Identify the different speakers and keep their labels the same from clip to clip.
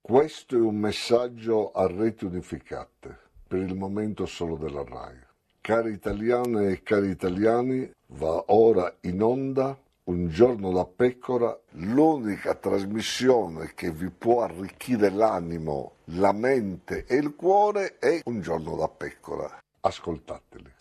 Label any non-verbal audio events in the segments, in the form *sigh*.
Speaker 1: Questo è un messaggio a reti unificate, per il momento solo della RAI. Cari italiane e cari italiani, va ora in onda un giorno da pecora, l'unica trasmissione che vi può arricchire l'animo, la mente e il cuore è Un giorno da pecora. Ascoltateli.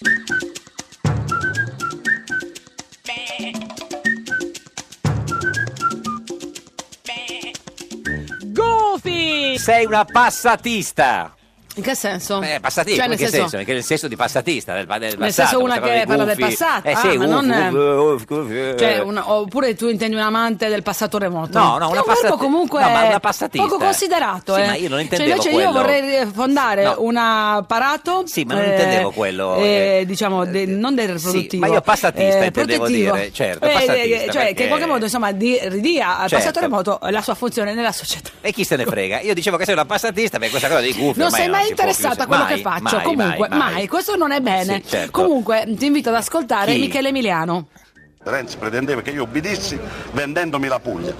Speaker 2: Goofy!
Speaker 3: Sei una passatista!
Speaker 4: In che senso?
Speaker 3: Eh, passatista,
Speaker 4: Cioè,
Speaker 3: in
Speaker 4: nel
Speaker 3: che
Speaker 4: senso,
Speaker 3: senso? Perché nel senso di passatista, del, del passato.
Speaker 4: senso una
Speaker 3: questa cosa
Speaker 4: che
Speaker 3: dei
Speaker 4: parla del
Speaker 3: gufi.
Speaker 4: passato,
Speaker 3: Eh sì,
Speaker 4: ah, ma
Speaker 3: uff,
Speaker 4: non-
Speaker 3: uff, uff, uff, eh.
Speaker 4: Cioè, una- oppure tu intendi un amante del passato remoto?
Speaker 3: No, no,
Speaker 4: Che
Speaker 3: una
Speaker 4: è un verbo
Speaker 3: passati-
Speaker 4: comunque
Speaker 3: no, ma una passatista.
Speaker 4: poco considerato.
Speaker 3: Sì,
Speaker 4: eh.
Speaker 3: ma io non
Speaker 4: cioè,
Speaker 3: intendevo
Speaker 4: invece io
Speaker 3: quello.
Speaker 4: vorrei fondare
Speaker 3: No.
Speaker 4: un apparato. Sì,
Speaker 3: ma non intendevo quello, eh,
Speaker 4: diciamo, de- non del riproduttivo.
Speaker 3: ma io passatista intendevo
Speaker 4: protettivo.
Speaker 3: dire, certo,
Speaker 4: Eh,
Speaker 3: passatista,
Speaker 4: eh, cioè,
Speaker 3: perché-
Speaker 4: che in qualche modo insomma di- ridia al
Speaker 3: Certo.
Speaker 4: passato remoto la sua funzione nella società.
Speaker 3: E chi se ne frega? Io dicevo che sei una passatista, beh, questa cosa dei gufi
Speaker 4: non
Speaker 3: ormai
Speaker 4: sei mai
Speaker 3: si può più
Speaker 4: interessata a
Speaker 3: se-
Speaker 4: quello
Speaker 3: mai,
Speaker 4: che faccio.
Speaker 3: mai,
Speaker 4: comunque,
Speaker 3: mai, mai.
Speaker 4: questo non è bene.
Speaker 3: Sì, certo.
Speaker 4: Comunque, ti invito ad ascoltare
Speaker 5: Chi?
Speaker 4: Michele Emiliano.
Speaker 5: Renzi pretendeva che io obbedissi vendendomi la Puglia,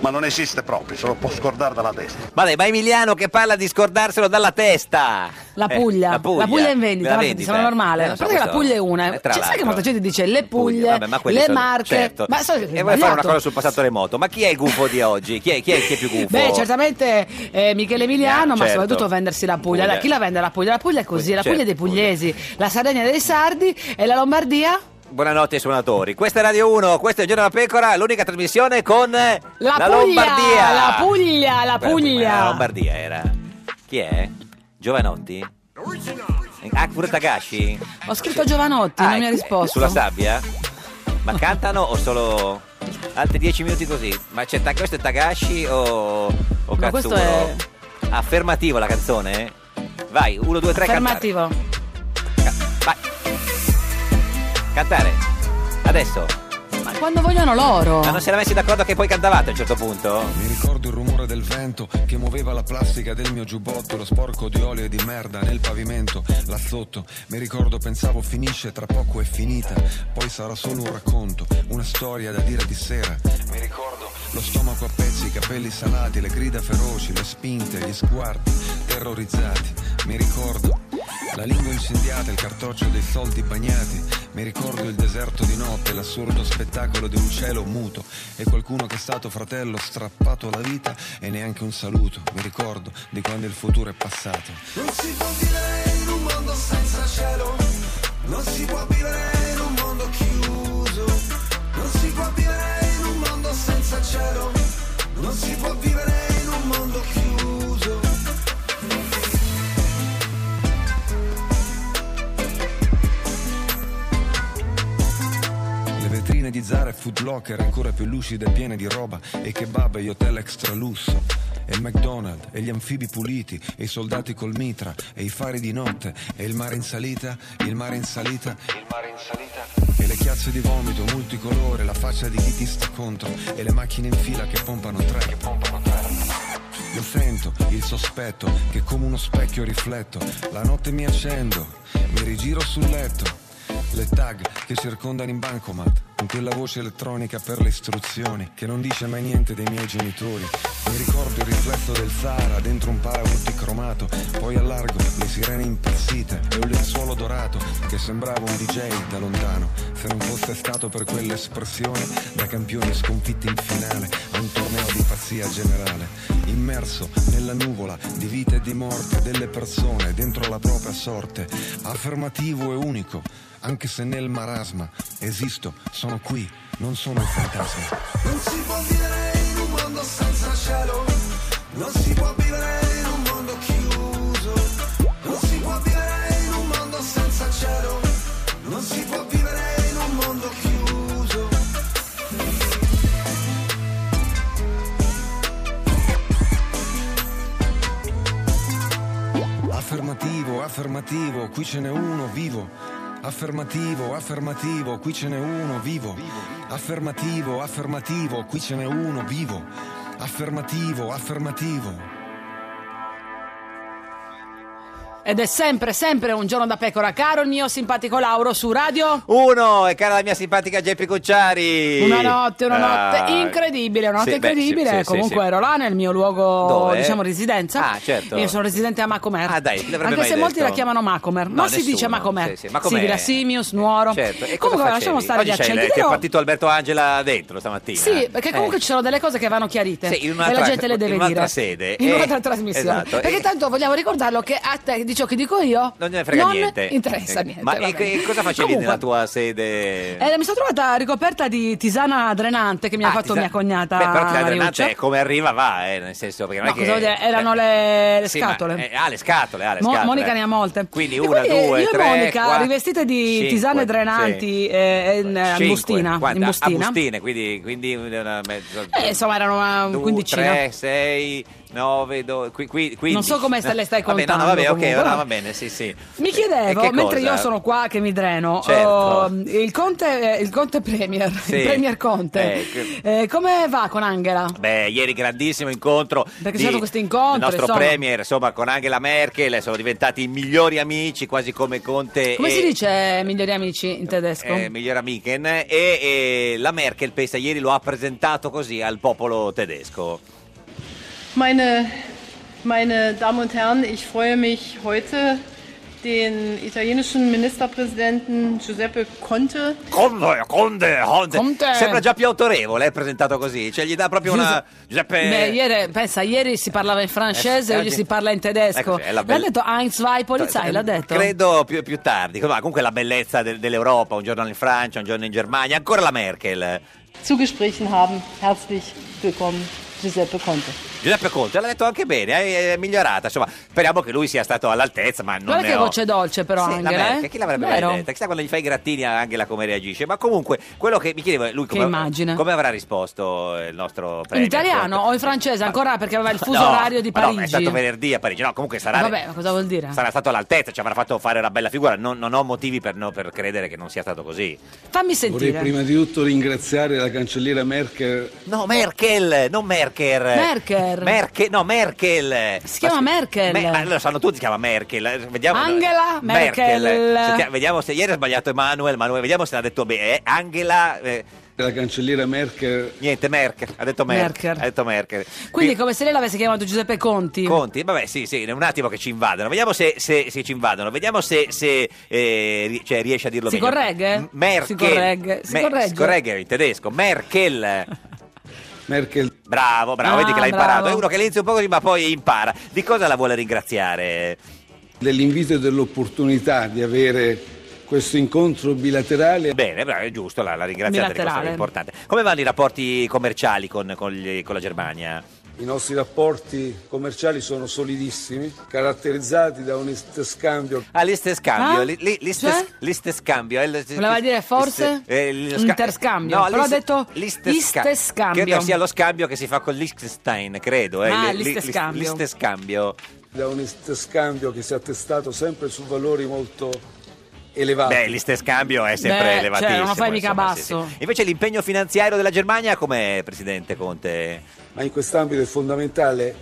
Speaker 5: ma non esiste proprio, se lo può scordare dalla testa.
Speaker 3: Ma dai, ma Emiliano che parla di scordarselo dalla testa!
Speaker 4: La
Speaker 3: Eh,
Speaker 4: Puglia. la, Puglia. è in vendita,
Speaker 3: la
Speaker 4: ma
Speaker 3: vendita.
Speaker 4: sembra normale.
Speaker 3: Eh,
Speaker 4: A
Speaker 3: lo so,
Speaker 4: parte che la
Speaker 3: questo-
Speaker 4: Puglia è una.
Speaker 3: eh,
Speaker 4: Cioè,
Speaker 3: tra
Speaker 4: sai che
Speaker 3: l'altro.
Speaker 4: molta gente dice le Puglie,
Speaker 3: Eh, Vabbè, ma quelli
Speaker 4: le
Speaker 3: sono-
Speaker 4: Marche.
Speaker 3: certo.
Speaker 4: Ma esatto. so,
Speaker 3: e vuoi fare una
Speaker 4: sbagliato.
Speaker 3: cosa sul passato remoto? Ma chi è il gufo di oggi? Chi è, chi è, chi è più gufo?
Speaker 4: Beh, certamente eh, Michele Emiliano, ma
Speaker 3: certo.
Speaker 4: soprattutto vendersi la Puglia.
Speaker 3: Puglia.
Speaker 4: Dai, chi la vende la Puglia? La Puglia è così, la
Speaker 3: Certo,
Speaker 4: Puglia è dei pugliesi, la Sardegna dei sardi e la Lombardia?
Speaker 3: Buonanotte ai suonatori. Questa è Radio 1, questo è Il Giorno della Pecora, l'unica trasmissione con eh,
Speaker 4: La, Puglia,
Speaker 3: Lombardia.
Speaker 4: La Puglia, la
Speaker 3: Quella prima, La
Speaker 4: Puglia.
Speaker 3: Lombardia era. Chi è? Giovanotti? Ah, pure Takashi?
Speaker 4: Ho scritto Giovanotti, non mi
Speaker 3: Ecco.
Speaker 4: ha risposto.
Speaker 3: Ah, Sulla sabbia? Ma cantano o solo altri dieci minuti così? Ma c'è ta- questo è Tagashi o, o
Speaker 4: Ma questo
Speaker 3: Katsuro?
Speaker 4: è-
Speaker 3: Affermativo la canzone? eh? Vai, uno, due, tre, cantare.
Speaker 4: Affermativo.
Speaker 3: Cantare. Adesso.
Speaker 4: Ma quando vogliono loro.
Speaker 3: Ma non si era messi d'accordo che poi cantavate a un certo punto?
Speaker 6: Mi ricordo il rumore del vento che muoveva la plastica del mio giubbotto, lo sporco di olio e di merda nel pavimento, là sotto. Mi ricordo pensavo finisce, tra poco è finita, poi sarà solo un racconto, una storia da dire di sera. Mi ricordo lo stomaco a pezzi, i capelli salati, le grida feroci, le spinte, gli sguardi terrorizzati. Mi ricordo la lingua incendiata, il cartoccio dei soldi bagnati. Mi ricordo il deserto di notte, l'assurdo spettacolo di un cielo muto e qualcuno che è stato fratello strappato alla vita e neanche un saluto. Mi ricordo di quando il futuro è passato.
Speaker 7: Non si può vivere in un mondo senza cielo, non si può vivere in un mondo chiuso, non si può vivere in un mondo senza cielo, non si può vivere in un mondo chiuso.
Speaker 6: Le vetrine di Zara e Food Locker ancora più lucide e piene di roba e kebab e gli hotel extra lusso. E il McDonald's e gli anfibi puliti e i soldati col mitra e i fari di notte e il mare in salita, il mare in salita, il mare in salita. E le chiazze di vomito multicolore, la faccia di chi ti sta contro e le macchine in fila che pompano tre, che pompano tre. Lo sento, il sospetto, che come uno specchio rifletto, la notte mi accendo, mi rigiro sul letto. Le tag che circondano in bancomat, con quella voce elettronica per le istruzioni, che non dice mai niente dei miei genitori. Mi ricordo il riflesso del Sahara dentro un paraurti cromato, poi allargo le sirene impazzite e un lenzuolo dorato che sembrava un DJ da lontano, se non fosse stato per quell'espressione da campioni sconfitti in finale a un torneo di pazzia generale, immerso nella nuvola di vita e di morte delle persone dentro la propria sorte, affermativo e unico, anche se nel marasma esisto, sono qui, non sono un fantasma.
Speaker 7: Non si può vivere in un mondo senza cielo, non si può vivere in un mondo chiuso, non si può vivere in un mondo senza cielo, non si può vivere in un mondo chiuso.
Speaker 6: Affermativo, affermativo, qui ce n'è uno vivo. Affermativo, affermativo, qui ce n'è uno vivo. Affermativo, affermativo, qui ce n'è uno vivo. Affermativo, affermativo.
Speaker 4: Ed è sempre, sempre un giorno da pecora, caro il mio simpatico Lauro su Radio.
Speaker 3: Uno, e cara la mia simpatica Geppi Cucciari.
Speaker 4: Una notte, una notte
Speaker 3: Ah.
Speaker 4: incredibile, una notte
Speaker 3: Sì, beh, sì,
Speaker 4: incredibile.
Speaker 3: sì, sì,
Speaker 4: Comunque
Speaker 3: sì.
Speaker 4: ero là nel mio luogo,
Speaker 3: Dove?
Speaker 4: diciamo, residenza.
Speaker 3: Ah, certo.
Speaker 4: Io sono residente a Macomer.
Speaker 3: Ah, dai, l'avrebbe
Speaker 4: Anche
Speaker 3: mai
Speaker 4: se molti
Speaker 3: detto.
Speaker 4: la chiamano Macomer,
Speaker 3: No,
Speaker 4: ma si
Speaker 3: nessuno.
Speaker 4: dice Macomer.
Speaker 3: Sì, sì, Macomer.
Speaker 4: Sigla Simius, Nuoro.
Speaker 3: Certo. E cosa
Speaker 4: comunque
Speaker 3: facevi?
Speaker 4: lasciamo stare
Speaker 3: Oggi
Speaker 4: gli
Speaker 3: c'hai
Speaker 4: accenti.
Speaker 3: le- Ti è
Speaker 4: no.
Speaker 3: partito Alberto Angela dentro stamattina.
Speaker 4: Sì, perché comunque
Speaker 3: Eh.
Speaker 4: ci sono delle cose che vanno chiarite
Speaker 3: Sì, in
Speaker 4: e
Speaker 3: un'altra-
Speaker 4: la gente le deve
Speaker 3: in un'altra
Speaker 4: dire
Speaker 3: sede.
Speaker 4: in
Speaker 3: Eh,
Speaker 4: un'altra trasmissione.
Speaker 3: esatto.
Speaker 4: Perché
Speaker 3: Eh.
Speaker 4: tanto vogliamo ricordarlo che a te di ciò che dico io
Speaker 3: Non ne frega
Speaker 4: non
Speaker 3: niente.
Speaker 4: interessa
Speaker 3: Eh,
Speaker 4: niente.
Speaker 3: Ma
Speaker 4: va
Speaker 3: e
Speaker 4: bene.
Speaker 3: che- cosa facevi
Speaker 4: Comunque,
Speaker 3: nella tua sede?
Speaker 4: eh, mi sono trovata ricoperta di tisana drenante che mi ha
Speaker 3: Ah,
Speaker 4: fatto
Speaker 3: ti sa-
Speaker 4: mia cognata.
Speaker 3: Beh, però ti dà
Speaker 4: Mariuccia.
Speaker 3: drenante, eh, come arriva va, eh, nel senso perché
Speaker 4: No,
Speaker 3: non è che...
Speaker 4: cioè cosa vuol dire? Erano
Speaker 3: Eh,
Speaker 4: le, le
Speaker 3: sì, ma-
Speaker 4: scatole.
Speaker 3: eh, ah, le scatole, ah, le
Speaker 4: Mo-
Speaker 3: scatole.
Speaker 4: Monica ne ha molte.
Speaker 3: Quindi
Speaker 4: E
Speaker 3: una,
Speaker 4: quindi
Speaker 3: due,
Speaker 4: io
Speaker 3: tre,
Speaker 4: e Monica,
Speaker 3: quattro,
Speaker 4: rivestite di
Speaker 3: cinque,
Speaker 4: tisane
Speaker 3: sì.
Speaker 4: drenanti eh, in, eh,
Speaker 3: Cinque,
Speaker 4: Angustina, in
Speaker 3: quante?
Speaker 4: Bustina.
Speaker 3: Angustine, quindi, quindi una mezza...
Speaker 4: Eh, insomma, erano una
Speaker 3: Due,
Speaker 4: quindicina.
Speaker 3: tre, sei, nove, do- qui- qui- quindici.
Speaker 4: Non so come se le stai
Speaker 3: *laughs* Vabbè, no, no,
Speaker 4: contando,
Speaker 3: vabbè, ok,
Speaker 4: comunque.
Speaker 3: no, va bene, sì, sì.
Speaker 4: Mi
Speaker 3: E
Speaker 4: chiedevo,
Speaker 3: che
Speaker 4: mentre
Speaker 3: cosa?
Speaker 4: io sono qua che mi dreno,
Speaker 3: Certo.
Speaker 4: oh, il, Conte, eh, il Conte Premier,
Speaker 3: Sì.
Speaker 4: il Premier Conte,
Speaker 3: Eh, che-
Speaker 4: eh, come va con Angela?
Speaker 3: Beh, ieri grandissimo incontro.
Speaker 4: Perché
Speaker 3: di-
Speaker 4: ci sono questi incontri,
Speaker 3: Il nostro
Speaker 4: insomma.
Speaker 3: premier, insomma, con Angela Merkel, sono diventati i migliori amici, quasi come Conte.
Speaker 4: Come
Speaker 3: e...
Speaker 4: si dice migliori amici in tedesco?
Speaker 3: Eh, migliore amichen e, e la Merkel pensa ieri lo ha presentato così al popolo tedesco
Speaker 8: Meine, meine Damen und Herren, ich freue mich heute, den italienischen Ministerpräsidenten Giuseppe Conte
Speaker 3: Conte, Conte, Conte.
Speaker 4: Conte.
Speaker 3: sembra già più autorevole è presentato così cioè gli dà proprio una Giuseppe
Speaker 4: Beh, ieri, pensa, ieri si parlava in francese,
Speaker 3: Eh,
Speaker 4: oggi
Speaker 3: oggi-
Speaker 4: si parla in tedesco.
Speaker 3: Ecco, è la
Speaker 4: L'ha
Speaker 3: bella-
Speaker 4: detto Heinz Zwei Polizei, l'ha detto.
Speaker 3: credo più, più tardi ma comunque la bellezza del- dell'Europa un giorno in Francia un giorno in Germania ancora la Merkel
Speaker 8: zu Gesprächen haben. Herzlich willkommen, Giuseppe Conte.
Speaker 3: Giuseppe Conte l'ha detto anche bene eh, è, è migliorata insomma speriamo che lui sia stato all'altezza ma non
Speaker 4: Guarda
Speaker 3: ne
Speaker 4: che
Speaker 3: ho-
Speaker 4: voce dolce però
Speaker 3: Sì,
Speaker 4: Angela,
Speaker 3: la Merkel,
Speaker 4: eh?
Speaker 3: chi l'avrebbe
Speaker 4: Vero?
Speaker 3: mai detta? Chissà quando gli fai i grattini a Angela come reagisce. Ma comunque, quello che mi chiedevo, lui
Speaker 4: Che
Speaker 3: come,
Speaker 4: immagine.
Speaker 3: come avrà risposto eh, il nostro
Speaker 4: In
Speaker 3: premio?
Speaker 4: italiano o in francese ancora perché aveva il fuso
Speaker 3: No,
Speaker 4: orario di
Speaker 3: ma no, ma
Speaker 4: Parigi.
Speaker 3: è stato venerdì a Parigi. No, comunque sarà,
Speaker 4: Vabbè, ma cosa vuol dire?
Speaker 3: sarà stato all'altezza, ci avrà fatto fare una bella figura. Non, non ho motivi per, no- per credere che non sia stato così.
Speaker 9: Vorrei
Speaker 4: Fammi sentire.
Speaker 9: prima di tutto ringraziare la cancelliera Merkel.
Speaker 3: No, Merkel, non Merkel.
Speaker 4: Merkel.
Speaker 3: Eh, Merkel, no, Merkel.
Speaker 4: Si chiama
Speaker 3: Ma-
Speaker 4: Merkel.
Speaker 3: Me- ma lo sanno tutti, si chiama Merkel. Eh, Vediamo,
Speaker 4: Angela Ah, Merkel.
Speaker 3: Sentiamo- vediamo se ieri ha sbagliato Emanuel, Manuel, vediamo se l'ha detto bene. Eh, Angela, eh,
Speaker 9: La cancelliera Merkel.
Speaker 3: niente, Merkel, ha detto Merkel.
Speaker 4: Merkel.
Speaker 3: Ha detto Merkel.
Speaker 4: Quindi come se lei l'avesse chiamato Giuseppe Conti.
Speaker 3: eh, Conti, vabbè, sì, sì, un attimo che ci invadono. Vediamo se, se- se ci invadono. Vediamo se, se, eh, ri- cioè, riesce a dirlo
Speaker 4: Si
Speaker 3: meglio.
Speaker 4: corregge?
Speaker 3: M- Merkel.
Speaker 4: Si corregge, si
Speaker 3: Me-
Speaker 4: corregge.
Speaker 3: si corregge in tedesco. Merkel.
Speaker 9: *laughs* Merkel
Speaker 3: Bravo, bravo,
Speaker 4: Ah,
Speaker 3: vedi che l'ha
Speaker 4: bravo.
Speaker 3: imparato. È uno che inizia un po' così, ma poi impara. Di cosa la vuole ringraziare?
Speaker 9: dell'invito e dell'opportunità di avere questo incontro bilaterale.
Speaker 3: Bene, bravo, è giusto, la, la ringraziata di cosa
Speaker 4: Bilaterale.
Speaker 3: importante. Come vanno i rapporti commerciali con, con gli- con la Germania?
Speaker 9: I nostri rapporti commerciali sono solidissimi, caratterizzati da un scambio
Speaker 3: Ah, l'istescambio,
Speaker 4: Ah?
Speaker 3: li- li- l'istes-
Speaker 4: Cioè?
Speaker 3: l'istescambio. eh, l'istes-
Speaker 4: Voleva dire forse
Speaker 3: eh, l'isca-
Speaker 4: interscambio, però ha
Speaker 3: l'is-
Speaker 4: detto
Speaker 3: l'istesca-
Speaker 4: istescambio.
Speaker 3: Credo sia lo scambio che si fa con l'Ichtenstein, credo. eh,
Speaker 4: Ah,
Speaker 3: li- li-
Speaker 4: l'istescambio.
Speaker 3: l'istescambio.
Speaker 9: da un scambio che si è attestato sempre su valori molto elevati.
Speaker 3: Beh, l'istescambio è sempre
Speaker 4: Beh, cioè,
Speaker 3: elevatissimo.
Speaker 4: non lo fai mica
Speaker 3: insomma, sì,
Speaker 4: basso.
Speaker 3: sì. Invece l'impegno finanziario della Germania com'è, Presidente Conte?
Speaker 9: Ma in quest'ambito è fondamentale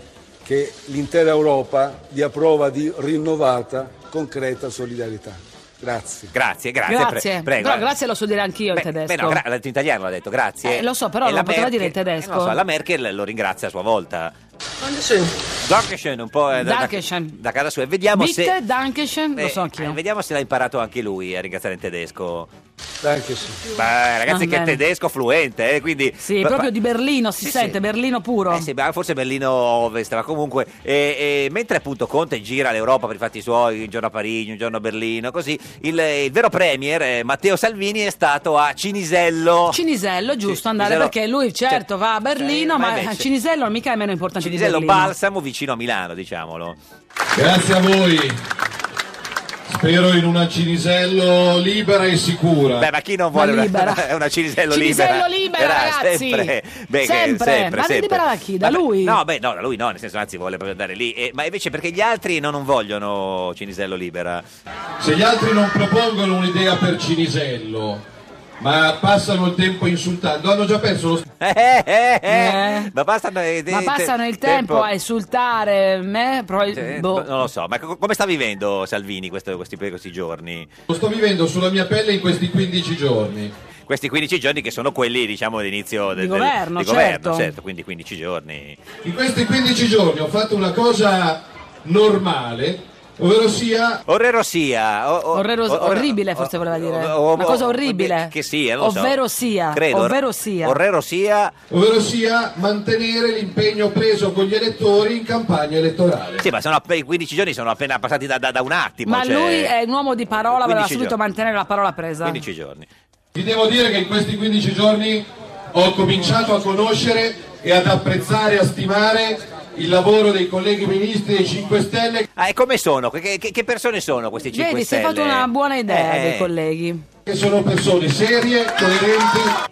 Speaker 9: che l'intera Europa dia prova di rinnovata, concreta solidarietà. Grazie.
Speaker 3: Grazie, grazie.
Speaker 4: Grazie.
Speaker 3: pre- Ah, prego.
Speaker 4: Però grazie lo so dire anch'io
Speaker 3: Beh,
Speaker 4: in tedesco.
Speaker 3: beh, no, gra- l'ha detto in italiano, l'ha detto, grazie.
Speaker 4: Eh, lo so, però
Speaker 3: E
Speaker 4: lo
Speaker 3: la
Speaker 4: poteva
Speaker 3: Merkel-
Speaker 4: dire in tedesco.
Speaker 3: eh, non lo so, la Merkel lo ringrazia a sua volta. Dankeschön, un po' eh, da, da-
Speaker 4: Dankeschön.
Speaker 3: da casa sua. E vediamo
Speaker 4: Bitte,
Speaker 3: se...
Speaker 4: Dankeschön, lo so
Speaker 3: eh,
Speaker 4: anch'io.
Speaker 3: eh, vediamo se l'ha imparato anche lui a ringraziare in tedesco.
Speaker 9: Anche sì.
Speaker 3: Beh, ragazzi,
Speaker 4: Ah,
Speaker 3: che
Speaker 4: bene.
Speaker 3: tedesco fluente, eh, quindi...
Speaker 4: Sì,
Speaker 3: pa-
Speaker 4: proprio
Speaker 3: pa-
Speaker 4: di Berlino si
Speaker 3: Sì,
Speaker 4: sente,
Speaker 3: sì.
Speaker 4: Berlino puro.
Speaker 3: Eh sì, beh, forse Berlino Ovest, ma comunque. e- e mentre appunto Conte gira l'Europa per i fatti suoi, un giorno a Parigi, un giorno a Berlino, così, il, il vero premier eh, Matteo Salvini è stato a Cinisello.
Speaker 4: Cinisello, giusto,
Speaker 3: Sì,
Speaker 4: andare
Speaker 3: Cinisello-
Speaker 4: perché lui certo
Speaker 3: Cioè,
Speaker 4: va a Berlino,
Speaker 3: eh, ma
Speaker 4: ma,
Speaker 3: invece-
Speaker 4: Cinisello mica è meno importante
Speaker 3: Cinisello
Speaker 4: di Berlino.
Speaker 3: Balsamo vicino a Milano, diciamolo.
Speaker 10: Grazie a voi. Spero in una Cinisello libera e sicura.
Speaker 3: Beh, ma chi non vuole
Speaker 4: Ma libera.
Speaker 3: una, *laughs* una Cinisello,
Speaker 4: Cinisello
Speaker 3: *laughs* libera?
Speaker 4: libera, ragazzi.
Speaker 3: Sempre. Beh, che-
Speaker 4: Sempre.
Speaker 3: sempre,
Speaker 4: Ma
Speaker 3: sempre.
Speaker 4: libera da chi? Da
Speaker 3: Vabbè,
Speaker 4: lui?
Speaker 3: No, beh, no, da lui no, nel senso, anzi, vuole proprio andare lì. Eh, ma invece perché gli altri no, non vogliono Cinisello libera?
Speaker 10: Se gli altri non propongono un'idea per Cinisello, ma passano il tempo insultando. Hanno già perso lo
Speaker 3: *laughs* Eh, eh, eh. Ma passano, eh,
Speaker 4: Ma
Speaker 3: te-
Speaker 4: passano il tempo, a insultare me, probabil-
Speaker 3: Eh,
Speaker 4: boh.
Speaker 3: Non lo so, ma co- come sta vivendo Salvini questo- questi, questi giorni?
Speaker 10: Lo sto vivendo sulla mia pelle in questi 15 giorni.
Speaker 3: Questi 15 giorni che sono quelli, diciamo, dell'inizio
Speaker 10: Di
Speaker 3: del, del-
Speaker 10: governo,
Speaker 3: di governo,
Speaker 10: certo.
Speaker 3: quindi 15 giorni.
Speaker 10: In questi 15 giorni ho fatto una cosa normale, ovvero sia
Speaker 3: Orrero sia, o- o-
Speaker 4: Orrero-
Speaker 3: or-
Speaker 4: orribile forse voleva dire.
Speaker 3: o-
Speaker 4: Una cosa
Speaker 3: o-
Speaker 4: orribile.
Speaker 3: che sia, non lo so.
Speaker 4: ovvero sia,
Speaker 3: Credo.
Speaker 4: ovvero sia.
Speaker 3: Orrero sia.
Speaker 10: ovvero sia mantenere l'impegno preso con gli elettori in campagna elettorale.
Speaker 3: Sì, ma sono app- i 15 giorni sono appena passati da, da- da un attimo.
Speaker 4: Ma
Speaker 3: cioè,
Speaker 4: lui è un uomo di parola, voleva
Speaker 3: 15
Speaker 4: subito
Speaker 3: giorni.
Speaker 4: mantenere la parola presa.
Speaker 3: 15 giorni.
Speaker 10: Vi devo dire che in questi 15 giorni ho cominciato a conoscere e ad apprezzare e a stimare il lavoro dei colleghi ministri dei 5 Stelle
Speaker 3: Ah, e come sono? Che, che- che persone sono questi 5
Speaker 4: Vedi, si è
Speaker 3: Stelle?
Speaker 4: fatto una buona idea
Speaker 3: Eh,
Speaker 4: dei colleghi.
Speaker 10: che sono persone serie, coerenti.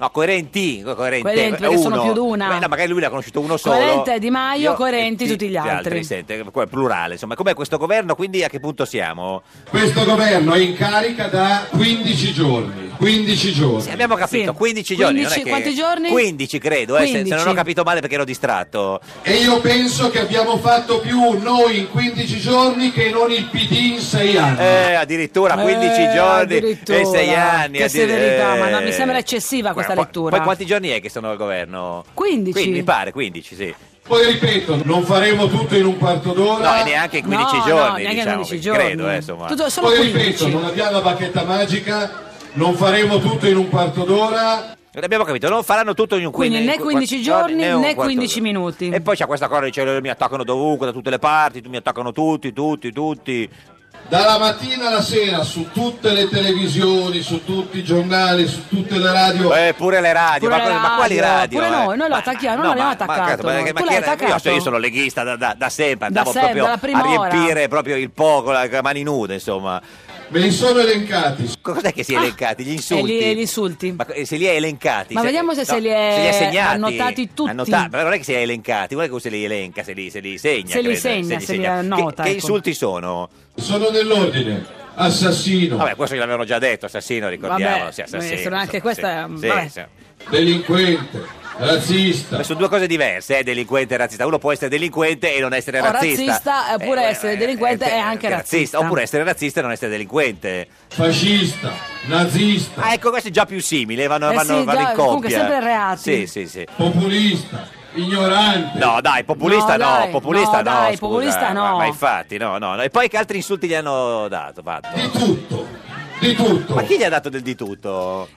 Speaker 3: No, coerenti, co- coerenti,
Speaker 4: Coerenti, perché
Speaker 3: uno.
Speaker 4: sono più di una.
Speaker 3: Beh, no, magari lui ne ha conosciuto uno solo.
Speaker 4: Coerente Di Maio,
Speaker 3: Io-
Speaker 4: coerenti
Speaker 3: sì,
Speaker 4: tutti gli altri.
Speaker 3: sente, qua è plurale, insomma, com'è questo governo? Quindi a che punto siamo?
Speaker 10: Questo governo è in carica da 15 giorni. 15 giorni.
Speaker 3: Sì, abbiamo capito, 15 giorni. non è
Speaker 10: 15,
Speaker 3: che-
Speaker 10: quanti giorni?
Speaker 3: 15 credo, eh, se- se, non
Speaker 10: 15.
Speaker 3: ho capito male perché ero distratto.
Speaker 10: E io penso che abbiamo fatto più noi in 15 giorni che non il PD in 6 anni.
Speaker 3: Eh, addirittura 15
Speaker 10: Eh,
Speaker 3: giorni e
Speaker 10: addirittura.
Speaker 3: 6 anni.
Speaker 10: Che
Speaker 3: addir-
Speaker 10: severità, ma no,
Speaker 4: Mi sembra
Speaker 3: eh.
Speaker 4: eccessiva questa
Speaker 3: Poi-
Speaker 4: lettura.
Speaker 3: Poi quanti giorni è che sono al governo?
Speaker 4: 15.
Speaker 3: Quindi, mi pare, 15, sì.
Speaker 10: Poi ripeto, non faremo tutto in un quarto d'ora.
Speaker 3: No, e neanche 15
Speaker 10: No,
Speaker 3: giorni,
Speaker 10: no, neanche
Speaker 3: diciamo,
Speaker 10: 15
Speaker 3: credo,
Speaker 10: giorni.
Speaker 3: eh, insomma.
Speaker 4: Tutto- solo
Speaker 10: Poi
Speaker 4: 15.
Speaker 10: ripeto, non abbiamo la bacchetta magica, non faremo tutto in un quarto d'ora.
Speaker 3: Non abbiamo capito, non faranno tutto in un
Speaker 4: Quindi né 15 giorni
Speaker 3: un
Speaker 4: né
Speaker 3: quarto
Speaker 4: 15 minuti.
Speaker 3: E poi c'è questa cosa che dice, mi attaccano dovunque, da tutte le parti, tu- mi attaccano tutti, tutti, tutti.
Speaker 10: Dalla mattina alla sera su tutte le televisioni, su tutti i giornali, su tutte le radio.
Speaker 3: Eh, pure le radio,
Speaker 10: Pure
Speaker 3: ma,
Speaker 10: le
Speaker 3: co- ma quali
Speaker 10: radio,
Speaker 3: radio?
Speaker 10: pure
Speaker 3: eh?
Speaker 4: Noi, noi lo attacchiamo, non l'abbiamo attaccato.
Speaker 3: cazzo, ma- ma
Speaker 4: tu
Speaker 3: chi
Speaker 4: l'hai
Speaker 3: era- io,
Speaker 4: attaccato.
Speaker 3: so- io sono leghista da, da- da sempre, andavo
Speaker 4: sempre,
Speaker 3: proprio
Speaker 4: dalla prima
Speaker 3: a
Speaker 4: ora.
Speaker 3: riempire proprio il po' con la- con le mani nude, insomma.
Speaker 10: Me li sono elencati.
Speaker 3: Cos'è che si è elencati? Gli
Speaker 4: E
Speaker 3: insulti?
Speaker 4: Ah, eh, li- gli insulti.
Speaker 3: Ma co- se li ha elencati?
Speaker 4: Ma vediamo se se li è-
Speaker 3: li segnati.
Speaker 4: annotati tutti.
Speaker 3: Annota- però non è che se li ha elencati, non è che se li elenca, se li, se li segna.
Speaker 4: Se li
Speaker 3: credo,
Speaker 4: segna, se li annota,
Speaker 3: Che, che
Speaker 4: ecco.
Speaker 3: insulti sono?
Speaker 10: Sono nell'ordine. Assassino.
Speaker 3: Vabbè, questo gliel'avevano già detto, assassino, ricordiamolo.
Speaker 4: Vabbè,
Speaker 3: sì, assassino,
Speaker 4: eh, sono anche
Speaker 3: insomma,
Speaker 4: questa-
Speaker 3: sì,
Speaker 4: vabbè.
Speaker 3: sì,
Speaker 10: Delinquente. Razzista.
Speaker 3: Ma sono due cose diverse, eh, delinquente e razzista. Uno può essere delinquente e non essere
Speaker 4: O
Speaker 3: razzista.
Speaker 4: razzista, oppure
Speaker 3: Eh,
Speaker 4: essere delinquente è anche razzista.
Speaker 3: Oppure essere razzista e non essere delinquente.
Speaker 10: Fascista. Nazista.
Speaker 3: Ah, ecco, questo è già più simile, vanno,
Speaker 10: Eh
Speaker 3: vanno-
Speaker 10: sì,
Speaker 3: vanno
Speaker 10: già,
Speaker 3: in
Speaker 10: comunque
Speaker 3: coppia.
Speaker 10: sempre reati.
Speaker 3: Sì, sì, sì.
Speaker 10: Populista. Ignorante.
Speaker 3: No, dai, populista
Speaker 10: No,
Speaker 3: no,
Speaker 10: dai,
Speaker 3: populista
Speaker 10: no,
Speaker 3: no,
Speaker 10: dai,
Speaker 3: scusa, eh,
Speaker 10: populista
Speaker 3: ma-
Speaker 10: no.
Speaker 3: Ma, infatti, no, no, no. E poi che altri insulti gli hanno dato, fatto? Di
Speaker 10: tutto, di tutto.
Speaker 3: Ma chi gli ha dato del di tutto?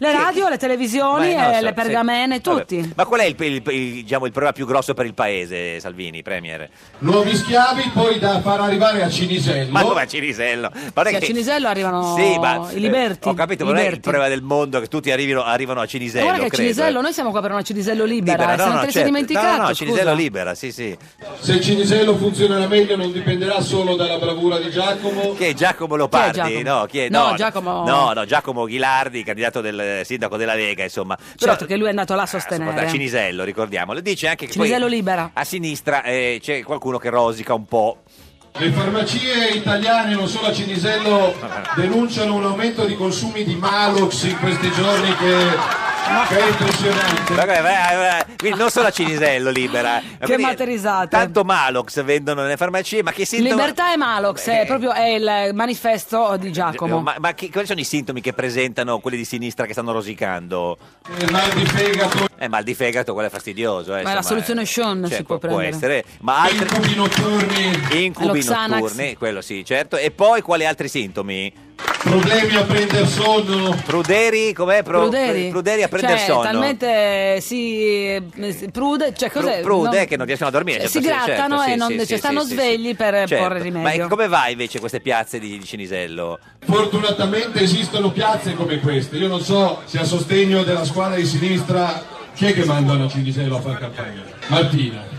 Speaker 4: Le radio, le televisioni,
Speaker 3: Ma non
Speaker 4: eh,
Speaker 3: so,
Speaker 4: le
Speaker 3: sì.
Speaker 4: pergamene,
Speaker 3: Vabbè.
Speaker 4: tutti.
Speaker 3: Ma qual è il, il- il- diciamo, il problema più grosso per il paese, Salvini, Premier?
Speaker 10: Nuovi schiavi poi da far arrivare a Cinisello.
Speaker 3: Ma come a Cinisello? Ma non è
Speaker 4: Sì, a
Speaker 3: che-
Speaker 4: Cinisello arrivano
Speaker 3: Sì, ma-
Speaker 4: i liberti.
Speaker 3: eh, Ho capito, ma
Speaker 4: i
Speaker 3: non è il
Speaker 4: liberti.
Speaker 3: problema del mondo che tutti arrivino- arrivano a Cinisello,
Speaker 4: Guarda che
Speaker 3: credo. eh.
Speaker 4: Cinisello, noi siamo qua per una Cinisello libera,
Speaker 3: libera,
Speaker 4: se
Speaker 3: no,
Speaker 4: non
Speaker 3: no,
Speaker 4: te ne sei
Speaker 3: certo.
Speaker 4: dimenticato.
Speaker 3: No, no, Cinisello
Speaker 4: scusa.
Speaker 3: libera, sì, sì.
Speaker 10: Se il Cinisello funzionerà meglio non dipenderà solo dalla bravura di Giacomo.
Speaker 3: Che è Giacomo Leopardi?
Speaker 10: Chi è Giacomo?
Speaker 3: No, chi è?
Speaker 4: No,
Speaker 3: no,
Speaker 4: Giacomo-
Speaker 3: No, no, Giacomo Ghilardi, candidato del sindaco della Lega, insomma. Però
Speaker 4: Certo che lui è andato là a sostenere.
Speaker 3: a Cinisello, ricordiamolo. Dice anche che poi
Speaker 4: Cinisello libera.
Speaker 3: a sinistra eh, c'è qualcuno che rosica un po'.
Speaker 10: Le farmacie italiane, non solo a
Speaker 3: *laughs*
Speaker 10: Cinisello, denunciano un aumento di consumi di Malox in questi giorni che, che è impressionante.
Speaker 3: Ma come- ma- ma- Ah, eh, Quindi non solo a Cinisello libera. ma
Speaker 4: *laughs* Che
Speaker 3: quindi
Speaker 4: materizzate.
Speaker 3: Tanto Malox vendono nelle farmacie, ma che sintomi... Eh,
Speaker 4: Libertà e Malox è proprio è il manifesto di Giacomo.
Speaker 3: Ma, ma che- quali sono i sintomi che presentano quelli di sinistra che stanno rosicando?
Speaker 10: mal di fegato.
Speaker 3: Eh, mal di fegato, quello è fastidioso. eh,
Speaker 4: Ma la
Speaker 3: insomma,
Speaker 4: soluzione
Speaker 3: eh,
Speaker 4: Sean
Speaker 3: cioè,
Speaker 4: si può
Speaker 3: può
Speaker 4: prendere.
Speaker 3: essere, ma altri...
Speaker 10: Incubi notturni.
Speaker 3: Incubi
Speaker 4: Lo Xanax.
Speaker 3: notturni, quello sì, certo. E poi quali altri sintomi?
Speaker 10: Problemi a prendere sonno.
Speaker 3: Pruderi, com'è? Pro-
Speaker 4: Pruderi.
Speaker 3: Pruderi a prendere
Speaker 4: cioè,
Speaker 3: sonno.
Speaker 4: talmente si eh, si- prude, cioè
Speaker 3: Pru-
Speaker 4: cos'è?
Speaker 3: prude
Speaker 4: Non-
Speaker 3: che non riescono a dormire.
Speaker 4: Cioè,
Speaker 3: certo,
Speaker 4: si
Speaker 3: sì, certo,
Speaker 4: grattano
Speaker 3: sì,
Speaker 4: e non,
Speaker 3: sì,
Speaker 4: cioè,
Speaker 3: sì,
Speaker 4: stanno
Speaker 3: sì, sì.
Speaker 4: svegli per
Speaker 3: Certo.
Speaker 4: porre
Speaker 3: Ma e
Speaker 4: rimedio.
Speaker 3: come va invece queste piazze di di Cinisello?
Speaker 10: Fortunatamente esistono piazze come queste. Io non so se a sostegno della squadra di sinistra chi è che mandano a Cinisello a fare campagna? Martina.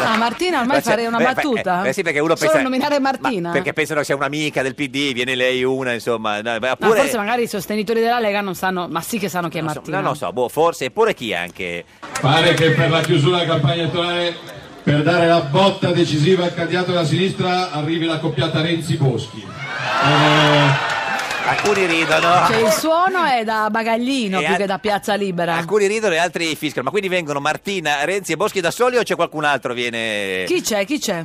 Speaker 4: Ah, Martina, ormai
Speaker 3: Ma c'è-
Speaker 4: farei una
Speaker 3: beh, beh,
Speaker 4: battuta.
Speaker 3: eh, sì, perché uno
Speaker 4: Solo
Speaker 3: pensa-
Speaker 4: nominare Martina.
Speaker 3: Ma perché pensano che sia un'amica del PD, viene lei una, insomma. No, ma
Speaker 4: No,
Speaker 3: pure-
Speaker 4: forse magari i sostenitori della Lega non sanno, ma sì che sanno chi è
Speaker 3: non so-
Speaker 4: Martina.
Speaker 3: no, non so, boh, forse, eppure chi anche?
Speaker 10: Pare che per la chiusura della campagna elettorale, per dare la botta decisiva al candidato della sinistra, arrivi la coppiata Renzi-Boschi. Eh,
Speaker 3: Alcuni ridono.
Speaker 4: Cioè, il suono è da bagaglino
Speaker 3: *laughs* E
Speaker 4: più
Speaker 3: al-
Speaker 4: che da piazza libera.
Speaker 3: Alcuni ridono e altri fischiano. Ma quindi vengono Martina, Renzi e Boschi da soli o c'è qualcun altro viene...
Speaker 4: Chi c'è? Chi c'è?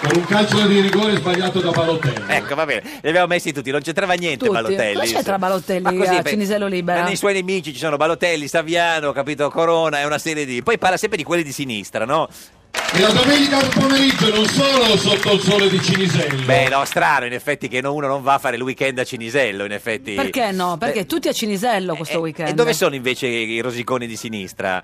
Speaker 10: Con un calcio di rigore sbagliato da Balotelli.
Speaker 3: Ecco, va bene, li abbiamo messi tutti, non c'entrava niente
Speaker 4: Tutti.
Speaker 3: Balotelli.
Speaker 4: Cosa c'è tra
Speaker 3: Ma
Speaker 4: Balotelli
Speaker 3: così,
Speaker 4: e
Speaker 3: beh,
Speaker 4: Cinisello Libera?
Speaker 3: Ma nei suoi nemici ci sono Balotelli, Saviano, capito, Corona e una serie di... Poi parla sempre di quelli di sinistra, no?
Speaker 10: E la domenica al pomeriggio non solo sotto il sole di Cinisello.
Speaker 3: Beh, no, strano in effetti che no- uno non va a fare il weekend a Cinisello, in effetti.
Speaker 4: Perché no? Perché tutti a Cinisello questo weekend.
Speaker 3: eh, E dove sono invece i rosiconi di sinistra?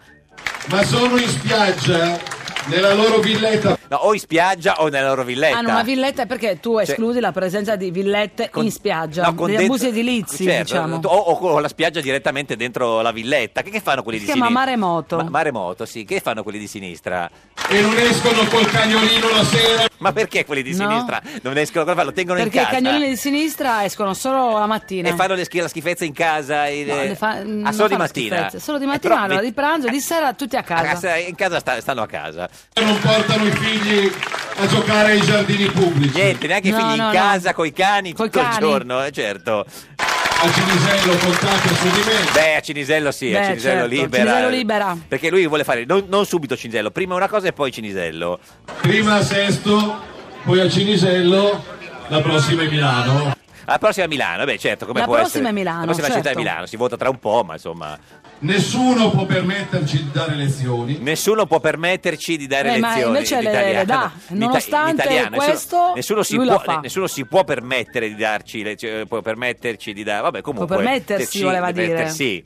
Speaker 10: Ma sono in spiaggia nella loro villetta.
Speaker 3: No, o in spiaggia o nella loro villetta.
Speaker 4: Hanno una villetta perché tu escludi la presenza di villette in spiaggia,
Speaker 3: No, Cioè, con
Speaker 4: di
Speaker 3: dentro-
Speaker 4: abusi edilizi,
Speaker 3: Certo,
Speaker 4: diciamo.
Speaker 3: O, o con la spiaggia direttamente dentro la villetta. Che, che fanno quelli
Speaker 4: Si
Speaker 3: di
Speaker 4: chiama
Speaker 3: sinistra?
Speaker 4: maremoto.
Speaker 3: Ma- maremoto, sì. Che fanno quelli di sinistra?
Speaker 10: E non escono col cagnolino la sera.
Speaker 3: Ma perché quelli di
Speaker 4: No.
Speaker 3: sinistra non escono a farlo? Lo tengono
Speaker 4: Perché
Speaker 3: in
Speaker 4: i
Speaker 3: casa.
Speaker 4: cagnolini di sinistra escono solo la mattina.
Speaker 3: E fanno le schi- la schifezza in casa. e-
Speaker 4: No, le fa- non
Speaker 3: ah, solo di
Speaker 4: fanno
Speaker 3: mattina.
Speaker 4: schifezze, Solo di
Speaker 3: Eh,
Speaker 4: mattina,
Speaker 3: però
Speaker 4: allora
Speaker 3: vi-
Speaker 4: di pranzo, di sera tutti a
Speaker 3: a
Speaker 4: casa.
Speaker 3: casa- in casa sta- stanno a casa.
Speaker 10: Non portano i figli a giocare ai giardini pubblici.
Speaker 3: Niente, neanche i
Speaker 10: No,
Speaker 3: figli
Speaker 10: no,
Speaker 3: in
Speaker 10: no.
Speaker 3: casa, coi cani, tutto il
Speaker 10: cani.
Speaker 3: giorno, eh, certo.
Speaker 10: A Cinisello contate su di me.
Speaker 3: Beh, a Cinisello sì, a
Speaker 4: Beh,
Speaker 3: Cinisello
Speaker 4: certo,
Speaker 3: libera.
Speaker 4: Cinisello libera.
Speaker 3: Perché lui vuole fare non, non subito Cinisello, prima una cosa e poi Cinisello.
Speaker 10: Prima a Sesto, poi a Cinisello, la prossima è Milano.
Speaker 3: La prossima a Milano, beh, certo, come
Speaker 4: La
Speaker 3: può
Speaker 4: prossima
Speaker 3: essere.
Speaker 4: è Milano,
Speaker 3: La prossima
Speaker 4: certo.
Speaker 3: città è Milano, si vota tra un po', ma insomma.
Speaker 10: Nessuno può permetterci di dare lezioni.
Speaker 3: Nessuno può permetterci di dare
Speaker 4: Eh, ma
Speaker 3: lezioni
Speaker 4: invece
Speaker 3: in
Speaker 4: le-
Speaker 3: italiano.
Speaker 4: le dà.
Speaker 3: In
Speaker 4: Nonostante
Speaker 3: in italiano, nessuno-
Speaker 4: questo,
Speaker 3: nessuno, si
Speaker 4: lui
Speaker 3: può,
Speaker 4: la fa.
Speaker 3: ne- nessuno si può permettere di darci le- cioè, può permetterci di dare vabbè comunque
Speaker 4: permettersi,
Speaker 3: terci-
Speaker 4: voleva dire.
Speaker 3: permettersi.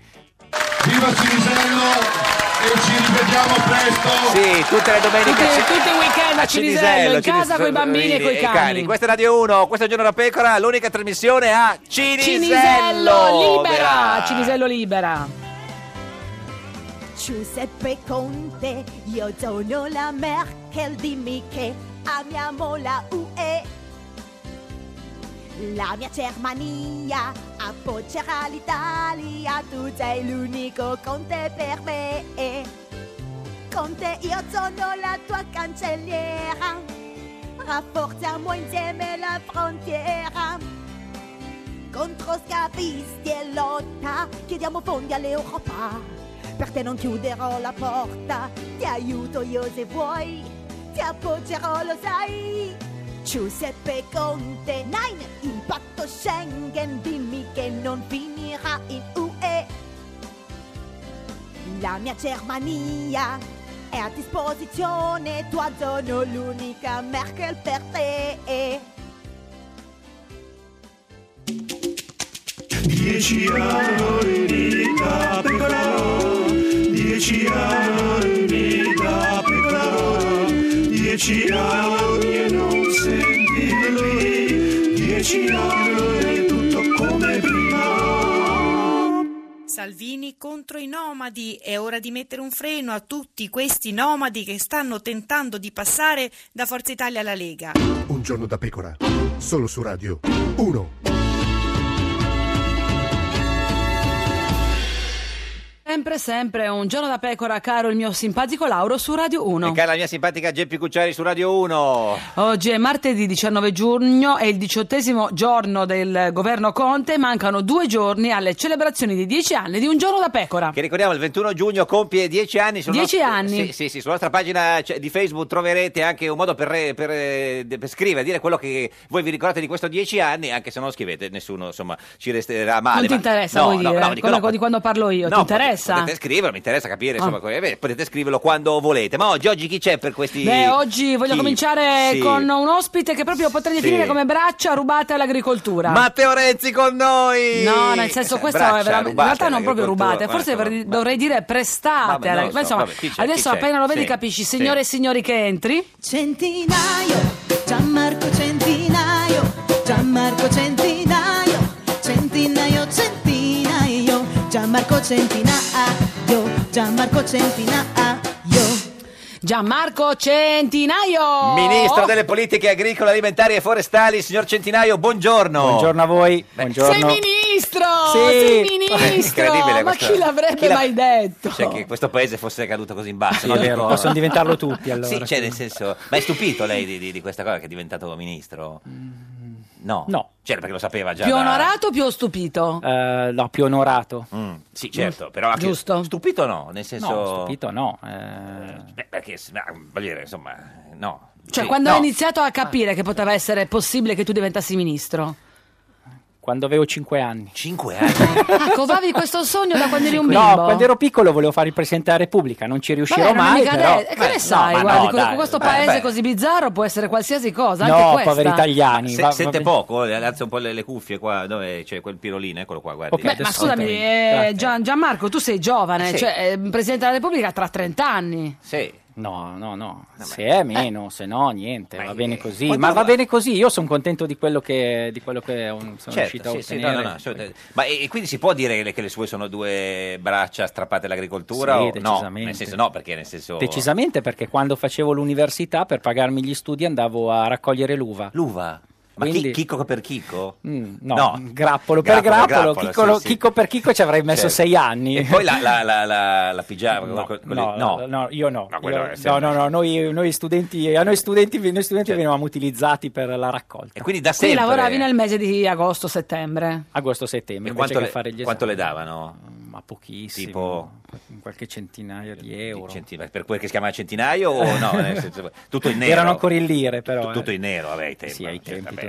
Speaker 10: Viva Cinisello e ci rivediamo presto.
Speaker 3: Sì, tutte le domeniche.
Speaker 10: Tutti-
Speaker 3: ci-
Speaker 10: tutti i weekend a
Speaker 4: Cinisello, in casa
Speaker 3: Cinisello,
Speaker 4: coi bambini e coi
Speaker 3: i
Speaker 4: cani.
Speaker 3: Questa è Radio 1, questo è Giorno da Pecora, l'unica trasmissione a Cinisello.
Speaker 4: Cinisello libera!
Speaker 3: Verà.
Speaker 4: Cinisello libera!
Speaker 11: Giuseppe Conte, io sono la Merkel, dimmi che amiamo la UE. La mia Germania appoggerà l'Italia, tu sei l'unico Conte per me. Conte, io sono la tua cancelliera, rafforziamo insieme la frontiera. Contro scafisti e lotta, chiediamo fondi all'Europa. Per te non chiuderò la porta, ti aiuto io se vuoi, ti appoggerò lo sai. Giuseppe Conte, nein, il patto Schengen, dimmi che non finirà in UE. La mia Germania è a disposizione, tua sono l'unica Merkel per te.
Speaker 7: 10 anni di da pecora, 10 anni di da pecora, 10 anni e non sentirli, 10 anni tutto come prima.
Speaker 12: Salvini contro i nomadi. È ora di mettere un freno a tutti questi nomadi che stanno tentando di passare da Forza Italia alla Lega.
Speaker 13: Un giorno da pecora, solo su Radio 1.
Speaker 4: Sempre, sempre un giorno da pecora, caro il mio simpatico Lauro su Radio 1.
Speaker 3: E cara la mia simpatica Geppi Cucciari su Radio 1.
Speaker 4: Oggi è martedì 19 giugno, è il diciottesimo giorno del governo Conte, mancano due giorni alle celebrazioni di dieci anni di un giorno da pecora.
Speaker 3: Che ricordiamo il 21 giugno compie 10 anni. sul
Speaker 4: Dieci
Speaker 3: nostro-
Speaker 4: anni.
Speaker 3: Sì, sì, sì, sulla nostra pagina cioè, di Facebook troverete anche un modo per, re- per, eh, de- per scrivere, dire quello che voi vi ricordate di questo 10 anni, anche se non scrivete nessuno, insomma, ci resterà male.
Speaker 4: non ti
Speaker 3: ma-
Speaker 4: interessa,
Speaker 3: no,
Speaker 4: vuoi
Speaker 3: no,
Speaker 4: dire? eh,
Speaker 3: no, dico,
Speaker 4: Quello
Speaker 3: no,
Speaker 4: di quando parlo io,
Speaker 3: no,
Speaker 4: ti
Speaker 3: potete-
Speaker 4: interessa?
Speaker 3: Potete scriverlo, mi interessa capire, insomma,
Speaker 4: Ah.
Speaker 3: come- eh, potete scriverlo quando volete. Ma oggi, oggi chi c'è per questi...
Speaker 4: Beh, oggi voglio
Speaker 3: Chi?
Speaker 4: cominciare
Speaker 3: Sì.
Speaker 4: con un ospite che proprio potrei definire
Speaker 3: Sì.
Speaker 4: come braccia rubate all'agricoltura.
Speaker 3: Matteo Renzi con noi!
Speaker 4: No, nel senso,
Speaker 3: Eh,
Speaker 4: questo
Speaker 3: braccia
Speaker 4: è veramente. In
Speaker 3: rubate ecco,
Speaker 4: realtà, non proprio
Speaker 3: all'agricoltura,
Speaker 4: rubate, forse
Speaker 3: guarda,
Speaker 4: dovrei- dovrei dire
Speaker 3: Ma-
Speaker 4: Eh, prestate.
Speaker 3: ma non
Speaker 4: alla-
Speaker 3: lo
Speaker 4: ma
Speaker 3: so,
Speaker 4: insomma,
Speaker 3: vabbè, chi c'è,
Speaker 4: adesso
Speaker 3: chi c'è?
Speaker 4: appena lo vedi,
Speaker 3: Sì,
Speaker 4: capisci,
Speaker 3: sì.
Speaker 4: signore e signori che entri.
Speaker 11: Centinaio, Gianmarco Centinaio, Gianmarco Centinaio, Centinaio, Centinaio, Gianmarco Centinaio, Gianmarco Centinaio.
Speaker 4: Gianmarco Centinaio,
Speaker 3: Ministro delle politiche agricole, alimentari e forestali, signor Centinaio, buongiorno. Buongiorno
Speaker 14: a voi.
Speaker 4: Sei ministro!
Speaker 14: Sì.
Speaker 4: Sei
Speaker 3: È
Speaker 4: ministro!
Speaker 3: incredibile
Speaker 4: Ma
Speaker 3: questa-
Speaker 4: chi l'avrebbe
Speaker 3: chi l'ha-
Speaker 4: mai detto?
Speaker 3: Cioè che questo paese fosse caduto così in basso.
Speaker 14: Sì,
Speaker 3: no?
Speaker 14: è vero,
Speaker 3: Dico-
Speaker 14: possono
Speaker 3: *laughs*
Speaker 14: diventarlo tutti allora. Mm.
Speaker 3: Sì, cioè nel senso... Ma è stupito lei di, di- di questa cosa che è diventato ministro? No. C'era perché lo sapeva già.
Speaker 4: Più
Speaker 3: da-
Speaker 4: onorato o più stupito?
Speaker 14: Eh, no, più onorato.
Speaker 3: Mm, sì, certo, però anche
Speaker 4: Giusto.
Speaker 3: stupito no, nel senso...
Speaker 14: No, stupito no. eh.
Speaker 3: Beh, perché, ma, voglio dire, insomma, no.
Speaker 4: Cioè,
Speaker 3: Sì,
Speaker 4: quando
Speaker 3: no.
Speaker 4: hai iniziato a capire che poteva essere possibile che tu diventassi ministro?
Speaker 14: Quando avevo 5 anni.
Speaker 3: 5 anni?
Speaker 4: Ah, covavi questo sogno da quando eri un bimbo?
Speaker 14: No, quando ero piccolo volevo fare il Presidente della Repubblica, non ci riuscirò
Speaker 4: Vabbè, non è
Speaker 14: mai.
Speaker 4: mica
Speaker 14: però-
Speaker 4: adesso. E che
Speaker 3: Eh,
Speaker 14: Beh,
Speaker 4: ne
Speaker 14: no,
Speaker 4: sai,
Speaker 14: ma
Speaker 4: guardi,
Speaker 14: no,
Speaker 4: con, con
Speaker 14: dai,
Speaker 4: questo
Speaker 14: dai,
Speaker 4: paese
Speaker 14: beh.
Speaker 4: così bizzarro può essere qualsiasi cosa, anche
Speaker 14: No,
Speaker 4: questa.
Speaker 14: poveri italiani.
Speaker 3: Se-
Speaker 14: va- va
Speaker 3: sente
Speaker 14: bene.
Speaker 3: poco? Le- Alza un po' le, le cuffie qua, dove c'è quel pirolino, eccolo qua, guardi.
Speaker 14: Ok,
Speaker 4: Beh, ma scusami, eh, Gian- Gianmarco, tu sei giovane,
Speaker 3: Sì.
Speaker 4: cioè eh, Presidente della Repubblica tra 30 anni.
Speaker 3: Sì.
Speaker 14: No, no, no. Se è meno, se no, niente. va bene così.
Speaker 3: eh. quando-
Speaker 14: Ma va bene così. Io sono contento di quello che, di quello che ho- sono riuscito a
Speaker 3: Certo, sì, sì,
Speaker 14: ottenere.
Speaker 3: no, no, no, assolutamente. Ma e, e quindi si può dire che le- che le sue sono due braccia strappate all'agricoltura?
Speaker 14: Sì,
Speaker 3: o No,
Speaker 14: decisamente.
Speaker 3: nel senso, no, perché nel senso...
Speaker 14: Decisamente perché quando facevo l'università per pagarmi gli studi andavo a raccogliere l'uva.
Speaker 3: L'uva? Ma chi-
Speaker 14: Quindi-
Speaker 3: chicco per chicco?
Speaker 14: Mm, no,
Speaker 3: No.
Speaker 14: grappolo
Speaker 3: Grappolo per
Speaker 14: per grappolo,
Speaker 3: grappolo,
Speaker 14: chiccolo-
Speaker 3: sì, sì.
Speaker 14: chicco per chicco ci avrei messo
Speaker 3: Certo.
Speaker 14: sei anni.
Speaker 3: E poi la, la, la, la, la pigiama?
Speaker 14: No,
Speaker 3: quel- quel-
Speaker 14: *laughs* no, no, io no.
Speaker 3: quello
Speaker 14: Io-
Speaker 3: è
Speaker 14: no,
Speaker 3: sempre- Certo.
Speaker 14: no, no, noi, noi studenti, a noi studenti, noi studenti venivamo utilizzati per la raccolta.
Speaker 3: E quindi da
Speaker 4: Quindi
Speaker 3: sempre...
Speaker 4: lavoravi nel mese di agosto-settembre.
Speaker 14: Agosto-settembre,
Speaker 3: E
Speaker 14: invece
Speaker 3: quanto,
Speaker 14: che
Speaker 3: le,
Speaker 14: fare gli
Speaker 3: quanto
Speaker 14: esami.
Speaker 3: le davano?
Speaker 14: Ma pochissimo.
Speaker 3: Tipo...
Speaker 14: Qualche centinaio di euro.
Speaker 3: Centina- per quel che si chiama centinaio o
Speaker 14: *laughs*
Speaker 3: no? Nel senso, tutto in nero.
Speaker 14: Erano ancora in lire, però. eh.
Speaker 3: Tu- tutto in nero, vabbè, ai tempi.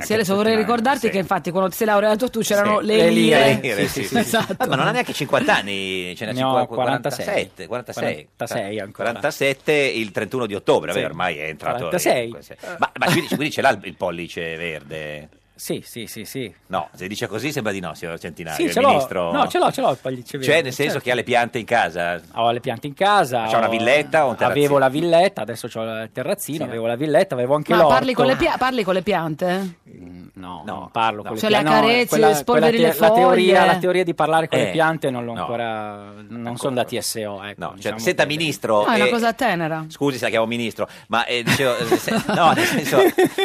Speaker 4: Sì, adesso vorrei ricordarti che infatti quando ti sei laureato tu c'erano
Speaker 3: Sì.
Speaker 4: le,
Speaker 3: Le
Speaker 4: lire.
Speaker 3: lire, sì, sì, sì, sì.
Speaker 4: Esatto.
Speaker 3: Ah, ma non ha neanche 50 anni, ce n'ha
Speaker 14: Ne
Speaker 3: cinqua-
Speaker 14: ho 47,
Speaker 3: 46,
Speaker 14: 46 ancora.
Speaker 3: 47 Cioè, il 31 di ottobre, vabbè,
Speaker 14: Sì.
Speaker 3: ormai è entrato.
Speaker 14: 46.
Speaker 3: Ma, ma quindi, quindi ce l'ha il, il pollice verde?
Speaker 14: Sì, sì, sì, sì.
Speaker 3: No, se dice così sembra di no, signor Centinaio,
Speaker 14: Sì,
Speaker 3: il
Speaker 14: ce l'ho.
Speaker 3: ministro.
Speaker 14: No, ce l'ho, ce l'ho il pollice verde.
Speaker 3: Cioè, nel senso
Speaker 14: certo.
Speaker 3: che ha le piante in casa?
Speaker 14: Ho le piante in casa.
Speaker 3: C'ha una
Speaker 14: ho-
Speaker 3: villetta o un terrazzino?
Speaker 14: Avevo la villetta, adesso ho il terrazzino, avevo la villetta, avevo anche
Speaker 4: Ma
Speaker 14: l'orto. Ah,
Speaker 4: parli con, le pia- parli con le piante?
Speaker 14: No, no, parlo con le
Speaker 4: Cioè, le
Speaker 14: piante. No,
Speaker 4: accarezzi,
Speaker 14: quella-
Speaker 4: spolveri
Speaker 14: quella
Speaker 4: le
Speaker 14: te- la teoria,
Speaker 4: foglie.
Speaker 14: la teoria di parlare con
Speaker 3: Eh,
Speaker 14: le piante non l'ho
Speaker 3: no.
Speaker 14: ancora non sono da TSO, ecco.
Speaker 3: No, certo. Senta, ministro.
Speaker 4: No, è una
Speaker 3: eh,
Speaker 4: cosa tenera.
Speaker 3: Scusi se la chiamo ministro, ma eh, dicevo, eh, se- no, nel senso,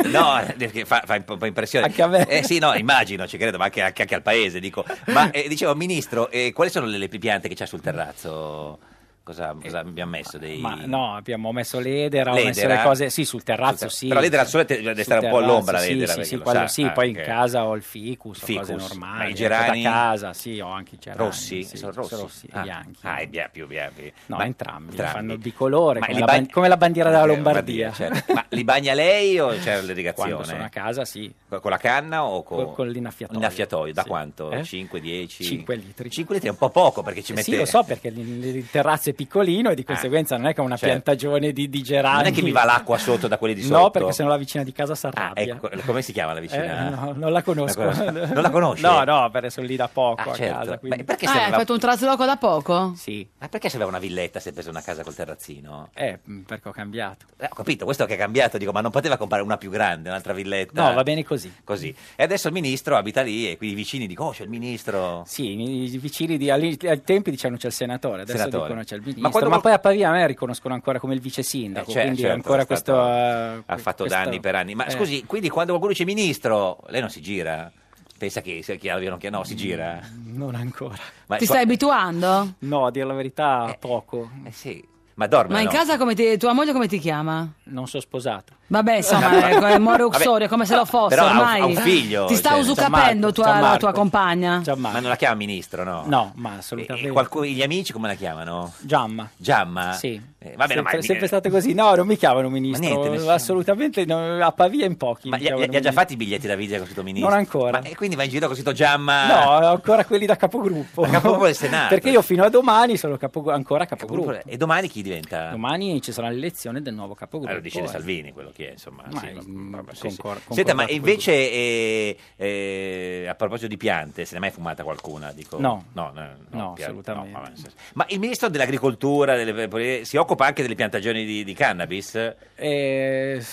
Speaker 3: no, perché fa, fa un po' impressione.
Speaker 14: Anche a me.
Speaker 3: Eh sì, no, immagino, ci credo, ma anche, anche- anche al paese, dico. Ma eh, dicevo, ministro, eh, quali sono le, le piante che c'ha sul terrazzo? Cosa, cosa abbiamo messo? Dei...
Speaker 14: Eh, Ma no, abbiamo messo l'edera, ho messo
Speaker 3: L'edera?
Speaker 14: le cose, sì, sul
Speaker 3: Sul
Speaker 14: terrazzo,
Speaker 3: ter-
Speaker 14: sì.
Speaker 3: però l'edera al sole te- deve
Speaker 14: Sul
Speaker 3: stare un po' all'ombra,
Speaker 14: terrazzo,
Speaker 3: l'edera,
Speaker 14: Sì,
Speaker 3: perché
Speaker 14: sì,
Speaker 3: lo
Speaker 14: quello
Speaker 3: sa.
Speaker 14: sì,
Speaker 3: Ah,
Speaker 14: poi
Speaker 3: ok.
Speaker 14: in casa ho il ficus, ho cose
Speaker 3: Ficus.
Speaker 14: normali,
Speaker 3: Ma i
Speaker 14: ho
Speaker 3: gerani?
Speaker 14: da casa, sì, ho anche i gerani.
Speaker 3: Rossi?
Speaker 14: sì,
Speaker 3: sono rossi?
Speaker 14: e
Speaker 3: Ah,
Speaker 14: bianchi.
Speaker 3: Ah, i bia- più bianchi.
Speaker 14: No, entrambi,
Speaker 3: entrambi.
Speaker 14: fanno di colore,
Speaker 3: Ma
Speaker 14: come
Speaker 3: li
Speaker 14: la,
Speaker 3: bagn-
Speaker 14: ban- come la bandiera della
Speaker 3: Eh,
Speaker 14: Lombardia.
Speaker 3: certo. Ma li bagna lei o c'è l'irrigazione?
Speaker 14: Quando sono a casa, sì.
Speaker 3: Co- Con la canna o con,
Speaker 14: Con- con l'inaffiatoio.
Speaker 3: L'inaffiatoio, da quanto?
Speaker 14: Eh?
Speaker 3: 5, 10?
Speaker 14: 5 litri.
Speaker 3: 5 litri è un po' poco perché ci
Speaker 14: Eh
Speaker 3: mette... Eh,
Speaker 14: Sì, lo so perché il, il terrazzo è piccolino e di conseguenza non è che ho una
Speaker 3: certo.
Speaker 14: piantagione di, di gerani.
Speaker 3: Non è che mi va l'acqua sotto da quelli di sotto?
Speaker 14: No, perché sennò la vicina di casa si
Speaker 3: Ah,
Speaker 14: arrabbia.
Speaker 3: ecco, come si chiama la vicina?
Speaker 14: Eh, no, non la conosco.
Speaker 3: La conosco. Non la conosci?
Speaker 14: No, no, perché sono lì da poco
Speaker 3: Ah,
Speaker 14: a
Speaker 3: certo.
Speaker 14: casa. quindi-
Speaker 3: Beh, perché
Speaker 4: Ah, hai
Speaker 3: sembrava-
Speaker 4: fatto un trasloco da poco?
Speaker 14: Sì.
Speaker 3: Ma perché se aveva una villetta si è preso una casa col terrazzino?
Speaker 14: Eh, mh, perché ho cambiato.
Speaker 3: Eh, ho capito, questo che è cambiato, dico, ma non poteva comprare una più grande, un'altra villetta?
Speaker 14: No, va bene così.
Speaker 3: Così. E adesso il ministro abita lì e qui i vicini dicono, oh, c'è il ministro...
Speaker 14: Sì, i i vicini di, all'i- ai tempi dicevano c'è il senatore, adesso
Speaker 3: Senatore.
Speaker 14: dicono c'è il
Speaker 3: Ma
Speaker 14: ministro, ma,
Speaker 3: quando-
Speaker 14: poi a Pavia a me riconoscono ancora come il vice sindaco,
Speaker 3: Eh, cioè,
Speaker 14: Ecco, quindi
Speaker 3: certo,
Speaker 14: ancora
Speaker 3: è
Speaker 14: questo...
Speaker 3: stato-
Speaker 14: eh,
Speaker 3: ha fatto
Speaker 14: questo-
Speaker 3: danni per anni. Ma
Speaker 14: eh.
Speaker 3: scusi, quindi quando qualcuno dice ministro, lei non si gira? Pensa che sia chiaro o non chiaro? No, si gira.
Speaker 14: Non ancora.
Speaker 3: Ma,
Speaker 4: Ti
Speaker 3: qua-
Speaker 4: stai abituando?
Speaker 14: No, a dire la verità, poco.
Speaker 3: Eh sì, ma dorme.
Speaker 4: Ma in
Speaker 3: no?
Speaker 4: casa come ti- tua moglie come ti chiama?
Speaker 14: Non sono sposato.
Speaker 4: Vabbè, insomma, ecco, è come More Uxorio, come se lo fosse
Speaker 3: Però ha un-
Speaker 4: ormai.
Speaker 3: ha un figlio,
Speaker 4: Ti sta
Speaker 3: cioè,
Speaker 4: usucapendo
Speaker 14: Gianmarco,
Speaker 4: tua- la
Speaker 14: Gianmarco.
Speaker 4: tua compagna.
Speaker 3: Ma
Speaker 14: Giamma.
Speaker 3: non la chiama ministro, no?
Speaker 14: No, ma
Speaker 3: E
Speaker 14: assolutamente.
Speaker 3: qualcuno- gli amici come la chiamano?
Speaker 14: Giamma.
Speaker 3: Giamma?
Speaker 14: Sì.
Speaker 3: Eh, va bene,
Speaker 14: sempre,
Speaker 3: ma,
Speaker 14: sempre state così. No, non mi chiamano ministro.
Speaker 3: Ma niente, nessuno.
Speaker 14: assolutamente no, a Pavia in pochi.
Speaker 3: ma
Speaker 14: mi
Speaker 3: gli,
Speaker 14: chiamano
Speaker 3: gli ha già
Speaker 14: ministro.
Speaker 3: fatti i biglietti da visita con scritto ministro?
Speaker 14: Non ancora.
Speaker 3: Ma, e quindi va in giro con scritto Giamma?
Speaker 14: No, eh, ho ancora quelli da capogruppo.
Speaker 3: Da capogruppo del Senato.
Speaker 14: Perché io fino a domani sono capo- ancora capogruppo.
Speaker 3: Capogruppo. E domani chi diventa?
Speaker 14: Domani ci sarà l'elezione del nuovo capogruppo.
Speaker 3: Allora decide
Speaker 14: eh.
Speaker 3: Salvini quello che è, insomma.
Speaker 14: Ma
Speaker 3: sì,
Speaker 14: è-
Speaker 3: ma- ma- sì, sì.
Speaker 14: concor-
Speaker 3: Senta, ma
Speaker 14: concordato
Speaker 3: invece eh, eh, a proposito di piante, se ne è mai fumata qualcuna? Dico,
Speaker 14: No.
Speaker 3: no, no, no,
Speaker 14: No,
Speaker 3: piante,
Speaker 14: assolutamente.
Speaker 3: no, vabbè, nel senso- ma il ministro dell'agricoltura delle- eh, si occupa anche delle piantagioni di, di cannabis? Eh
Speaker 14: Eh,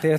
Speaker 14: te-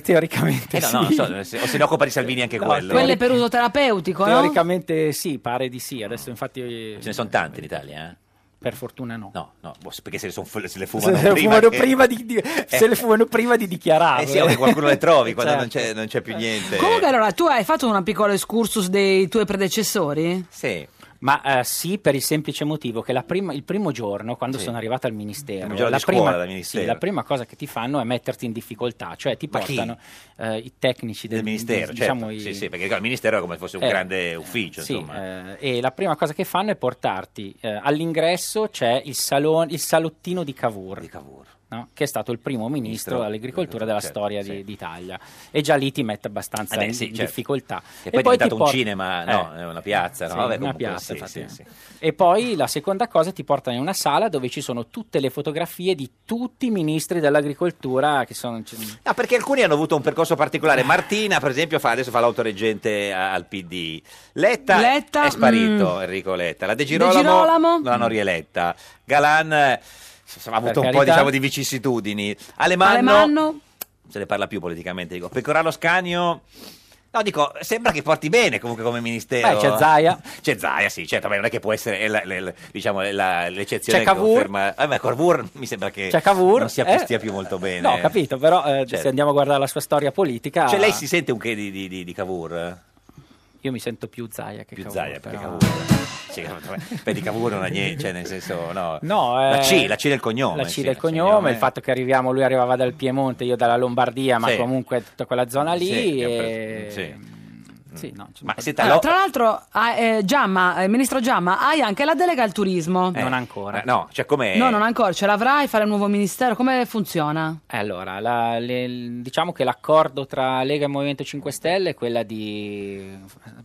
Speaker 3: no,
Speaker 14: teoricamente Eh, sì.
Speaker 3: no, non so, se- o se ne occupa di Salvini anche
Speaker 14: No,
Speaker 3: quello?
Speaker 4: Quelle per uso terapeutico, no?
Speaker 14: Teoricamente sì, pare di sì. Adesso infatti... eh,
Speaker 3: Ce ne sono tanti in Italia, eh?
Speaker 14: Per fortuna no.
Speaker 3: No, no, boh, perché se le, son- se le
Speaker 14: Se
Speaker 3: fumano
Speaker 14: le
Speaker 3: prima
Speaker 14: fumano
Speaker 3: che-
Speaker 14: prima di, di- se le fumano prima di dichiarare.
Speaker 3: Eh sì, o che qualcuno le trovi quando
Speaker 14: Certo.
Speaker 3: non, c'è, non c'è più niente.
Speaker 4: Comunque allora, tu hai fatto un piccolo excursus dei tuoi predecessori?
Speaker 3: Sì.
Speaker 14: Ma eh, sì, per il semplice motivo che la prima- il primo giorno, quando
Speaker 3: Sì.
Speaker 14: sono arrivata al
Speaker 3: Il
Speaker 14: ministero,
Speaker 3: primo giorno
Speaker 14: la,
Speaker 3: di
Speaker 14: prima,
Speaker 3: scuola, dal ministero.
Speaker 14: sì, la prima cosa che ti fanno è metterti in difficoltà, cioè ti
Speaker 3: Ma chi?
Speaker 14: portano eh, i tecnici del,
Speaker 3: del ministero,
Speaker 14: di- diciamo,
Speaker 3: certo.
Speaker 14: i-
Speaker 3: sì, sì, perché il ministero è come se fosse un
Speaker 14: Eh,
Speaker 3: grande ufficio,
Speaker 14: sì,
Speaker 3: insomma.
Speaker 14: eh, e la prima cosa che fanno è portarti eh, all'ingresso c'è il, salon- il salottino di Cavour, no? che è stato il primo ministro
Speaker 3: Ministro,
Speaker 14: dell'agricoltura della
Speaker 3: certo,
Speaker 14: storia di- d'Italia e già lì ti mette abbastanza
Speaker 3: Eh beh,
Speaker 14: in
Speaker 3: sì,
Speaker 14: in
Speaker 3: certo.
Speaker 14: difficoltà
Speaker 3: Che poi, è
Speaker 14: ti
Speaker 3: diventato un
Speaker 14: por-
Speaker 3: cinema,
Speaker 14: Eh,
Speaker 3: no, è una piazza, no?
Speaker 14: sì,
Speaker 3: Vabbè,
Speaker 14: una
Speaker 3: comunque,
Speaker 14: piazza,
Speaker 3: sì, sì,
Speaker 14: infatti.
Speaker 3: sì.
Speaker 14: E poi la seconda cosa ti portano in una sala dove ci sono tutte le fotografie di tutti i ministri dell'agricoltura che sono... cioè,
Speaker 3: Ah, perché alcuni hanno avuto un percorso particolare.
Speaker 14: Eh.
Speaker 3: Martina, per esempio, fa- adesso fa l'autoreggente a- al PD. Letta,
Speaker 4: Letta,
Speaker 3: è sparito,
Speaker 4: mm.
Speaker 3: Enrico Letta. La De
Speaker 4: De
Speaker 3: Girolamo,
Speaker 4: Girolamo.
Speaker 3: non l'hanno rieletta. Galan eh, insomma, ha avuto un
Speaker 14: Mm. Per
Speaker 3: po'
Speaker 14: carità.
Speaker 3: diciamo, di vicissitudini. Alemanno,
Speaker 4: Alemanno,
Speaker 3: non se ne parla più politicamente. Dico. Pecoraro Scanio... No, dico, sembra che porti bene comunque come ministero.
Speaker 14: Beh, c'è Zaia.
Speaker 3: *laughs* C'è Zaia, sì, certo, beh, non è che può essere è la- la- la- diciamo, è la- l'eccezione
Speaker 14: C'è
Speaker 3: che
Speaker 14: Cavour.
Speaker 3: conferma... Eh, ma Cavour *laughs* mi sembra che
Speaker 14: C'è Cavour,
Speaker 3: non sia,
Speaker 14: eh.
Speaker 3: stia più molto bene.
Speaker 14: No, ho capito, però eh,
Speaker 3: Certo.
Speaker 14: se andiamo a guardare la sua storia politica...
Speaker 3: Cioè, lei si sente un che di, di, di, di Cavour?
Speaker 14: Io mi sento più Zaia che
Speaker 3: Più
Speaker 14: Cavour,
Speaker 3: Zaia, perché
Speaker 14: però.
Speaker 3: Cavour. Cioè, beh, di Cavour non ha niente, cioè, nel senso, no.
Speaker 14: No, eh,
Speaker 3: la C, la C del cognome.
Speaker 14: La C
Speaker 3: sì,
Speaker 14: del cognome, il fatfatto che arriviamo, lui arrivava dal Piemonte, io dalla Lombardia, ma
Speaker 3: Sì.
Speaker 14: comunque tutta quella zona lì.
Speaker 3: Sì, abbiamo
Speaker 14: e- boh.
Speaker 3: preso- sì.
Speaker 14: sì, no, insomma,
Speaker 3: Ma senta,
Speaker 4: Allora,
Speaker 3: lo-
Speaker 4: tra l'altro, ah, eh, Giamma, eh, ministro Giamma, hai anche la delega al turismo.
Speaker 3: eh, eh, No, cioè come...
Speaker 4: No, non ancora, ce l'avrai, fare un nuovo ministero, come funziona?
Speaker 14: Eh, Allora, la- le- diciamo che l'accordo tra Lega e Movimento 5 Stelle è quella di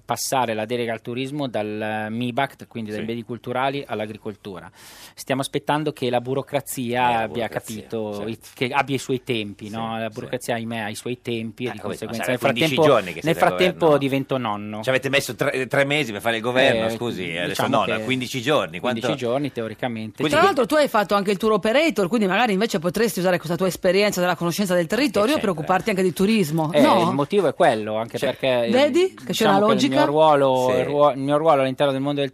Speaker 14: passare la delega al turismo dal eh, MIBACT, quindi dai
Speaker 3: Sì.
Speaker 14: beni culturali all'agricoltura. Stiamo aspettando che la burocrazia
Speaker 3: Eh, la
Speaker 14: abbia
Speaker 3: burocrazia,
Speaker 14: capito,
Speaker 3: certo.
Speaker 14: i- che abbia i suoi tempi, no? la burocrazia ahimè ha i suoi tempi e di
Speaker 3: ho Eh, capito, ma
Speaker 14: conseguenza
Speaker 3: sarà
Speaker 14: nel
Speaker 3: 15
Speaker 14: frattempo,
Speaker 3: giorni che siete
Speaker 14: nel
Speaker 3: al governo.
Speaker 14: frattempo divento nonno.
Speaker 3: Ci avete messo tre, tre mesi per fare il governo,
Speaker 14: Eh,
Speaker 3: scusi,
Speaker 14: diciamo
Speaker 3: adesso no,
Speaker 14: che-
Speaker 3: 15 giorni. Quanto...
Speaker 14: 15 giorni teoricamente.
Speaker 4: Tra l'altro tu hai fatto anche il tour operator, quindi magari invece potresti usare questa tua esperienza della conoscenza del territorio e
Speaker 14: c'entra?
Speaker 4: preoccuparti anche di turismo.
Speaker 14: Eh,
Speaker 4: no? Cioè,
Speaker 14: Il motivo è quello, anche perché eh,
Speaker 4: vedi che c'è
Speaker 14: diciamo
Speaker 4: una
Speaker 14: che
Speaker 4: logica?
Speaker 14: Il mio, ruolo,
Speaker 4: Sì.
Speaker 14: il ruo- il mio ruolo all'interno del mondo del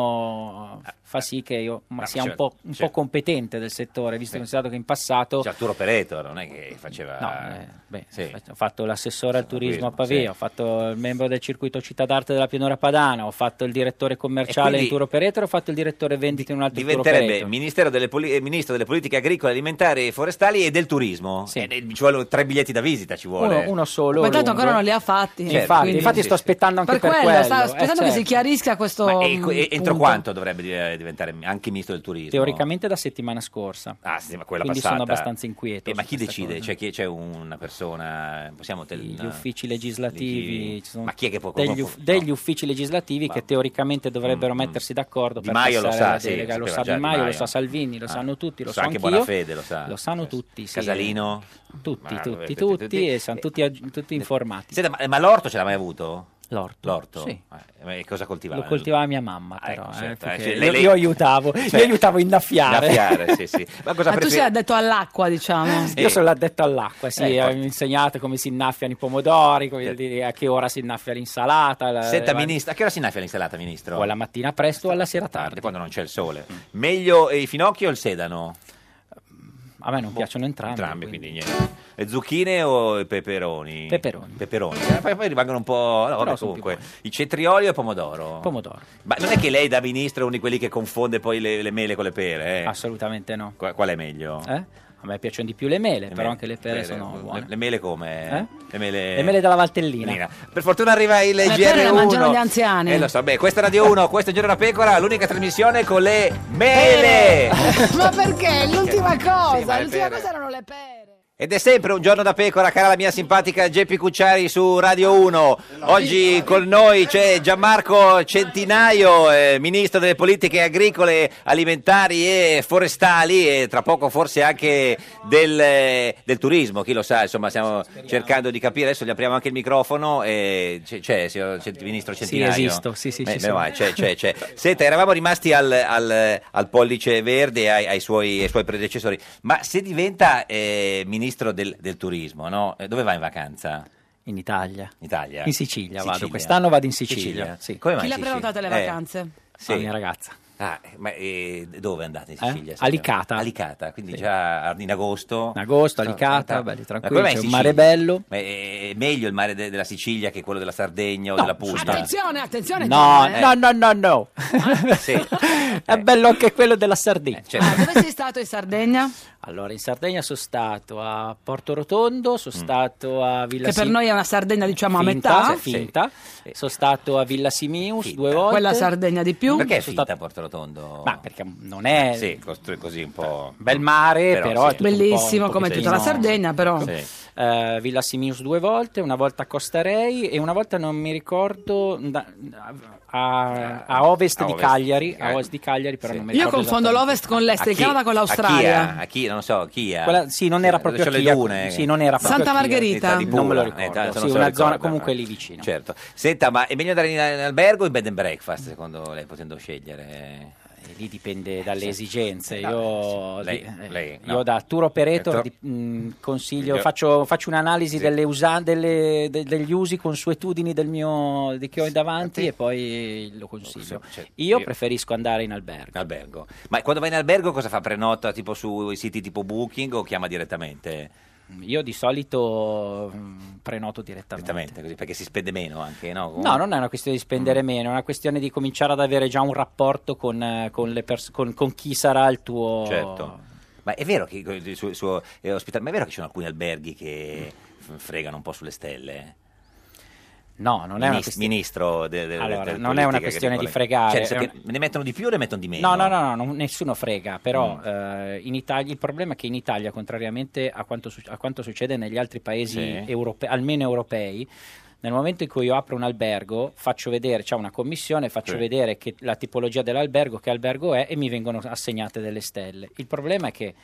Speaker 14: turismo eh, fa sì che io ma
Speaker 3: ma
Speaker 14: sia un,
Speaker 3: certo,
Speaker 14: po', un po'
Speaker 3: certo.
Speaker 14: competente del settore, visto e considerato che in passato
Speaker 3: Cioè, Arturo Pereto, non è che faceva...
Speaker 14: No, eh, beh,
Speaker 3: Sì.
Speaker 14: ho fatto l'assessore al turismo
Speaker 3: turismo,
Speaker 14: a Pavia,
Speaker 3: sì.
Speaker 14: ho fatto il membro del circuito città d'arte della pianura padana, ho fatto il direttore commerciale
Speaker 3: quindi
Speaker 14: in tour operator, ho fatto il direttore vendite in un altro tour
Speaker 3: Diventerebbe
Speaker 14: operator.
Speaker 3: ministero delle poli- eh, ministro delle politiche agricole, alimentari e forestali e del turismo. Eh, ci vuole tre biglietti da visita, ci vuole.
Speaker 14: Uno, uno solo.
Speaker 4: Ma intanto
Speaker 14: lungo.
Speaker 4: ancora non li ha fatti.
Speaker 14: Infatti,
Speaker 4: quindi-
Speaker 14: infatti sto aspettando anche
Speaker 4: per,
Speaker 14: per,
Speaker 4: quello,
Speaker 14: quello,
Speaker 4: stavo
Speaker 14: eh,
Speaker 4: aspettando che si
Speaker 14: certo.
Speaker 4: chiarisca questo.
Speaker 3: Ma e-
Speaker 4: mm,
Speaker 3: e- entro
Speaker 4: punto.
Speaker 3: quanto dovrebbe di- diventare anche ministro del turismo?
Speaker 14: Teoricamente da settimana scorsa.
Speaker 3: Ah, sì, ma quella
Speaker 14: Quindi
Speaker 3: passata.
Speaker 14: sono abbastanza inquieto.
Speaker 3: Eh, ma
Speaker 14: su
Speaker 3: chi
Speaker 14: questa
Speaker 3: decide?
Speaker 14: cosa.
Speaker 3: C'è, chi- c'è una persona. Possiamo tel-
Speaker 14: Gli uffici legislativi, ci sono
Speaker 3: Eh, Ma chi è che può
Speaker 14: degli,
Speaker 3: può-
Speaker 14: uff- degli uffici legislativi che teoricamente dovrebbero mettersi d'accordo
Speaker 3: mm, Di
Speaker 14: per
Speaker 3: Maio lo
Speaker 14: passare
Speaker 3: sa,
Speaker 14: la
Speaker 3: sì,
Speaker 14: delega. lo
Speaker 3: sapeva
Speaker 14: sa
Speaker 3: già
Speaker 14: Di
Speaker 3: Di
Speaker 14: Maio, lo
Speaker 3: Maio.
Speaker 14: sa Salvini, lo
Speaker 3: Ah,
Speaker 14: sanno tutti, lo,
Speaker 3: lo
Speaker 14: so
Speaker 3: sa anche
Speaker 14: anch'io.
Speaker 3: Bonafede, lo sa.
Speaker 14: sanno tutti, sì.
Speaker 3: Casalino?
Speaker 14: Tutti,
Speaker 3: Ma-
Speaker 14: tutti, tutti, e sono tutti, ag-
Speaker 3: Eh,
Speaker 14: tutti informati.
Speaker 3: Senta, ma, ma l'orto ce l'ha mai avuto?
Speaker 14: L'orto. Sì.
Speaker 3: Eh, e cosa coltivava?
Speaker 14: Lo coltivava mia mamma,
Speaker 3: Ah, ecco,
Speaker 14: però. eh,
Speaker 3: certo,
Speaker 14: perché
Speaker 3: eh, sì,
Speaker 14: io,
Speaker 3: lei- lei- *laughs*
Speaker 14: io aiutavo,
Speaker 3: Cioè,
Speaker 14: io aiutavo a innaffiare.
Speaker 3: Innaffiare,
Speaker 14: *laughs*
Speaker 3: sì, sì.
Speaker 4: Ma
Speaker 3: Ma cosa
Speaker 4: Ah, tu
Speaker 3: prefer-
Speaker 4: sei addetto all'acqua, diciamo.
Speaker 14: Io sono l'addetto all'acqua, sì,
Speaker 4: Eh,
Speaker 14: mi
Speaker 4: infatti.
Speaker 14: avevo insegnato come si innaffiano i pomodori, come dire, a che ora si innaffia l'insalata. la-
Speaker 3: Eh. Senta,
Speaker 14: la-
Speaker 3: ministro, a che ora si innaffia l'insalata, ministro? Ah,
Speaker 14: O alla mattina presto o alla sera tardi.
Speaker 3: Quando non c'è il sole. Meglio i finocchi o il sedano?
Speaker 14: A me non piacciono entrambi.
Speaker 3: boh, Entrambi, quindi niente. Le zucchine o i peperoni?
Speaker 14: Peperoni.
Speaker 3: Peperoni. Eh, Poi, poi rimangono un po'... No, vabbè,
Speaker 14: sono più
Speaker 3: comunque. I cetrioli o il pomodoro?
Speaker 14: Pomodoro.
Speaker 3: Ma non è che lei da ministro è uno di quelli che confonde poi le, le mele con le pere?
Speaker 14: Assolutamente no.
Speaker 3: Qual, qual è meglio?
Speaker 14: Eh? A me piacciono di più le mele, però anche le pere eh. sono
Speaker 3: le-
Speaker 14: buone.
Speaker 3: Le, mele come?
Speaker 14: Eh?
Speaker 3: Le mele...
Speaker 14: Le mele della Valtellina.
Speaker 3: Lina. Per fortuna arriva il
Speaker 4: Eh, Le pere le mangiano gli
Speaker 3: GR1.
Speaker 4: anziani.
Speaker 3: Eh lo so, beh, questa è Radio 1, questo è Giro da Pecora, l'unica trasmissione con le mele!
Speaker 4: *laughs* Ma perché? L'ultima
Speaker 3: Sì, ma
Speaker 4: cosa,
Speaker 3: le
Speaker 4: l'ultima
Speaker 3: pere.
Speaker 4: cosa erano le pere.
Speaker 3: Ed è sempre un giorno da pecora, cara la mia simpatica Geppi Cucciari su Radio 1. Oggi con noi c'è Gianmarco Centinaio, eh, ministro delle politiche agricole, alimentari e forestali e tra poco forse anche del, eh, del turismo, chi lo sa, insomma stiamo cercando di capire. Adesso gli apriamo anche il microfono. E c'è, c'è, signor Cent- ministro Centinaio?
Speaker 14: esisto, sì, sì,
Speaker 3: Beh,
Speaker 14: ci
Speaker 3: meno
Speaker 14: sono.
Speaker 3: male, c'è, c'è, c'è. Cioè, Senta, eravamo rimasti al, al- al pollice verde e ai, ai suoi, ai suoi predecessori, ma se diventa eh, ministro del, del turismo, no? Eh, dove va in vacanza?
Speaker 14: In Italia.
Speaker 3: In Italia?
Speaker 14: In Sicilia vado. Quest'anno vado in Sicilia, sì.
Speaker 3: Come mai
Speaker 4: Chi
Speaker 3: in
Speaker 4: l'ha
Speaker 3: Sicilia?
Speaker 4: prenotate le
Speaker 3: Eh,
Speaker 4: vacanze?
Speaker 3: sì.
Speaker 14: La mia ragazza.
Speaker 3: Ah, ma eh, dove andate in
Speaker 14: Eh?
Speaker 3: Sicilia?
Speaker 14: Alicata.
Speaker 3: Alicata, quindi
Speaker 14: Sì.
Speaker 3: già in agosto.
Speaker 14: In agosto,
Speaker 3: No,
Speaker 14: Alicata,
Speaker 3: no.
Speaker 14: belli
Speaker 3: Ma
Speaker 14: tranquilli,
Speaker 3: com'è in
Speaker 14: c'è un
Speaker 3: Sicilia?
Speaker 14: mare bello.
Speaker 3: Ma è è meglio il mare de- della Sicilia che quello della Sardegna o
Speaker 14: No,
Speaker 3: della Puglia?
Speaker 4: Attenzione, attenzione.
Speaker 14: No,
Speaker 4: Gianni, eh.
Speaker 14: no, no, no, no. *laughs*
Speaker 3: Sì.
Speaker 14: È bello anche quello della Sardegna.
Speaker 4: Ah, dove sei stato in Sardegna?
Speaker 14: *laughs* Allora, in Sardegna sono stato a Porto Rotondo, sono stato a Villa
Speaker 4: che per
Speaker 14: Si-
Speaker 4: noi è una Sardegna, diciamo, a
Speaker 14: finta,
Speaker 4: metà.
Speaker 14: sì, finta. Sono stato a Villa Simius due volte.
Speaker 4: Quella Sardegna di più.
Speaker 3: Perché
Speaker 14: Perché è
Speaker 3: è
Speaker 14: finta
Speaker 3: finta Porto Rotondo?
Speaker 14: Ma perché non è
Speaker 3: Sì, costru- così un po'...
Speaker 14: bel mare, però, è tutto un po',
Speaker 4: Bellissimo,
Speaker 14: un
Speaker 4: come
Speaker 14: pochettino-
Speaker 4: tutta la Sardegna, però.
Speaker 14: Eh, Villa Simius due volte, una volta a Costa Rei e una volta non mi ricordo da- a, a ovest
Speaker 3: A
Speaker 14: di
Speaker 3: ovest. Eh.
Speaker 14: Cagliari, a ovest di Cagliari, però non mi
Speaker 4: Io
Speaker 14: ricordo.
Speaker 4: confondo l'Ovest con l'Est, il Canada con l'Australia. Ah.
Speaker 3: A chi? Non lo so, chi è?
Speaker 14: Quella- sì, non era
Speaker 3: Dove
Speaker 14: proprio
Speaker 3: Eh, c'è le
Speaker 14: Chia,
Speaker 3: dune.
Speaker 14: sì, non era proprio
Speaker 4: Santa Chia. Margherita.
Speaker 3: Eh, di
Speaker 14: Non me lo
Speaker 3: Pula.
Speaker 14: ricordo,
Speaker 3: tanto non
Speaker 14: sì,
Speaker 3: se lo
Speaker 14: una zona
Speaker 3: ricorda,
Speaker 14: comunque
Speaker 3: ma-
Speaker 14: lì vicino.
Speaker 3: Certo. Senta, ma è meglio andare in, in albergo o in bed and breakfast, secondo lei, potendo scegliere?
Speaker 14: Eh, Lì dipende dalle
Speaker 3: Sì.
Speaker 14: esigenze.
Speaker 3: Eh, no,
Speaker 14: Io,
Speaker 3: sì, lei-
Speaker 14: eh,
Speaker 3: lei,
Speaker 14: io
Speaker 3: no.
Speaker 14: da tour operator
Speaker 3: Detto-
Speaker 14: di- mh, consiglio,
Speaker 3: Io-
Speaker 14: faccio, faccio un'analisi
Speaker 3: Sì.
Speaker 14: delle usan- delle- de- degli usi, consuetudini del mio, di che ho davanti e poi lo consiglio.
Speaker 3: Sì, cioè,
Speaker 14: io,
Speaker 3: io-
Speaker 14: preferisco andare in albergo.
Speaker 3: Albergo. Ma quando va in albergo cosa fa? Prenota tipo sui siti tipo Booking o chiama direttamente?
Speaker 14: Io di solito mh, prenoto direttamente.
Speaker 3: mm, Direttamente, così, perché si spende meno anche, no?
Speaker 14: No, non è una questione di
Speaker 3: Mm.
Speaker 14: spendere meno, è una questione di cominciare ad avere già un rapporto con, eh, con le pers- con- con chi sarà il tuo...
Speaker 3: Certo. Ma è vero che il suo, suo, eh, ospitale- ma è vero che ci sono alcuni alberghi che f- fregano un po' sulle stelle?
Speaker 14: No, non è una
Speaker 3: Minis-
Speaker 14: questione...
Speaker 3: Ministro de- de-
Speaker 14: Allora,
Speaker 3: del
Speaker 14: non è una
Speaker 3: politica,
Speaker 14: questione di
Speaker 3: che-
Speaker 14: fregare,
Speaker 3: Cioè,
Speaker 14: è
Speaker 3: se
Speaker 14: un-
Speaker 3: che ne mettono di più o ne mettono di meno? Mm.
Speaker 14: No, no, no, no, non- nessuno frega, però eh, in Italia, il problema è che in Italia, contrariamente a quanto, su- a quanto succede negli altri paesi
Speaker 3: Sì.
Speaker 14: europe- almeno europei, nel momento in cui io apro un albergo, faccio vedere, c'è una commissione, faccio
Speaker 3: Sì.
Speaker 14: vedere che- la tipologia dell'albergo, che albergo è e mi vengono assegnate delle stelle. Il problema è che